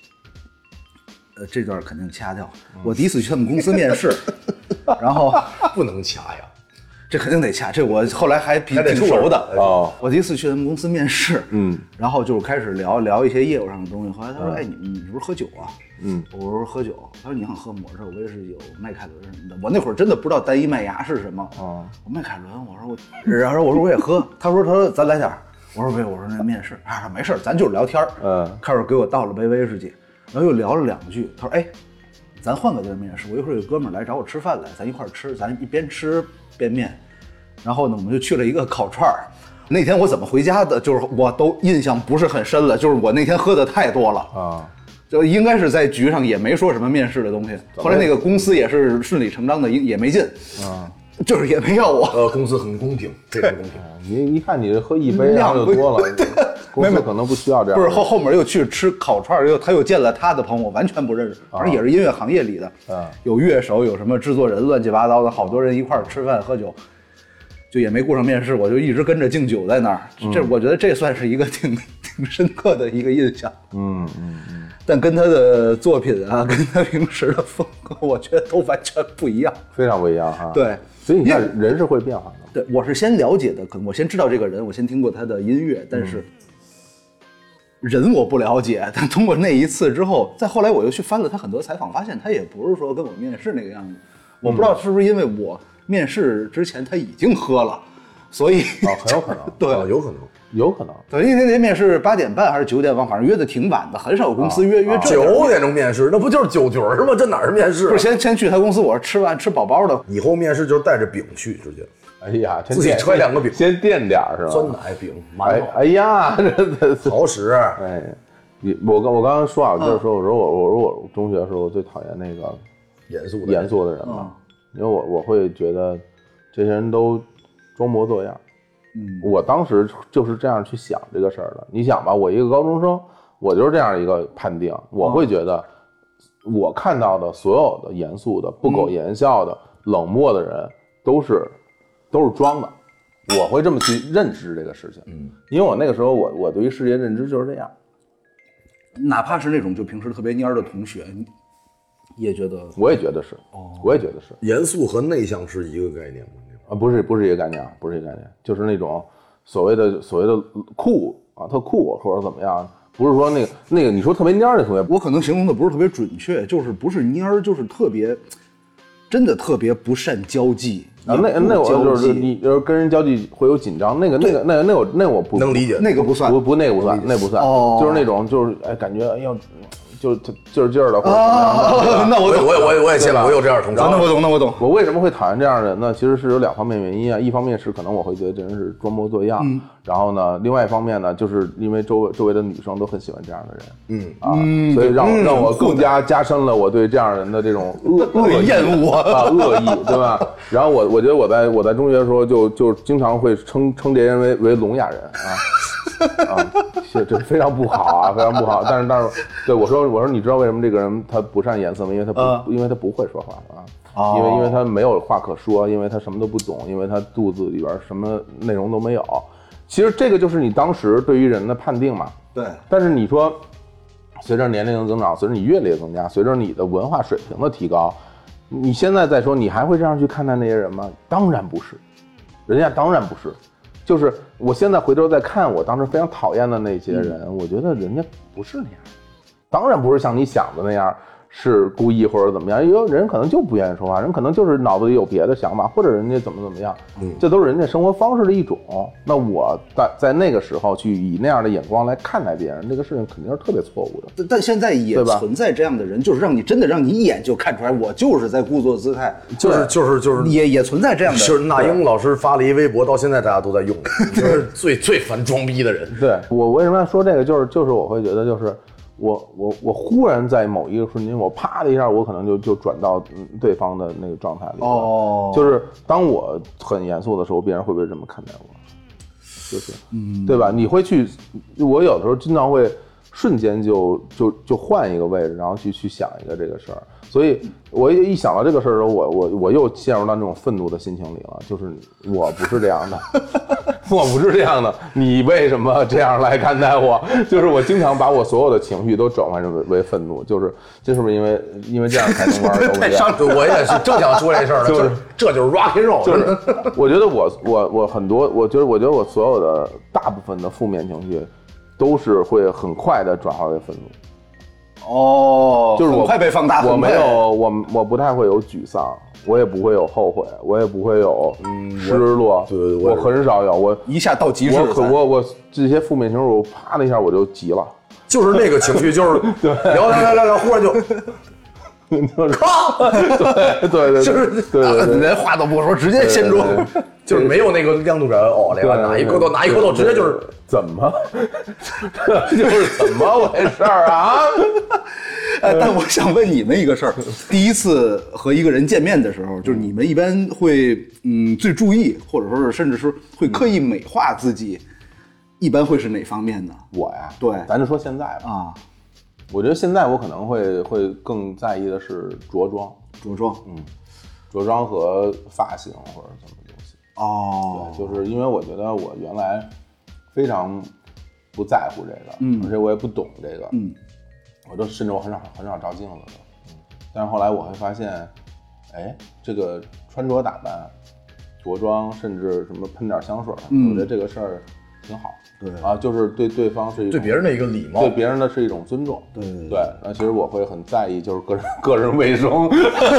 [SPEAKER 4] 呃，这段肯定掐掉。我第一次去他们公司面试，然后
[SPEAKER 3] 不能掐呀。
[SPEAKER 4] 这肯定得掐，这我后来还比
[SPEAKER 3] 还得哎
[SPEAKER 4] 挺
[SPEAKER 3] 出门
[SPEAKER 4] 熟的
[SPEAKER 3] 还得出门
[SPEAKER 2] 哦
[SPEAKER 4] 我第一次去他们公司面试，
[SPEAKER 2] 嗯，
[SPEAKER 4] 然后就是开始聊聊一些业务上的东西。后来他说：“哎，你你是不是喝酒啊？”
[SPEAKER 2] 嗯，
[SPEAKER 4] 我说喝酒。他说：“你想喝吗？”我说：“我威士忌，有麦凯伦什么的。”我那会儿真的不知道单一麦芽是什么。
[SPEAKER 2] 哦，
[SPEAKER 4] 我麦凯伦，我说我，然后我说我也喝。他说：“他说咱来点儿。”我说：“喂，我说那面试啊，没事儿，咱就是聊天儿。”
[SPEAKER 2] 嗯
[SPEAKER 4] 开始给我倒了杯威士忌，然后又聊了两句。他说：“哎，咱换个地儿面试，我一会儿有哥们儿来找我吃饭来，咱一块儿吃，咱一边吃边面。”然后呢，我们就去了一个烤串儿。那天我怎么回家的，就是我都印象不是很深了，就是我那天喝的太多了，
[SPEAKER 2] 啊，
[SPEAKER 4] 就应该是在局上也没说什么面试的东西。后来那个公司也是顺理成章的，也也没进，啊，就是也没要我。
[SPEAKER 3] 呃，公司很公平，非常公平。
[SPEAKER 2] 你一看你喝一杯然后就多 了，公司可能不需要这样。
[SPEAKER 4] 不是后后面又去吃烤串儿，又他又见了他的朋友，我完全不认识，反正也是音乐行业里的，
[SPEAKER 2] 啊
[SPEAKER 4] 有乐手，有什么制作人，乱七八糟的，好多人一块儿吃饭喝酒，就也没顾上面试，我就一直跟着敬酒在那儿，这我觉得这算是一个挺 挺深刻的一个印象，
[SPEAKER 2] 嗯嗯嗯，
[SPEAKER 4] 但跟他的作品啊，跟他平时的风格，我觉得都完全不一样。
[SPEAKER 2] 非常不一样哈。
[SPEAKER 4] 对
[SPEAKER 2] 所以你看人是会变化的嘛。
[SPEAKER 4] 对，我是先了解的，可能我先知道这个人，我先听过他的音乐，但是人我不了解。但通过那一次之后，再后来我又去翻了他很多采访，发现他也不是说跟我面试那个样子。我不知道是不是因为我面试之前他已经喝了，所以
[SPEAKER 2] 哦，很有可能，
[SPEAKER 4] 对。
[SPEAKER 3] 啊有可能。
[SPEAKER 2] 有可能。
[SPEAKER 4] 对，因为那天面试八点半还是九点半，反正约的挺晚的，很少有公司约、约这点。
[SPEAKER 3] 九点钟面试，那不就是酒局儿吗？这哪儿是面试啊？
[SPEAKER 4] 不是先先去他公司，我是吃完吃饱饱的，
[SPEAKER 3] 以后面试就是带着饼去，直接
[SPEAKER 2] 哎 呀，真
[SPEAKER 3] 自己
[SPEAKER 2] 垫
[SPEAKER 3] 揣两个饼
[SPEAKER 2] 先垫点儿是吧？
[SPEAKER 3] 酸奶饼、馒
[SPEAKER 2] 啊哎
[SPEAKER 3] 头、
[SPEAKER 2] 哎呀，这这这
[SPEAKER 3] 桃石，
[SPEAKER 2] 哎，你我刚我刚刚说啊，
[SPEAKER 3] 嗯
[SPEAKER 2] 就是说我说我我说我中学的时候我最讨厌那个
[SPEAKER 3] 严肃的
[SPEAKER 2] 严肃的人嘛，
[SPEAKER 3] 嗯
[SPEAKER 2] 因为我我会觉得这些人都装模作样。
[SPEAKER 4] 嗯，
[SPEAKER 2] 我当时就是这样去想这个事儿的。你想吧，我一个高中生，我就是这样一个判定，我会觉得我看到的所有的严肃的、不苟言笑的、冷漠的人，都是都是装的。我会这么去认知这个事情，嗯，因为我那个时候我我对于世界认知就是这样，
[SPEAKER 4] 哪怕是那种就平时特别蔫儿的同学，你也觉得
[SPEAKER 2] 我也觉得是，我也觉得是。
[SPEAKER 3] 严肃和内向是一个概念吗？
[SPEAKER 2] 啊，不是不是一个概念，啊，不是一个概念，就是那种所谓的所谓的酷啊，特酷或者怎么样，不是说那个那个你说特别蔫儿的同学，
[SPEAKER 4] 我可能形容的不是特别准确，就是不是蔫儿，就是特别，真的特别不善交际。
[SPEAKER 2] 啊，那
[SPEAKER 4] 也不
[SPEAKER 2] 那我
[SPEAKER 4] 交
[SPEAKER 2] 就是
[SPEAKER 4] 际
[SPEAKER 2] 你就是跟人交际会有紧张，那个那个那个那我那我不
[SPEAKER 3] 能理解，
[SPEAKER 4] 那个不算
[SPEAKER 2] 不不那个不算，那不算，
[SPEAKER 4] 哦
[SPEAKER 2] 就是那种就是哎感觉哎呦，就就劲儿劲儿的或者怎么样的。
[SPEAKER 4] 啊，那我
[SPEAKER 3] 我也
[SPEAKER 4] 懂，
[SPEAKER 3] 我也我也我也见过，我有这样的同事。
[SPEAKER 4] 那我懂，那我懂。
[SPEAKER 2] 我为什么会讨厌这样的人呢？其实是有两方面原因啊。一方面是可能我会觉得这人是装模作样，然后呢，另外一方面呢，就是因为周围周围的女生都很喜欢这样的人，嗯啊，所以让我让我更加加深了我对这样人的这种恶恶意
[SPEAKER 4] 厌恶
[SPEAKER 2] 啊，恶意，对吧？然后我我觉得我在我在中学的时候就就经常会称称这些人为为聋哑人啊。啊，是这非常不好啊，非常不好。但是但是，对我说我说你知道为什么这个人他不善言色吗？因为他不、
[SPEAKER 4] 嗯
[SPEAKER 2] 因为他不会说话啊，
[SPEAKER 4] 哦
[SPEAKER 2] 因为因为他没有话可说，因为他什么都不懂，因为他肚子里边什么内容都没有。其实这个就是你当时对于人的判定嘛。
[SPEAKER 4] 对，
[SPEAKER 2] 但是你说，随着年龄的增长，随着你阅历的增加，随着你的文化水平的提高，你现在再说，你还会这样去看待那些人吗？当然不是，人家当然不是。就是我现在回头再看我当时非常讨厌的那些人，我觉得人家不是那样，当然不是像你想的那样是故意或者怎么样，因为人可能就不愿意说话，人可能就是脑子里有别的想法，或者人家怎么怎么样，这都是人家生活方式的一种。那我在在那个时候去以那样的眼光来看待别人，这个事情肯定是特别错误的。
[SPEAKER 4] 但但现在也
[SPEAKER 2] 对吧
[SPEAKER 4] 存在这样的人，就是让你真的让你一眼就看出来，我就是在故作姿态，
[SPEAKER 3] 就是就是就是
[SPEAKER 4] 也也存在这样的。
[SPEAKER 3] 就是那英老师发了一微博，到现在大家都在用，就是最最烦装逼的人。
[SPEAKER 2] 对我为什么要说这个？就是就是我会觉得就是。我我我忽然在某一个瞬间，我啪的一下，我可能就就转到嗯对方的那个状态里了。
[SPEAKER 4] 哦，
[SPEAKER 2] 就是当我很严肃的时候，别人会不会这么看待我？就是，
[SPEAKER 3] 嗯
[SPEAKER 2] 对吧？你会去，我有的时候经常会瞬间就就就换一个位置，然后去去想一个这个事儿。所以我一想到这个事儿的时候，我我我又陷入到那种愤怒的心情里了，就是我不是这样 的，我不是这样的，你为什么这样来看待我？就是我经常把我所有的情绪都转换成为为愤怒，就是这是不是因为因为这样才能玩儿游
[SPEAKER 3] 太
[SPEAKER 2] 戏？啊
[SPEAKER 3] 伤对，我也是正想说这事儿呢，
[SPEAKER 2] 就是
[SPEAKER 3] 这这就是 rock and roll，
[SPEAKER 2] 就是 我觉得我我我很多，我觉得我觉得我所有的大部分的负面情绪，都是会很快的转化为愤怒。
[SPEAKER 4] 哦，
[SPEAKER 2] 就是我
[SPEAKER 4] 很快被放大，
[SPEAKER 2] 我
[SPEAKER 4] 很快
[SPEAKER 2] 没有，我我不太会有沮丧，我也不会有后悔，我也不会有失落，
[SPEAKER 3] 嗯对对对
[SPEAKER 2] 我
[SPEAKER 3] 我也是
[SPEAKER 2] 很少有我
[SPEAKER 4] 一下到极致
[SPEAKER 2] 我
[SPEAKER 4] 了
[SPEAKER 2] 可
[SPEAKER 4] 才，
[SPEAKER 2] 我我这些负面情绪，我啪的一下我就急 了，
[SPEAKER 3] 就是那个情 绪，就是聊聊聊聊聊，忽然就咔，
[SPEAKER 2] 对对对，
[SPEAKER 3] 就是哎
[SPEAKER 2] 对 对对。
[SPEAKER 4] 连话都不说，直接
[SPEAKER 3] 先
[SPEAKER 4] 住
[SPEAKER 3] 说，就是没有那个亮度感。哦，那个
[SPEAKER 2] 对
[SPEAKER 3] 拿一蝌蚪，拿一蝌蚪，直接就是
[SPEAKER 2] 怎么， 就是怎么回事儿啊？
[SPEAKER 4] 哎，但我想问你们一个事儿：第一次和一个人见面的时候，就是你们一般会嗯最注意，或者说是甚至是会刻意美化自己，一般会是哪方面呢？
[SPEAKER 2] 我呀，
[SPEAKER 4] 对
[SPEAKER 2] 咱就说现在吧。
[SPEAKER 4] 啊，
[SPEAKER 2] 我觉得现在我可能会会更在意的是着装，嗯
[SPEAKER 4] 着装
[SPEAKER 2] 着装和发型或者什么东西。
[SPEAKER 4] 哦，
[SPEAKER 2] 对，就是因为我觉得我原来非常不在乎这个，
[SPEAKER 4] 嗯
[SPEAKER 2] 而且我也不懂这个，
[SPEAKER 4] 嗯，
[SPEAKER 2] 我都甚至我很少很少照镜子的，嗯，但是后来我会发现，哎，这个穿着打扮、着装，甚至什么喷点香水儿，
[SPEAKER 4] 嗯
[SPEAKER 2] 我觉得这个事儿挺好，
[SPEAKER 4] 对
[SPEAKER 2] 啊，就是对对方是一种
[SPEAKER 3] 对别人的一个礼貌
[SPEAKER 2] 对。别人的是一种尊重。
[SPEAKER 4] 对对对
[SPEAKER 2] 对，然后其实我会很在意，就是个人 个人卫生，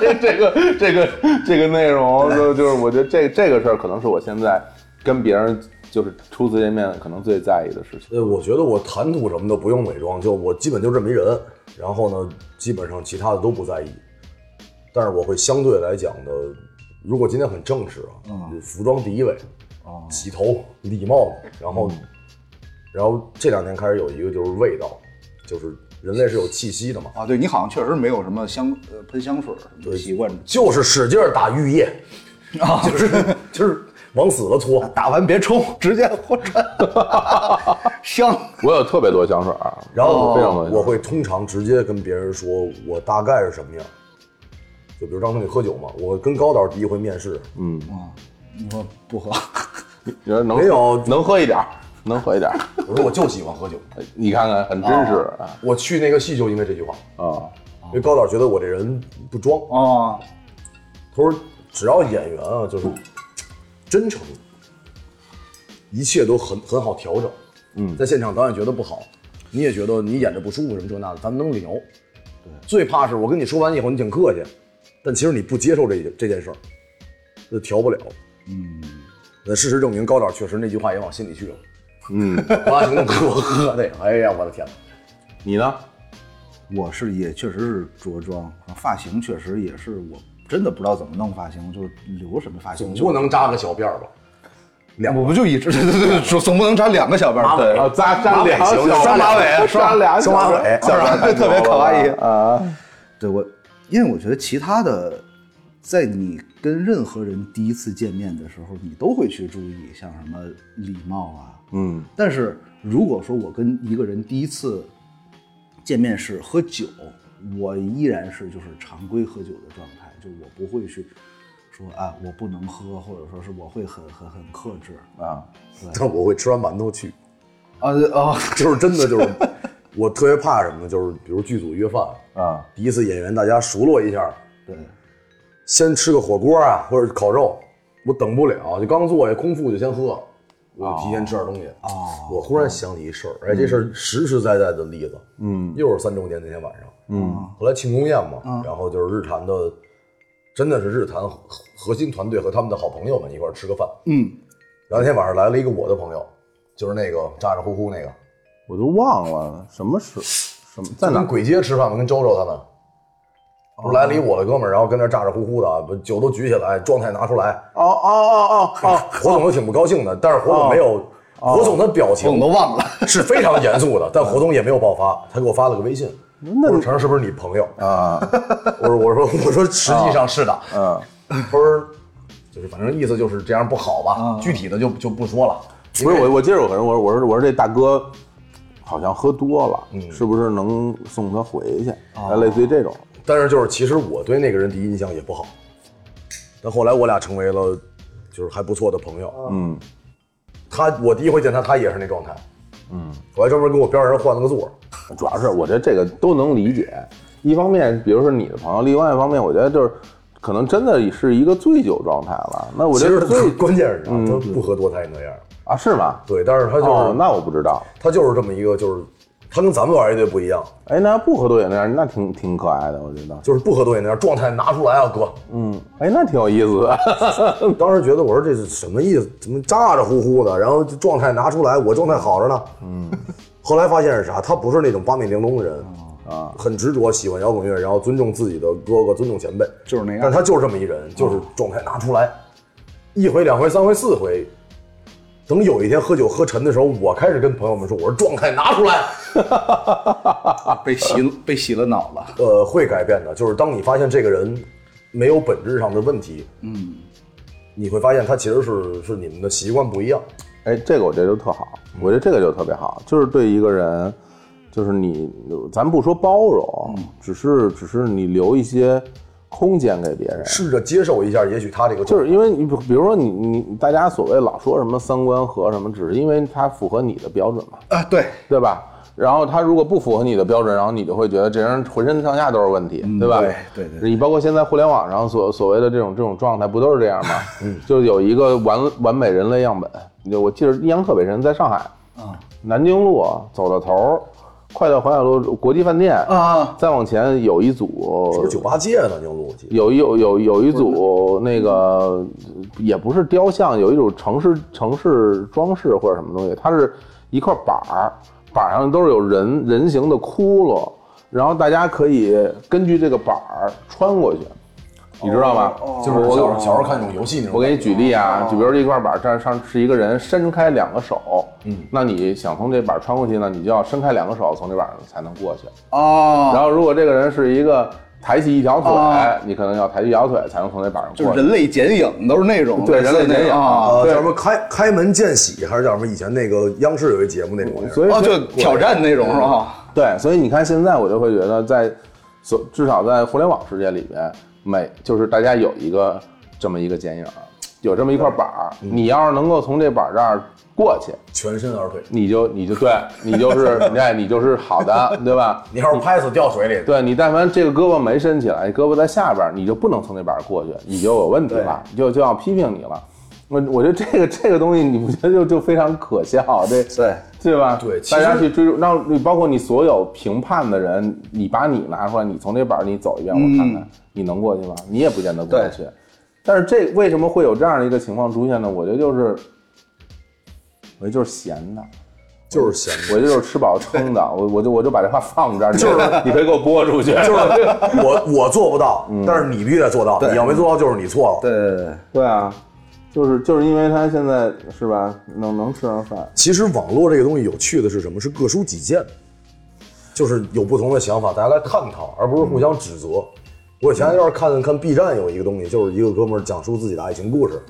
[SPEAKER 2] 这这个这个这个内容，就就是我觉得这这个事儿可能是我现在跟别人就是初次见面可能最在意的事情。
[SPEAKER 3] 呃，我觉得我谈吐什么的不用伪装，就我基本就这么一人，然后呢，基本上其他的都不在意。但是我会相对来讲呢，如果今天很正式啊，服装第一位，
[SPEAKER 4] 嗯哦嗯
[SPEAKER 3] 洗头、礼貌，然后，然后这两天开始有一个就是味道，就是人类是有气息的嘛，
[SPEAKER 4] 啊，对你好像确实没有什么香呃喷香水儿什么的习惯，
[SPEAKER 3] 就是使劲儿打浴液，啊，就是就是往死了搓，
[SPEAKER 4] 哦啊打完别冲，直接 豁穿，香。
[SPEAKER 2] 我有特别多香水儿，
[SPEAKER 3] 然后
[SPEAKER 2] 非常多
[SPEAKER 3] 我
[SPEAKER 2] 香水
[SPEAKER 3] 我
[SPEAKER 2] 儿
[SPEAKER 3] 会通常直接跟别人说我大概是什么样，就比如当时你喝酒嘛，我跟高导第一回面试，
[SPEAKER 2] 嗯，
[SPEAKER 4] 你说不喝，
[SPEAKER 2] 你说能
[SPEAKER 3] 没有
[SPEAKER 2] 能喝一点儿，能喝一点儿，
[SPEAKER 3] 我说我就喜欢喝酒，
[SPEAKER 2] 你看看很真实啊
[SPEAKER 3] 我去那个戏就因为这句话，
[SPEAKER 2] 啊，
[SPEAKER 3] 因为高导觉得我这人不装，
[SPEAKER 4] 哦，
[SPEAKER 3] 他说只要演员啊就是真诚，一切都很很好调整，嗯，在现场导演觉得不好，你也觉得你演着不舒服什么这那的，咱们能聊，对，最怕是我跟你说完以后你挺客气，但其实你不接受这这件事儿，那调不了。嗯那事实证明，高导确实那句话也往心里去了。
[SPEAKER 2] 嗯，
[SPEAKER 3] 八行给我喝的，哎呀，我的天哪！
[SPEAKER 2] 你呢？
[SPEAKER 4] 我是也确实是着装，啊发型确实也是我真的不知道怎么弄发型，就是留什么发型
[SPEAKER 3] 总
[SPEAKER 4] 就，
[SPEAKER 3] 不能扎个小辫儿吧？
[SPEAKER 4] 两，我不就一直对对对， 总总不能扎两个小辫儿，对，
[SPEAKER 2] 啊，扎扎
[SPEAKER 3] 马尾
[SPEAKER 2] 俩
[SPEAKER 3] 行
[SPEAKER 2] 小
[SPEAKER 3] 扎马尾
[SPEAKER 2] 扎俩
[SPEAKER 3] 双马
[SPEAKER 2] 小
[SPEAKER 3] 尾
[SPEAKER 2] 小
[SPEAKER 4] 是吧特别可爱
[SPEAKER 2] 啊。
[SPEAKER 4] 对我，因为我觉得其他的，在你跟任何人第一次见面的时候，你都会去注意，像什么礼貌啊，
[SPEAKER 2] 嗯
[SPEAKER 4] 但是如果说我跟一个人第一次见面是喝酒，我依然是就是常规喝酒的状态，就我不会去说啊我不能喝，或者说是我会很很很克制
[SPEAKER 2] 啊，
[SPEAKER 3] 但我会吃完馒头去，
[SPEAKER 4] 啊啊
[SPEAKER 3] 就是真的就是，我特别怕什么呢？就是比如剧组约饭，
[SPEAKER 2] 啊，
[SPEAKER 3] 第一次演员大家熟络一下，
[SPEAKER 4] 对
[SPEAKER 3] 先吃个火锅啊，或者烤肉，我等不了，就刚坐下空腹就先喝，我就提前吃点东西。
[SPEAKER 4] 哦嗯
[SPEAKER 3] 我忽然想起一事儿，哎，这事儿实实在在的例子，
[SPEAKER 2] 嗯
[SPEAKER 3] 又是三周年那天晚上，
[SPEAKER 2] 嗯
[SPEAKER 3] 后来庆功宴
[SPEAKER 4] 嗯
[SPEAKER 3] 嘛，然后就是日坛的，真的是日坛核核心团队和他们的好朋友们一块儿吃个饭。
[SPEAKER 4] 嗯
[SPEAKER 3] 然后那天晚上来了一个我的朋友，就是那个咋咋呼呼那个，
[SPEAKER 2] 我都忘了什么时什么在
[SPEAKER 3] 在
[SPEAKER 2] 哪
[SPEAKER 3] 跟
[SPEAKER 2] 儿
[SPEAKER 3] 鬼街吃饭嘛，跟周周他们，不是来了一我的哥们儿，然后跟那咋咋呼呼的啊，把酒都举起来，状态拿出来，
[SPEAKER 2] 哦哦哦哦哦，
[SPEAKER 3] 火总都挺不高兴的，但是火总没有，火总的表情
[SPEAKER 4] 我
[SPEAKER 2] 哦
[SPEAKER 4] 都忘了，
[SPEAKER 3] 是非常严肃的，但火总也没有爆发，他给我发了个微信，我说成是不是你朋友啊？我说我说我说实际上是的，
[SPEAKER 2] 嗯，
[SPEAKER 3] 他说就是反正意思就是这样不好吧，具体的就就不说了。
[SPEAKER 2] 不是我，我记着我可能我我说我说这大哥
[SPEAKER 3] 嗯哦
[SPEAKER 2] 好像喝多了，是不是能送他回去？啊，类似于这种，
[SPEAKER 3] 但是就是其实我对那个人第一印象也不好，但后来我俩成为了就是还不错的朋友。
[SPEAKER 2] 嗯
[SPEAKER 3] 他我第一回见他，他也是那状态，
[SPEAKER 2] 嗯，
[SPEAKER 3] 我还专门跟我边上人换了个座儿。
[SPEAKER 2] 主要是我觉得这个都能理解。一方面，比如说你的朋友；，另外一方面，我觉得就是可能真的是一个醉酒状态了。那我
[SPEAKER 3] 其
[SPEAKER 2] 觉
[SPEAKER 3] 实
[SPEAKER 2] 得醉
[SPEAKER 3] 最关键是啥？他不喝多他也那样。
[SPEAKER 2] 啊，是吗？
[SPEAKER 3] 对，但是他就是、
[SPEAKER 2] 哦，那我不知道。
[SPEAKER 3] 他就是这么一个，就是他跟咱们玩乐队不一样，
[SPEAKER 2] 哎，那不喝多也那样，那挺挺可爱的，我觉得。
[SPEAKER 3] 就是不喝多也那样，状态拿出来啊，哥。
[SPEAKER 2] 嗯，哎，那挺有意思的。
[SPEAKER 3] 当时觉得我说这是什么意思？怎么咋咋呼呼的？然后这状态拿出来，我状态好着呢。嗯。 后来发现是啥？他不是那种八面玲珑的人
[SPEAKER 2] 啊，
[SPEAKER 3] 很执着，喜欢摇滚乐，然后尊重自己的哥哥，尊重前辈，
[SPEAKER 4] 就是那样
[SPEAKER 3] 但他就是这么一人，就是状态拿出来，一回、两回、三回、四回。等有一天喝酒喝沉的时候，我开始跟朋友们说：“我说状态拿出来。
[SPEAKER 4] 被洗了被洗了脑了”。
[SPEAKER 3] 呃，会改变的，就是当你发现这个人没有本质上的问题，嗯，你会发现他其实是是你们的习惯不一样。
[SPEAKER 2] 哎，这个我觉得就特好，我觉得这个就特别好，就是对一个人，就是你，咱不说包容，只是只是你留一些空间给别人。
[SPEAKER 3] 试着接受一下，也许他这个
[SPEAKER 2] 就是因为你，比如说你你大家所谓老说什么三观合什么，只是因为它符合你的标准嘛，
[SPEAKER 4] 啊，对，
[SPEAKER 2] 对吧？然后他如果不符合你的标准，然后你就会觉得这人浑身上下都是问题，对吧？
[SPEAKER 4] 对对对
[SPEAKER 2] 你包括现在互联网上所所谓的这种这种状态，不都是这样吗？嗯，就有一个完完美人类样本，就我记得印象特别深，在上海
[SPEAKER 4] 啊
[SPEAKER 2] 南京路走到头儿，快到环海路国际饭店，
[SPEAKER 4] 啊，
[SPEAKER 2] 再往前有一组
[SPEAKER 3] 是不是酒吧界呢？宁路，我记得
[SPEAKER 2] 有有有有一组那个也不是雕像，有一种城市城市装饰或者什么东西，它是一块板儿，板上都是有人人形的窟窿，然后大家可以根据这个板儿穿过去，哦你知道吗？
[SPEAKER 3] 就是小时候小时候看那种游戏那种。
[SPEAKER 2] 哦我给你举例啊，就比如这一块板，这儿上是一个人伸开两个手，嗯，那你想从这板穿过去呢，你就要伸开两个手，从这板上才能过去。
[SPEAKER 4] 哦，
[SPEAKER 2] 然后如果这个人是一个抬起一条腿，
[SPEAKER 4] 哦
[SPEAKER 2] 你可能要抬起一条腿才能从那板上
[SPEAKER 4] 就是
[SPEAKER 2] 过去。
[SPEAKER 4] 人类剪影都是那种
[SPEAKER 2] 对人类剪影
[SPEAKER 4] 啊，
[SPEAKER 3] 呃，
[SPEAKER 2] 对
[SPEAKER 3] 叫什么开开门见喜，还是叫什么？以前那个央视有一节目那种玩意儿。
[SPEAKER 2] 所以
[SPEAKER 4] 哦，
[SPEAKER 2] 说
[SPEAKER 4] 就挑战那种是吧？
[SPEAKER 2] 对，所以你看现在我就会觉得在，所至少在互联网世界里边，每就是大家有一个这么一个剪影，有这么一块板儿，
[SPEAKER 4] 嗯
[SPEAKER 2] 你要是能够从这板儿这儿过去，
[SPEAKER 3] 全身而退，
[SPEAKER 2] 你就你就对你就是哎你就是好的，对吧？
[SPEAKER 3] 你要是拍死掉水里，
[SPEAKER 2] 对你，但凡这个胳膊没伸起来，胳膊在下边儿，你就不能从那边儿过去，你就有问题了，你就就要批评你了。我我觉得这个这个东西，你不觉得就就非常可笑，这
[SPEAKER 4] 对，
[SPEAKER 2] 对吧？
[SPEAKER 3] 对其
[SPEAKER 2] 大家
[SPEAKER 3] 实
[SPEAKER 2] 去追逐，那你包括你所有评判的人，你把你拿出来，你从这板儿你走一遍，我看
[SPEAKER 3] 嗯
[SPEAKER 2] 看、你能过去吗？你也不见得过得去。但是这为什么会有这样的一个情况出现呢？我觉得就是，我觉得就是闲的。
[SPEAKER 3] 就是闲
[SPEAKER 2] 我这就是吃饱撑的，我我就我就把这话放这儿，就是你别给我播出去。
[SPEAKER 3] 着。就是我我做不到，但是你必须得做到。你要没做到，就是你错了。
[SPEAKER 4] 对对对，
[SPEAKER 2] 对啊，就是就是因为他现在是吧，能能吃上饭，
[SPEAKER 3] 其实网络这个东西有趣的是什么？是各抒己见，就是有不同的想法，大家来探讨，而不是互相指责。我以前要是看看 B 站有一个东西，就是一个哥们儿讲述自己的爱情故事，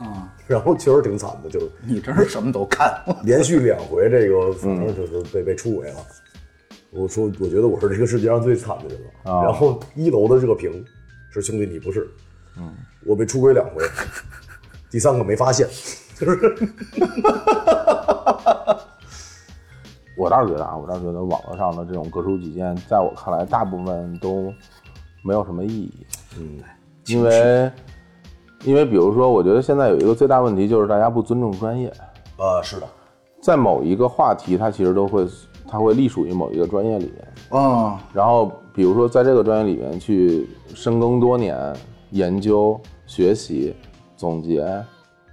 [SPEAKER 3] 然后确实挺惨的，就是
[SPEAKER 4] 你真是什么都看，
[SPEAKER 3] 连续两回，这个反正就是被被出轨了。我说，我觉得我是这个世界上最惨的人了。
[SPEAKER 2] 啊
[SPEAKER 3] 然后一楼的热评是：“兄弟，你不是。”我被出轨两回，第三个没发现，就是
[SPEAKER 2] 我倒是觉得啊，我倒是觉得网络上的这种各抒己见，在我看来，大部分都没有什么意义。嗯，因为因为比如说，我觉得现在有一个最大问题就是大家不尊重专业，
[SPEAKER 3] 呃，是的，
[SPEAKER 2] 在某一个话题，它其实都会它会隶属于某一个专业里面。
[SPEAKER 4] 啊，
[SPEAKER 2] 然后比如说在这个专业里面去深耕多年，研究、学习、总结，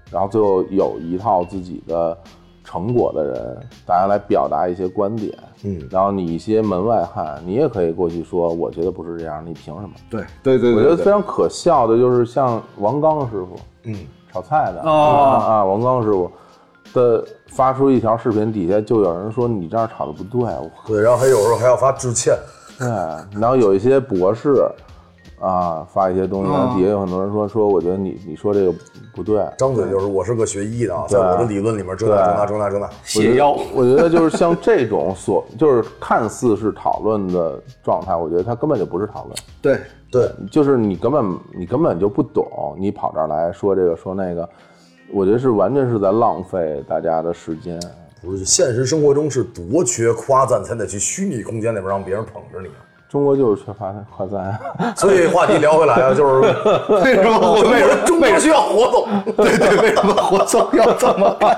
[SPEAKER 2] 然后最后有一套自己的成果的人，大家来表达一些观点。
[SPEAKER 3] 嗯，
[SPEAKER 2] 然后你一些门外汉，你也可以过去说，我觉得不是这样，你凭什么？
[SPEAKER 4] 对对对，
[SPEAKER 2] 我觉得非常可笑的就是像王刚师傅，
[SPEAKER 3] 嗯，
[SPEAKER 2] 炒菜的
[SPEAKER 4] 哦
[SPEAKER 2] 啊啊，王刚师傅的发出一条视频，底下就有人说你这样炒的不对，我
[SPEAKER 3] 对。然后还有时候还要发致歉，
[SPEAKER 2] 对，然后有一些博士啊发一些东西，然后底下有很多人说说，我觉得你你说这个不对。
[SPEAKER 3] 张嘴就是我是个学医的啊，在
[SPEAKER 2] 对
[SPEAKER 3] 我的理论里面，这那这那这那这那，
[SPEAKER 4] 解腰，
[SPEAKER 2] 我觉得就是像这 种所，就是看似是讨论的状态，我觉得它根本就不是讨论，
[SPEAKER 4] 对
[SPEAKER 3] 对，
[SPEAKER 2] 就是你根本你根本就不懂，你跑这儿来说这个说那个，我觉得是完全是在浪费大家的时间。
[SPEAKER 3] 不是现实生活中是多缺夸赞，才得去虚拟空间里边让别人捧着你啊。
[SPEAKER 2] 中国就是缺乏 啊夸赞，
[SPEAKER 3] 所以话题聊回来啊，就是 为什么活为什么中国需要活动？对对，为什么活动要这么办？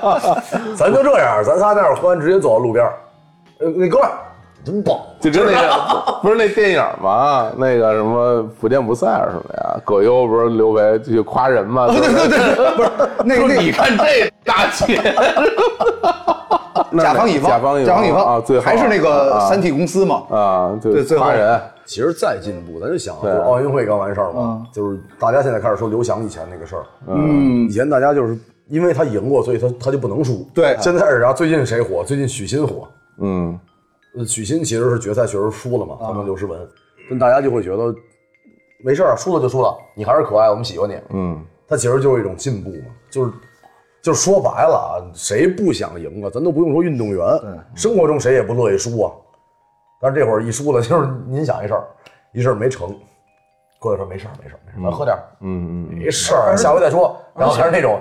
[SPEAKER 3] 咱就这样，咱仨待会儿喝完直接走到路边儿，呃，那哥们儿真棒，
[SPEAKER 2] 就跟那个不是那电影吗？那个什么福建不散是什么呀？葛优不是刘维就夸人吗？对对对，
[SPEAKER 4] 那那
[SPEAKER 2] 你看这大姐，
[SPEAKER 4] 甲方乙方，
[SPEAKER 2] 甲方乙
[SPEAKER 4] 甲方乙
[SPEAKER 2] 啊，最好
[SPEAKER 4] 还是那个
[SPEAKER 2] 啊
[SPEAKER 4] 三 T 公司嘛，
[SPEAKER 2] 啊，
[SPEAKER 4] 哦对
[SPEAKER 2] 对，
[SPEAKER 4] 最后
[SPEAKER 2] 夸人，
[SPEAKER 3] 其实再进一步，咱就想啊，就
[SPEAKER 2] 对嗯
[SPEAKER 3] 是奥运会刚完事儿嘛，就是大家现在开始说刘翔以前那个事儿。
[SPEAKER 4] 嗯
[SPEAKER 3] 以前大家就是因为他赢过，所以他他就不能输。
[SPEAKER 4] 对
[SPEAKER 3] 现在是啥？最近谁火？最近许昕火。
[SPEAKER 2] 嗯，
[SPEAKER 3] 呃许昕其实是决赛确实输了嘛，他们刘诗雯，啊但大家就会觉得没事儿，输了就输了，你还是可爱，我们喜欢你。
[SPEAKER 2] 嗯，
[SPEAKER 3] 他其实就是一种进步嘛，就是。就是说白了啊，谁不想赢啊？咱都不用说运动员，生活中谁也不乐意输啊。但是这会儿一输了，就是您想一事儿，一事儿没成，过来说没事儿，没事儿，没事儿，咱喝点儿，
[SPEAKER 2] 嗯嗯
[SPEAKER 3] 没事儿，下回再说。然后还是那种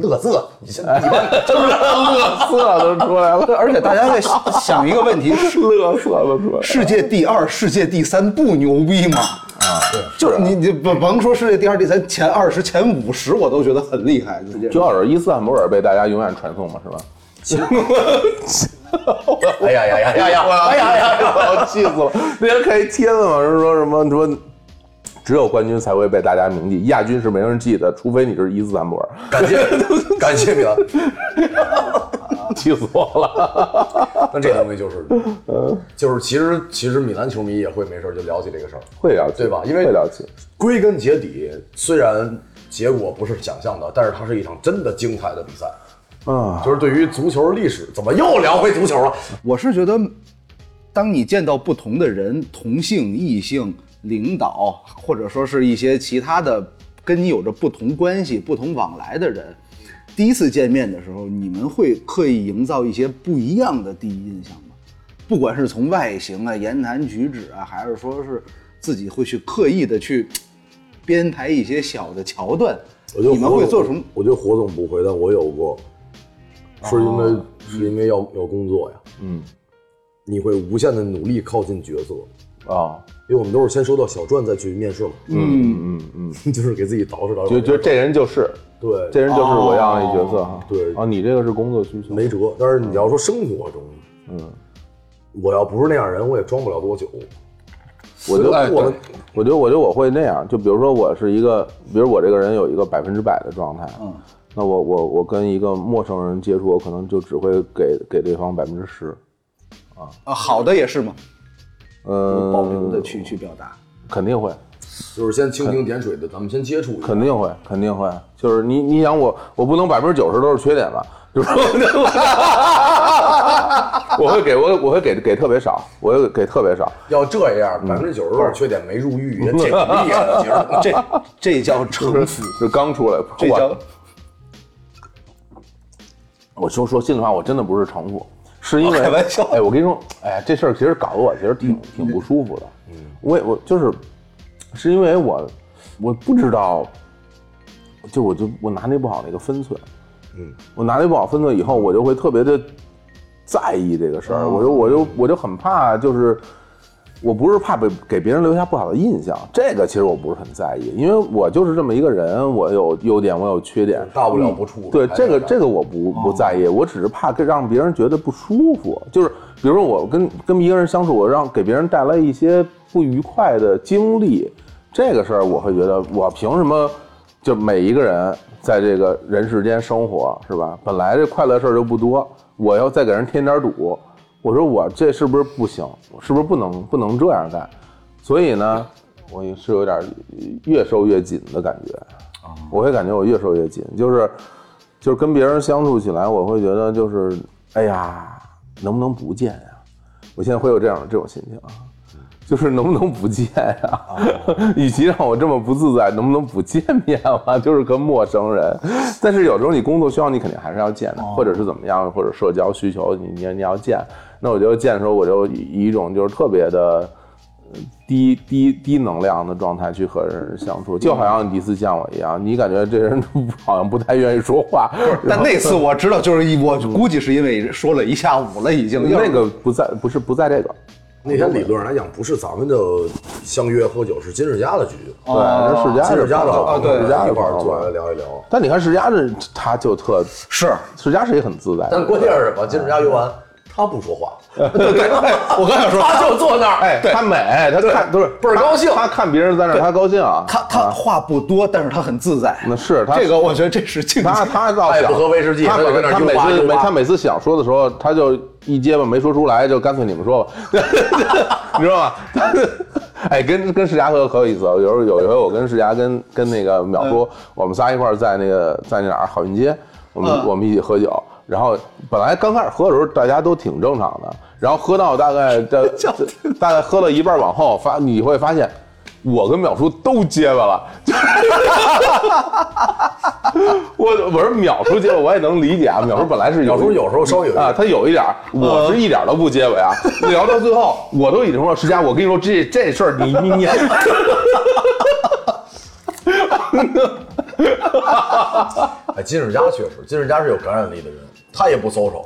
[SPEAKER 3] 乐色，你先你们
[SPEAKER 2] 嗯，色都出来了，
[SPEAKER 4] 而且大家在想想一个问题：是
[SPEAKER 2] 乐色都出来了。
[SPEAKER 4] 世界第二、世界第三不牛逼吗？啊，就是你你甭甭说世界第二、第三，前二十、前五十我都觉得很厉害。直接
[SPEAKER 2] 主要是伊斯坦布尔被大家永远传颂嘛，是吧？
[SPEAKER 3] 哎呀呀呀呀呀！哎呀呀呀！
[SPEAKER 2] 我气死了！那天看一帖子嘛，是说什么什么，只有冠军才会被大家铭记，亚军是没人记得，除非你是伊斯坦布尔。
[SPEAKER 3] 感 谢感谢米兰，
[SPEAKER 2] 气死我了！
[SPEAKER 3] 但这东西就是，就是其实其实米兰球迷也会没事儿就聊起这个事儿。
[SPEAKER 2] 会了解，
[SPEAKER 3] 对吧因为
[SPEAKER 2] 会了解，
[SPEAKER 3] 归根结底，虽然结果不是想象的，但是它是一场真的精彩的比赛。
[SPEAKER 4] 嗯
[SPEAKER 2] 啊，
[SPEAKER 3] 就是对于足球历史，怎么又聊回足球了？
[SPEAKER 4] 我是觉得，当你见到不同的人，同性、异性、领导，或者说是一些其他的跟你有着不同关系、不同往来的人，第一次见面的时候，你们会刻意营造一些不一样的第一印象吗？不管是从外形啊、言谈举止啊，还是说是自己会去刻意的去编排一些小的桥段，
[SPEAKER 3] 我觉得
[SPEAKER 4] 你们
[SPEAKER 3] 火
[SPEAKER 4] 会
[SPEAKER 3] 总
[SPEAKER 4] 做什么？？
[SPEAKER 3] 我觉得火总不会，但我有过，是因为、是因为要要工作呀，
[SPEAKER 2] 嗯，
[SPEAKER 3] 你会无限的努力靠近角色，
[SPEAKER 2] 啊，
[SPEAKER 3] 因为我们都是先收到小传再去面试嘛，
[SPEAKER 2] 嗯嗯嗯，
[SPEAKER 3] 就是给自己捯饬捯饬。
[SPEAKER 2] 就就这人就是，
[SPEAKER 3] 对，
[SPEAKER 2] 这人就是我要的角
[SPEAKER 4] 哦
[SPEAKER 2] 色哈。
[SPEAKER 3] 对
[SPEAKER 2] 啊，你这个是工作需求，
[SPEAKER 3] 没辙。但是你要说生活中，
[SPEAKER 2] 嗯，
[SPEAKER 3] 我要不是那样人，我也装不了多久。
[SPEAKER 2] 我觉得
[SPEAKER 3] 哎
[SPEAKER 2] 我
[SPEAKER 3] 对，
[SPEAKER 2] 我觉得，我觉得我会那样。就比如说，我是一个，比如我这个人有一个百分之百的状态，
[SPEAKER 4] 嗯，
[SPEAKER 2] 那我我我跟一个陌生人接触，我可能就只会给给对方百分之十，
[SPEAKER 4] 啊，好的也是嘛，
[SPEAKER 3] 呃
[SPEAKER 2] 嗯，
[SPEAKER 4] 保留的去去表达。
[SPEAKER 2] 肯定会，
[SPEAKER 3] 就是先蜻蜓点水的，咱们先接触一下。
[SPEAKER 2] 肯定会，肯定会。就是你你想我，我不能百分之九十都是缺点吧？就是说 我会给我我会给给特别少，我会给特别少。
[SPEAKER 3] 要这样，百分之九十多缺点没入狱，也挺厉害的。其实
[SPEAKER 4] 这这叫城府，
[SPEAKER 2] 啊
[SPEAKER 4] 啊
[SPEAKER 2] 就刚出来，
[SPEAKER 4] 这
[SPEAKER 2] 我
[SPEAKER 4] 叫
[SPEAKER 2] 我说说心里话，我真的不是城府，是因为
[SPEAKER 4] 开玩笑
[SPEAKER 2] 哎，我跟你说，哎，这事儿其实搞得我其实挺挺不舒服的。嗯，我也我就是是因为我我不知道，就我就我拿捏不好那个分寸。
[SPEAKER 3] 嗯，
[SPEAKER 2] 我拿捏不好分寸以后，我就会特别的在意这个事儿，我就我
[SPEAKER 3] 哦
[SPEAKER 2] 就我就很怕就是。我不是怕被给别人留下不好的印象，这个其实我不是很在意，因为我就是这么一个人，我有优点，我有缺点，嗯
[SPEAKER 3] 大不了哎不处。
[SPEAKER 2] 对这个这
[SPEAKER 3] 个
[SPEAKER 2] 个我不不在意，我只是怕跟让别人觉得不舒服。就是比如说我跟跟一个人相处，我让给别人带来一些不愉快的经历，这个事儿我会觉得我凭什么？就每一个人在这个人世间生活是吧？本来这快乐事儿就不多，我要再给人添点堵，我说我这是不是不行？是不是不能不能这样干？所以呢，我也是有点越收越紧的感觉。我会感觉我越收越紧，就是就是跟别人相处起来，我会觉得就是哎呀，能不能不见呀？我现在会有这样这种心情，啊就是能不能不见呀？
[SPEAKER 3] 哦
[SPEAKER 2] 与其让我这么不自在，能不能不见面嘛？ 就是跟陌生人。但是有时候你工作需要，你肯定还是要见
[SPEAKER 3] 哦
[SPEAKER 2] 的，或者是怎么样，或者社交需求，你你你要见。那我就见的时候，我就以以一种就是特别的。呃低低低能量的状态去和人相
[SPEAKER 3] 嗯
[SPEAKER 2] 处，就好像你第一次见我一样，你感觉这人好像不太愿意说话，
[SPEAKER 4] 但那次我知道，就是一我估计是因为说了一下午了，已经要
[SPEAKER 2] 嗯那个不在不是不在这个，
[SPEAKER 3] 那天理论上来讲，不是咱们的相约喝酒，是金世佳的局，
[SPEAKER 2] 啊对，那世家
[SPEAKER 3] 金
[SPEAKER 2] 是
[SPEAKER 3] 世佳的
[SPEAKER 2] 朋友
[SPEAKER 3] 好
[SPEAKER 2] 世家
[SPEAKER 3] 一
[SPEAKER 2] 的
[SPEAKER 3] 块
[SPEAKER 2] 朋
[SPEAKER 3] 儿
[SPEAKER 2] 友
[SPEAKER 3] 坐下来
[SPEAKER 2] 嘛。
[SPEAKER 3] 聊一聊。
[SPEAKER 2] 但你看世家这他就特，
[SPEAKER 4] 是
[SPEAKER 2] 世家是一个啊很自在的人，
[SPEAKER 3] 但关键是什么？金世佳约完，他不说话，
[SPEAKER 4] 我刚想说，
[SPEAKER 3] 他就坐那儿，
[SPEAKER 2] 哎，他美，他看都是
[SPEAKER 3] 倍儿高兴
[SPEAKER 2] 他他看别人在那儿，他高兴啊。
[SPEAKER 4] 他他话不多，但是他很自在。
[SPEAKER 2] 那是他
[SPEAKER 4] 这个，我觉得这是境界。
[SPEAKER 2] 他他倒
[SPEAKER 3] 他也
[SPEAKER 2] 想
[SPEAKER 3] 不喝威士忌，
[SPEAKER 2] 他
[SPEAKER 3] 就在
[SPEAKER 2] 每
[SPEAKER 3] 那儿
[SPEAKER 2] 他
[SPEAKER 3] 悠
[SPEAKER 2] 每
[SPEAKER 3] 吧
[SPEAKER 2] 次
[SPEAKER 3] 悠
[SPEAKER 2] 每
[SPEAKER 3] 吧
[SPEAKER 2] 他每次想说的时候，他就一结巴没说出来，就干脆你们说吧， 你知道吗？ 哎，跟跟世佳喝可有意思了。有时候有一回我跟世佳跟跟那个淼叔，我们仨一块儿在那个在那哪儿好运街，我们、
[SPEAKER 4] 嗯
[SPEAKER 2] 我们一起喝酒。然后本来刚开始喝的时候，大家都挺正常的。然后喝到大概大大概喝了一半往后，发你会发现，我跟淼叔都结巴了。我我是淼叔结巴，我也能理解啊。淼叔本来是
[SPEAKER 3] 有时候
[SPEAKER 2] 一
[SPEAKER 3] 有时候稍微有一点
[SPEAKER 2] 啊，他有一点儿，我是一点儿都不结尾啊。聊到最后，我都已经说石佳，我跟你说这这事儿你你你，
[SPEAKER 3] 哎，金世佳确实，金世佳是有感染力的人，他也不 social，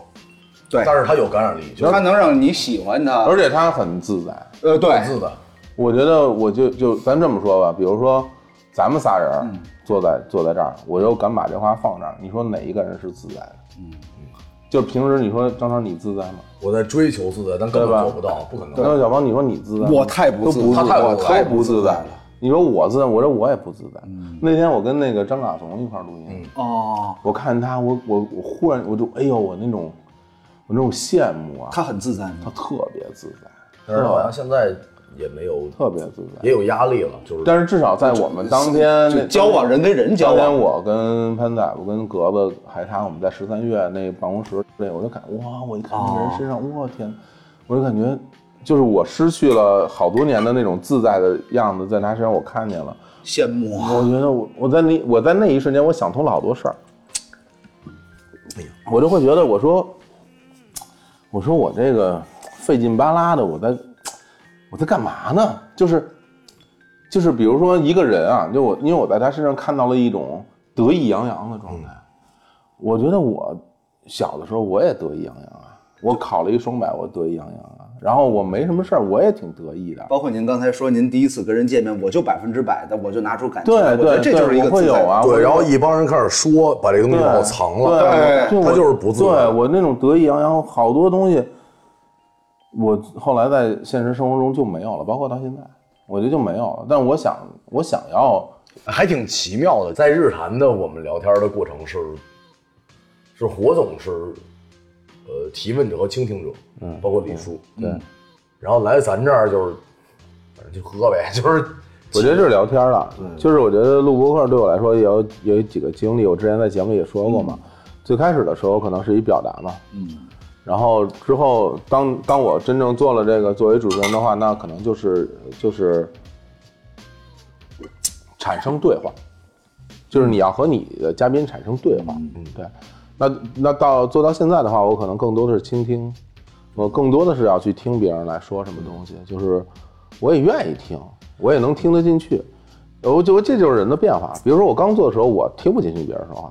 [SPEAKER 4] 对
[SPEAKER 3] 但是他有感染力，就是
[SPEAKER 4] 他能让你喜欢他，
[SPEAKER 2] 而且他很自在。
[SPEAKER 4] 呃，对
[SPEAKER 3] 文，字的。
[SPEAKER 2] 我觉得我就就咱这么说吧，比如说咱们仨人儿坐在、坐在这儿，我就敢把这话放这儿，你说哪一个人是自在的？嗯，就平时你说张超你自在吗？
[SPEAKER 3] 我在追求自在，但根
[SPEAKER 2] 对
[SPEAKER 3] 本
[SPEAKER 2] 吧
[SPEAKER 3] 做不到，不可能。
[SPEAKER 2] 那小王，你说你自在吗？
[SPEAKER 4] 我太不自
[SPEAKER 2] 都
[SPEAKER 4] 在他
[SPEAKER 2] 自
[SPEAKER 3] 太
[SPEAKER 2] 在，
[SPEAKER 3] 不自在
[SPEAKER 2] 都不自在了。你说我自在，我说我也不自在。
[SPEAKER 4] 嗯
[SPEAKER 2] 那天我跟那个张嘎怂一块儿录音，
[SPEAKER 4] 哦，
[SPEAKER 2] 我看他，我我我忽然我就哎呦，我那种我那种羡慕啊，
[SPEAKER 4] 他很自在
[SPEAKER 2] 他
[SPEAKER 4] 吗？
[SPEAKER 2] 特别自在，
[SPEAKER 3] 但是好像现在也没有，
[SPEAKER 2] 特别自在。
[SPEAKER 3] 也有压力了，就是。
[SPEAKER 2] 但是至少在我们当天
[SPEAKER 4] 就
[SPEAKER 2] 那
[SPEAKER 4] 交往人跟人交
[SPEAKER 2] 当天
[SPEAKER 4] 往，
[SPEAKER 2] 我跟潘仔，我跟格子、海沙，我们在十三月那办公室那，我就感哇，我一看那人身上，我天，我就感觉就是我失去了好多年的那种自在的样子，在他身上我看见了。
[SPEAKER 4] 羡慕啊！
[SPEAKER 2] 我觉得我我在那我在那一瞬间，我想通了好多事儿。
[SPEAKER 4] 哎
[SPEAKER 2] 我就会觉得，我说，我说我这个费劲巴拉的，我在我在干嘛呢？就是就是，比如说一个人啊，就我因为我在他身上看到了一种得意洋洋的状态。
[SPEAKER 4] 嗯
[SPEAKER 2] 我觉得我小的时候我也得意洋洋啊，我考了一双百，我得意洋洋啊，然后我没什么事儿，我也挺得意的。
[SPEAKER 4] 包括您刚才说您第一次跟人见面，我就百分之百的，我就拿出感情
[SPEAKER 2] 对
[SPEAKER 4] 来，我觉得
[SPEAKER 2] 对
[SPEAKER 4] 这
[SPEAKER 2] 对
[SPEAKER 4] 就是一个
[SPEAKER 2] 我会
[SPEAKER 4] 自在
[SPEAKER 2] 有啊
[SPEAKER 4] 的
[SPEAKER 3] 对，然后一帮人开始说，把这个东西
[SPEAKER 2] 对，
[SPEAKER 3] 往后藏了。
[SPEAKER 2] 对，
[SPEAKER 3] 他就是不自在
[SPEAKER 2] 对我那种得意洋洋，好多东西，我后来在现实生活中就没有了，包括到现在，我觉得就没有了。但我想，我想要，
[SPEAKER 3] 还挺奇妙的。在日坛的我们聊天的过程是，是火总是，呃，提问者和倾听者，嗯，包括李叔，对。然后来咱这儿就是，反正就喝呗， 就是
[SPEAKER 2] 我觉得就是聊天了。就是我觉得录播客对我来说也有有几个经历，我之前在节目里也说过嘛。最开始的时候可能是一表达嘛，嗯。然后之后，当当我真正做了这个作为主持人的话，那可能就是就是产生对话，就是你要和你的嘉宾产生对话。嗯，对。那那到做到现在的话，我可能更多的是倾听，我更多的是要去听别人来说什么东西，就是我也愿意听，我也能听得进去。我就这就是人的变化。比如说我刚做的时候，我听不进去别人说话，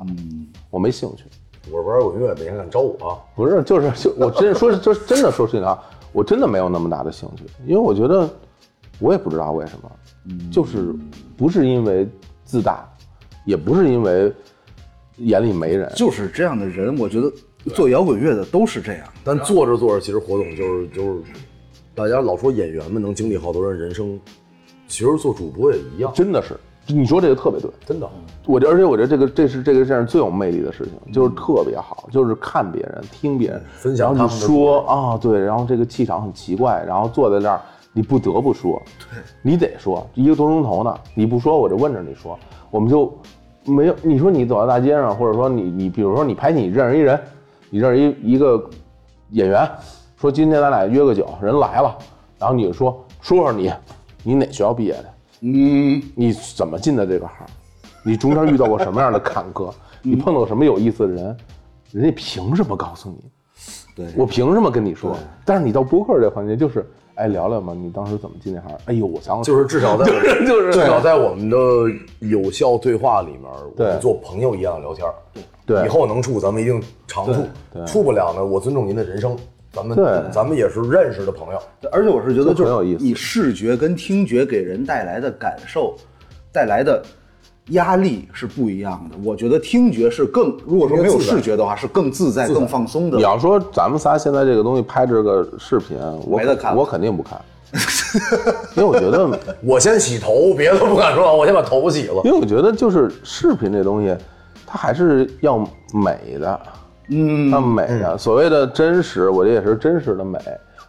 [SPEAKER 2] 我没兴趣。
[SPEAKER 3] 我玩滚乐，没人敢招我、啊
[SPEAKER 2] 不是，就是就我真说是，就是真的说实话，我真的没有那么大的兴趣，因为我觉得我也不知道为什么，就是不是因为自大，也不是因为眼里没人，
[SPEAKER 4] 就是这样的人，我觉得做摇滚乐的都是这样。
[SPEAKER 3] 但做着做着，其实火总就是就是，大家老说演员们能经历好多人人生，其实做主播也一样，
[SPEAKER 2] 真的是你说这个特别对，
[SPEAKER 3] 真的。
[SPEAKER 2] 我这而且我觉得这个这是这个世界上最有魅力的事情，就是特别好，就是看别人、听别人，
[SPEAKER 3] 嗯分享
[SPEAKER 2] 然
[SPEAKER 3] 他
[SPEAKER 2] 后
[SPEAKER 3] 们
[SPEAKER 2] 你
[SPEAKER 3] 的
[SPEAKER 2] 说啊、对，然后这个气场很奇怪，然后坐在这儿你不得不说，你得说一个多钟头呢，你不说我就问着你说，我们就没有你说你走在大街上，或者说你你比如说你拍戏，你认识一人，你认识一一个演员，说今天咱俩约个酒，人来了，然后你就说说说你，你哪学校毕业的？
[SPEAKER 4] 嗯，
[SPEAKER 2] 你怎么进的这个行？你中间遇到过什么样的坎坷？你碰到过什么有意思的人？人家凭什么告诉你？
[SPEAKER 4] 对
[SPEAKER 2] 我凭什么跟你说
[SPEAKER 4] 对？
[SPEAKER 2] 但是你到播客这环节，就是哎聊聊嘛，你当时怎么进那行？哎呦，我想
[SPEAKER 3] 就是 至少在
[SPEAKER 2] 就是就是
[SPEAKER 3] 至少在我们的有效对话里面，我
[SPEAKER 2] 对
[SPEAKER 3] 们做朋友一样聊天儿。
[SPEAKER 2] 对
[SPEAKER 3] 以后能处咱们一定常处
[SPEAKER 2] 对对，
[SPEAKER 3] 处不了呢，我尊重您的人生。咱们
[SPEAKER 2] 对
[SPEAKER 3] 咱们也是认识的朋友，
[SPEAKER 4] 而且我是觉得，
[SPEAKER 2] 这
[SPEAKER 4] 就
[SPEAKER 2] 很有意
[SPEAKER 4] 是
[SPEAKER 2] 思
[SPEAKER 4] 你视觉跟听觉给人带来的感受，带来的压力是不一样的。我觉得听觉是更，如果说没有视觉的话，是更自在、更放松的
[SPEAKER 2] 你。要说咱们仨现在这个东西拍这个视频，我
[SPEAKER 4] 没得看了
[SPEAKER 2] 我肯定不看，因为我觉得，
[SPEAKER 3] 我先洗头，别的不敢说，我先把头洗了。
[SPEAKER 2] 因为我觉得就是视频这东西，它还是要美的，
[SPEAKER 4] 嗯，
[SPEAKER 2] 它美的，所谓的真实，我这也是真实的美。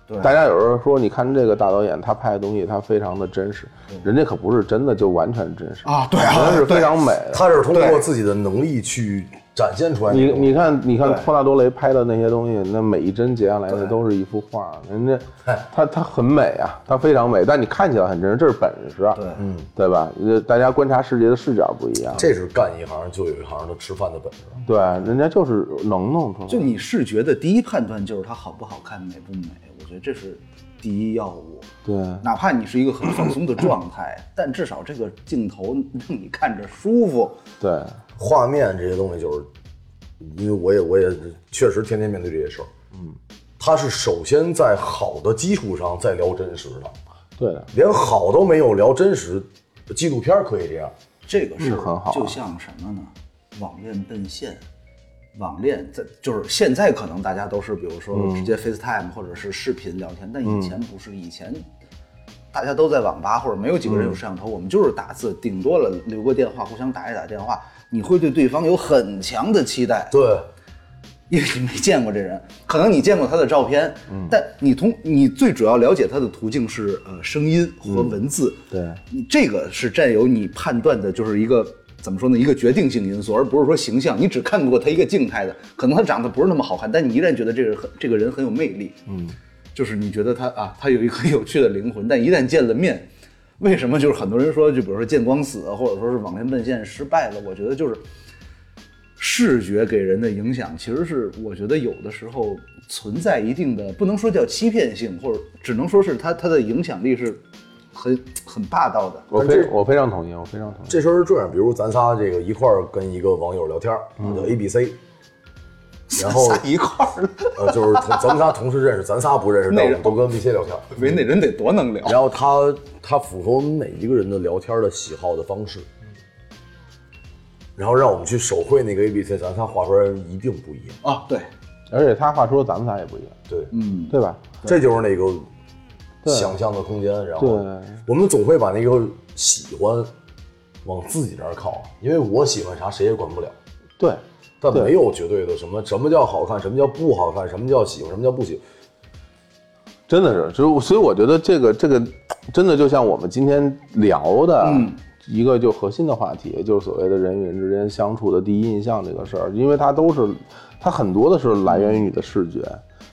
[SPEAKER 4] 对
[SPEAKER 2] 大家有时候说，你看这个大导演，他拍的东西，他非常的真实，人家可不是真的就完全真实
[SPEAKER 4] 嗯啊对啊
[SPEAKER 2] 人家是非常美的。
[SPEAKER 3] 他是通过
[SPEAKER 4] 对
[SPEAKER 3] 自己的能力去展现出来那
[SPEAKER 2] 你
[SPEAKER 3] 种。
[SPEAKER 2] 你看，你看
[SPEAKER 4] 对
[SPEAKER 2] 托纳多雷拍的那些东西，那每一帧截下来，那都是一幅画儿。人家他他很美啊，他非常美，但你看起来很真实，这是本事，
[SPEAKER 4] 对，
[SPEAKER 2] 嗯，对吧？呃大家观察世界的视角不一样，
[SPEAKER 3] 这是干一行就有一行的吃饭的本事。
[SPEAKER 2] 对，人家就是能弄出来。
[SPEAKER 4] 就你视觉的第一判断就是它好不好看、美不美，我觉得这是第一要务。
[SPEAKER 2] 对，
[SPEAKER 4] 哪怕你是一个很放松的状态，但至少这个镜头让你看着舒服。
[SPEAKER 2] 对，
[SPEAKER 3] 画面这些东西就是，因为我也我也确实天天面对这些事儿。嗯，他是首先在好的基础上再聊真实的，
[SPEAKER 2] 对的，
[SPEAKER 3] 连好都没有聊真实，纪录片儿可以这样。
[SPEAKER 4] 这个
[SPEAKER 2] 嗯
[SPEAKER 4] 事
[SPEAKER 2] 很
[SPEAKER 4] 儿
[SPEAKER 2] 好
[SPEAKER 4] 就像什么呢？网恋奔现，网恋在就是现在可能大家都是比如说直接 FaceTime 或者是视频聊天，但以前不是，以前大家都在网吧或者没有几个人有摄像头，我们就是打字，顶多了留个电话，互相打一打电话，你会对对方有很强的期待。
[SPEAKER 3] 对，
[SPEAKER 4] 因为你没见过这人，可能你见过他的照片，但你通你最主要了解他的途径是呃声音和文字，
[SPEAKER 2] 对
[SPEAKER 4] 你这个是占有你判断的，就是一个怎么说呢，一个决定性因素，而不是说形象。你只看过他一个静态的，可能他长得不是那么好看，但你依然觉得这个人很这个人很有魅力，嗯，就是你觉得他啊，他有一个很有趣的灵魂，但一旦见了面。为什么就是很多人说，就比如说见光死，啊或者说是网恋奔现失败了？我觉得就是视觉给人的影响，其实是我觉得有的时候存在一定的，不能说叫欺骗性，或者只能说是它它的影响力是很很霸道的。
[SPEAKER 2] 我非我非常同意，我非常同意。
[SPEAKER 3] 这事儿是这样，比如咱仨这个一块儿跟一个网友聊天儿，叫 A B C，然后
[SPEAKER 4] 仨 一块儿了，
[SPEAKER 3] 呃就是同咱们仨同时认识，咱仨不认识，但我们都跟 A B C 聊天儿。
[SPEAKER 4] 以为那人得多能聊。
[SPEAKER 3] 然后他他符合我们每一个人的聊天的喜好的方式，然后让我们去手绘那个 A B C，咱仨画出来一定不一样。
[SPEAKER 4] 啊，对，
[SPEAKER 2] 而且他话说咱们仨也不一样，
[SPEAKER 3] 对，
[SPEAKER 4] 嗯，
[SPEAKER 2] 对吧？
[SPEAKER 3] 这就是那个
[SPEAKER 2] 对
[SPEAKER 3] 想象的空间。然后
[SPEAKER 2] 对
[SPEAKER 3] 我们总会把那个喜欢往自己这儿靠，啊因为我喜欢啥谁也管不了。
[SPEAKER 2] 对，
[SPEAKER 3] 但
[SPEAKER 2] 对
[SPEAKER 3] 没有绝对的什么，什么叫好看，什么叫不好看，什么叫喜欢，什么叫不喜欢。
[SPEAKER 2] 真的是，所以所以我觉得这个这个真的就像我们今天聊的一个就核心的话题，就是所谓的人与人之间相处的第一印象这个事儿，因为它都是它很多的是来源于你的视觉，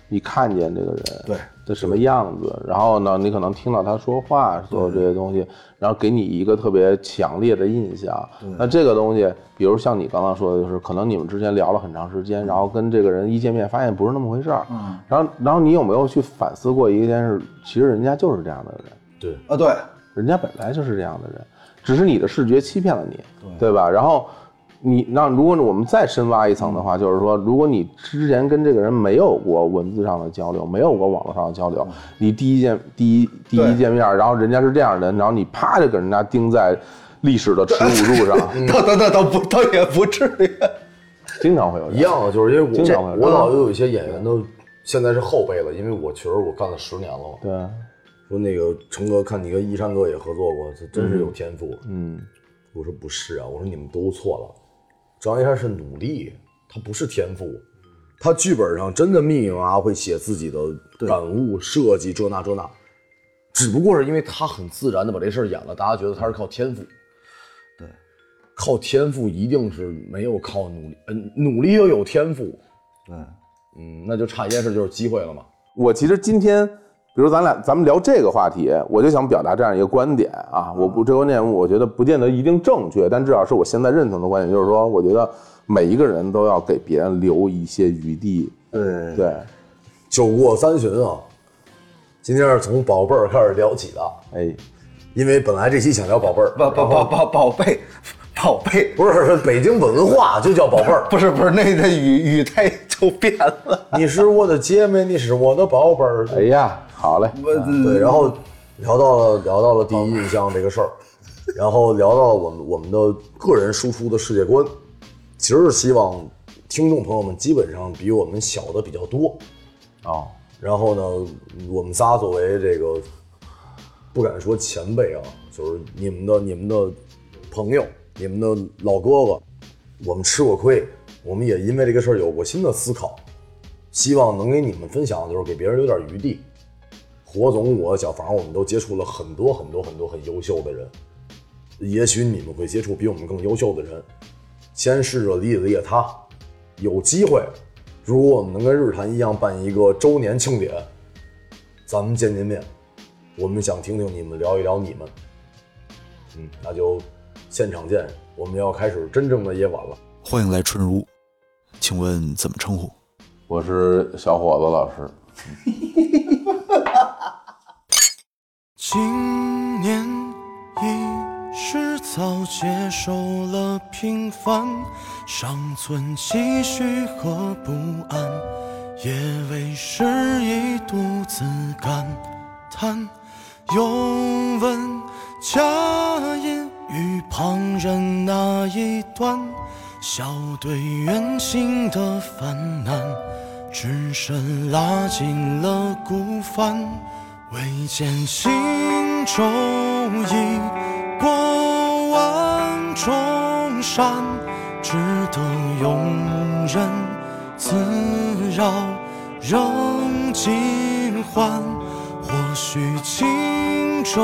[SPEAKER 2] 你看见这个人
[SPEAKER 4] 对
[SPEAKER 2] 的什么样子，然后呢，你可能听到他说话，所有这些东西，然后给你一个特别强烈的印象。那这个东西，比如像你刚刚说的，就是可能你们之前聊了很长时间，然后跟这个人一见面发现不是那么回事儿，嗯，
[SPEAKER 4] 啊
[SPEAKER 2] 然后然后你有没有去反思过一件事？其实人家就是这样的人，
[SPEAKER 3] 对，
[SPEAKER 4] 啊，对，
[SPEAKER 2] 人家本来就是这样的人，只是你的视觉欺骗了你，对吧？然后你那如果我们再深挖一层的话，就是说，如果你之前跟这个人没有过文字上的交流，没有过网络上的交流，你第一见第一第一见面，然后人家是这样的人，然后你啪就给人家钉在历史的耻辱柱上，
[SPEAKER 4] 嗯倒倒倒倒不倒也不至于。
[SPEAKER 2] 经常会有这
[SPEAKER 3] 一样的，啊就是因
[SPEAKER 2] 经
[SPEAKER 3] 为我
[SPEAKER 2] 常会有嗯
[SPEAKER 3] 我老有一些演员都现在是后辈了，因为我确实我干了十年了嘛。
[SPEAKER 2] 对，啊
[SPEAKER 3] 说那个成哥，看你跟一山哥也合作过，这真是有天赋。
[SPEAKER 2] 嗯，
[SPEAKER 3] 我说不是啊，我说你们都错了，张一山是努力，他不是天赋，他剧本上真的密密麻麻会写自己的感悟、设计这那这那，只不过是因为他很自然的把这事儿演了，大家觉得他是靠天赋。
[SPEAKER 4] 对，
[SPEAKER 3] 靠天赋一定是没有靠努力，嗯、努力又有天赋，
[SPEAKER 4] 对，
[SPEAKER 3] 嗯，那就差一件事就是机会了嘛。
[SPEAKER 2] 我其实今天，比如咱俩咱们聊这个话题，我就想表达这样一个观点啊，我
[SPEAKER 5] 嗯
[SPEAKER 2] 不这个观点我觉得不见得一定正确，但至少是我现在认同的观点，就是说，我觉得每一个人都要给别人留一些余地，
[SPEAKER 4] 对，
[SPEAKER 2] 对，
[SPEAKER 3] 酒过三巡啊，今天是从宝贝儿开始聊起的，
[SPEAKER 5] 哎，
[SPEAKER 3] 因为本来这期想聊宝贝儿，
[SPEAKER 4] 宝宝宝宝宝贝，宝贝，
[SPEAKER 3] 不是 北京文化就叫宝贝儿。
[SPEAKER 4] 不是不是，那那语语态就变了。
[SPEAKER 3] 你是我的姐妹，你是我的宝贝儿。
[SPEAKER 5] 哎呀，好嘞，
[SPEAKER 4] 我
[SPEAKER 3] 对，然后聊到了聊到了第一印象这个事儿，然后聊到了我们我们的个人输出的世界观，其实是希望听众朋友们基本上比我们小的比较多，
[SPEAKER 5] 哦，
[SPEAKER 3] 然后呢，我们仨作为这个不敢说前辈啊，就是你们的你们的朋友，你们的老哥哥，我们吃过亏，我们也因为这个事儿有过新的思考，希望能给你们分享，就是给别人留点余地。火总，我小房，我们都接触了很多很多很多很优秀的人，也许你们会接触比我们更优秀的人，先试着理解理解他。有机会，如果我们能跟日坛一样办一个周年庆典，咱们见见面，我们想听听你们聊一聊你们。嗯，那就现场见，我们要开始真正的夜晚了。
[SPEAKER 6] 欢迎来春如，请问怎么称呼？
[SPEAKER 5] 我是小伙子老师，
[SPEAKER 7] 今年已是早接受了平凡，尚存唏嘘和不安，也为失意独自感叹。又问佳音与旁人那一端，笑对远行的烦难，只身拉紧了孤帆。唯见轻舟已过万重山，只得庸人自扰仍尽欢。或许轻舟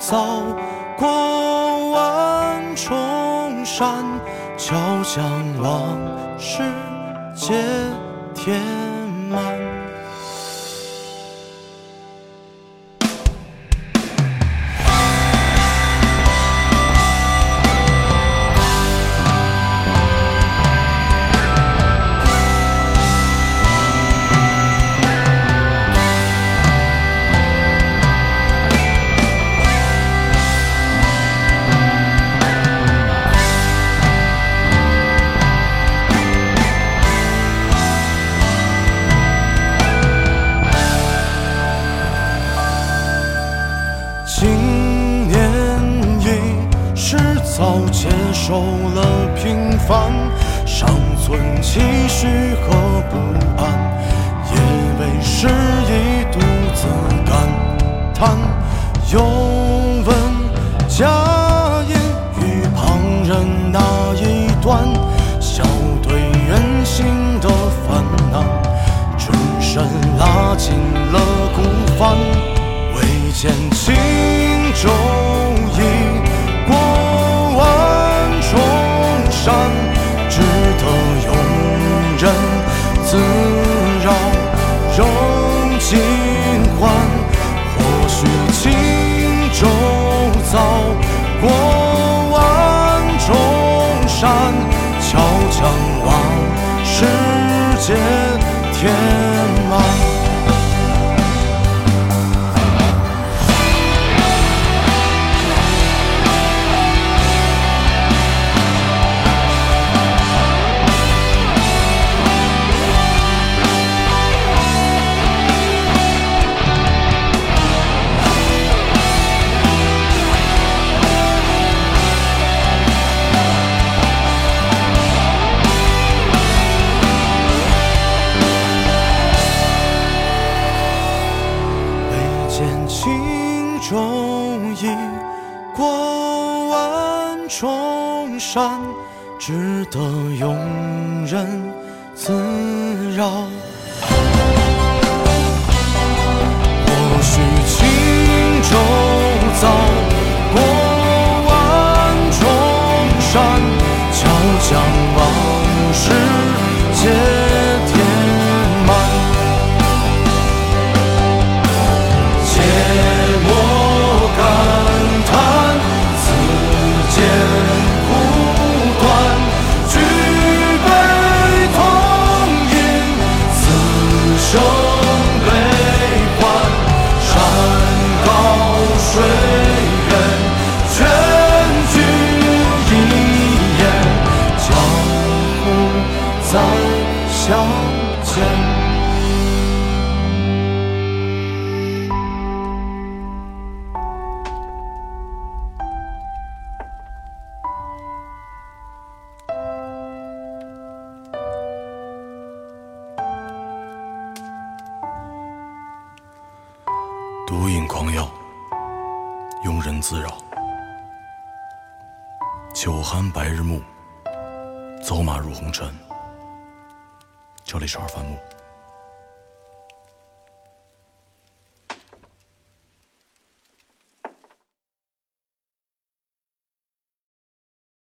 [SPEAKER 7] 早过万重山，悄将往事皆填满。今年已是早接受了平凡，尚存期许和不安，也为失意独自感叹。又问佳音与旁人那一端，笑对人心的烦恼，只身拉紧了孤帆。唯见轻舟已过万重山，只得庸人自扰仍尽欢。或许轻舟早过万重山，悄将往事皆填满。唯见轻舟已过万重山，只得庸人自扰。或许轻舟早过万重山，悄将往事皆填满。切莫感叹，此间苦短，举杯痛饮，此生如饮狂药，庸人自扰。酒酣白日暮，走马入红尘。这里是二番木。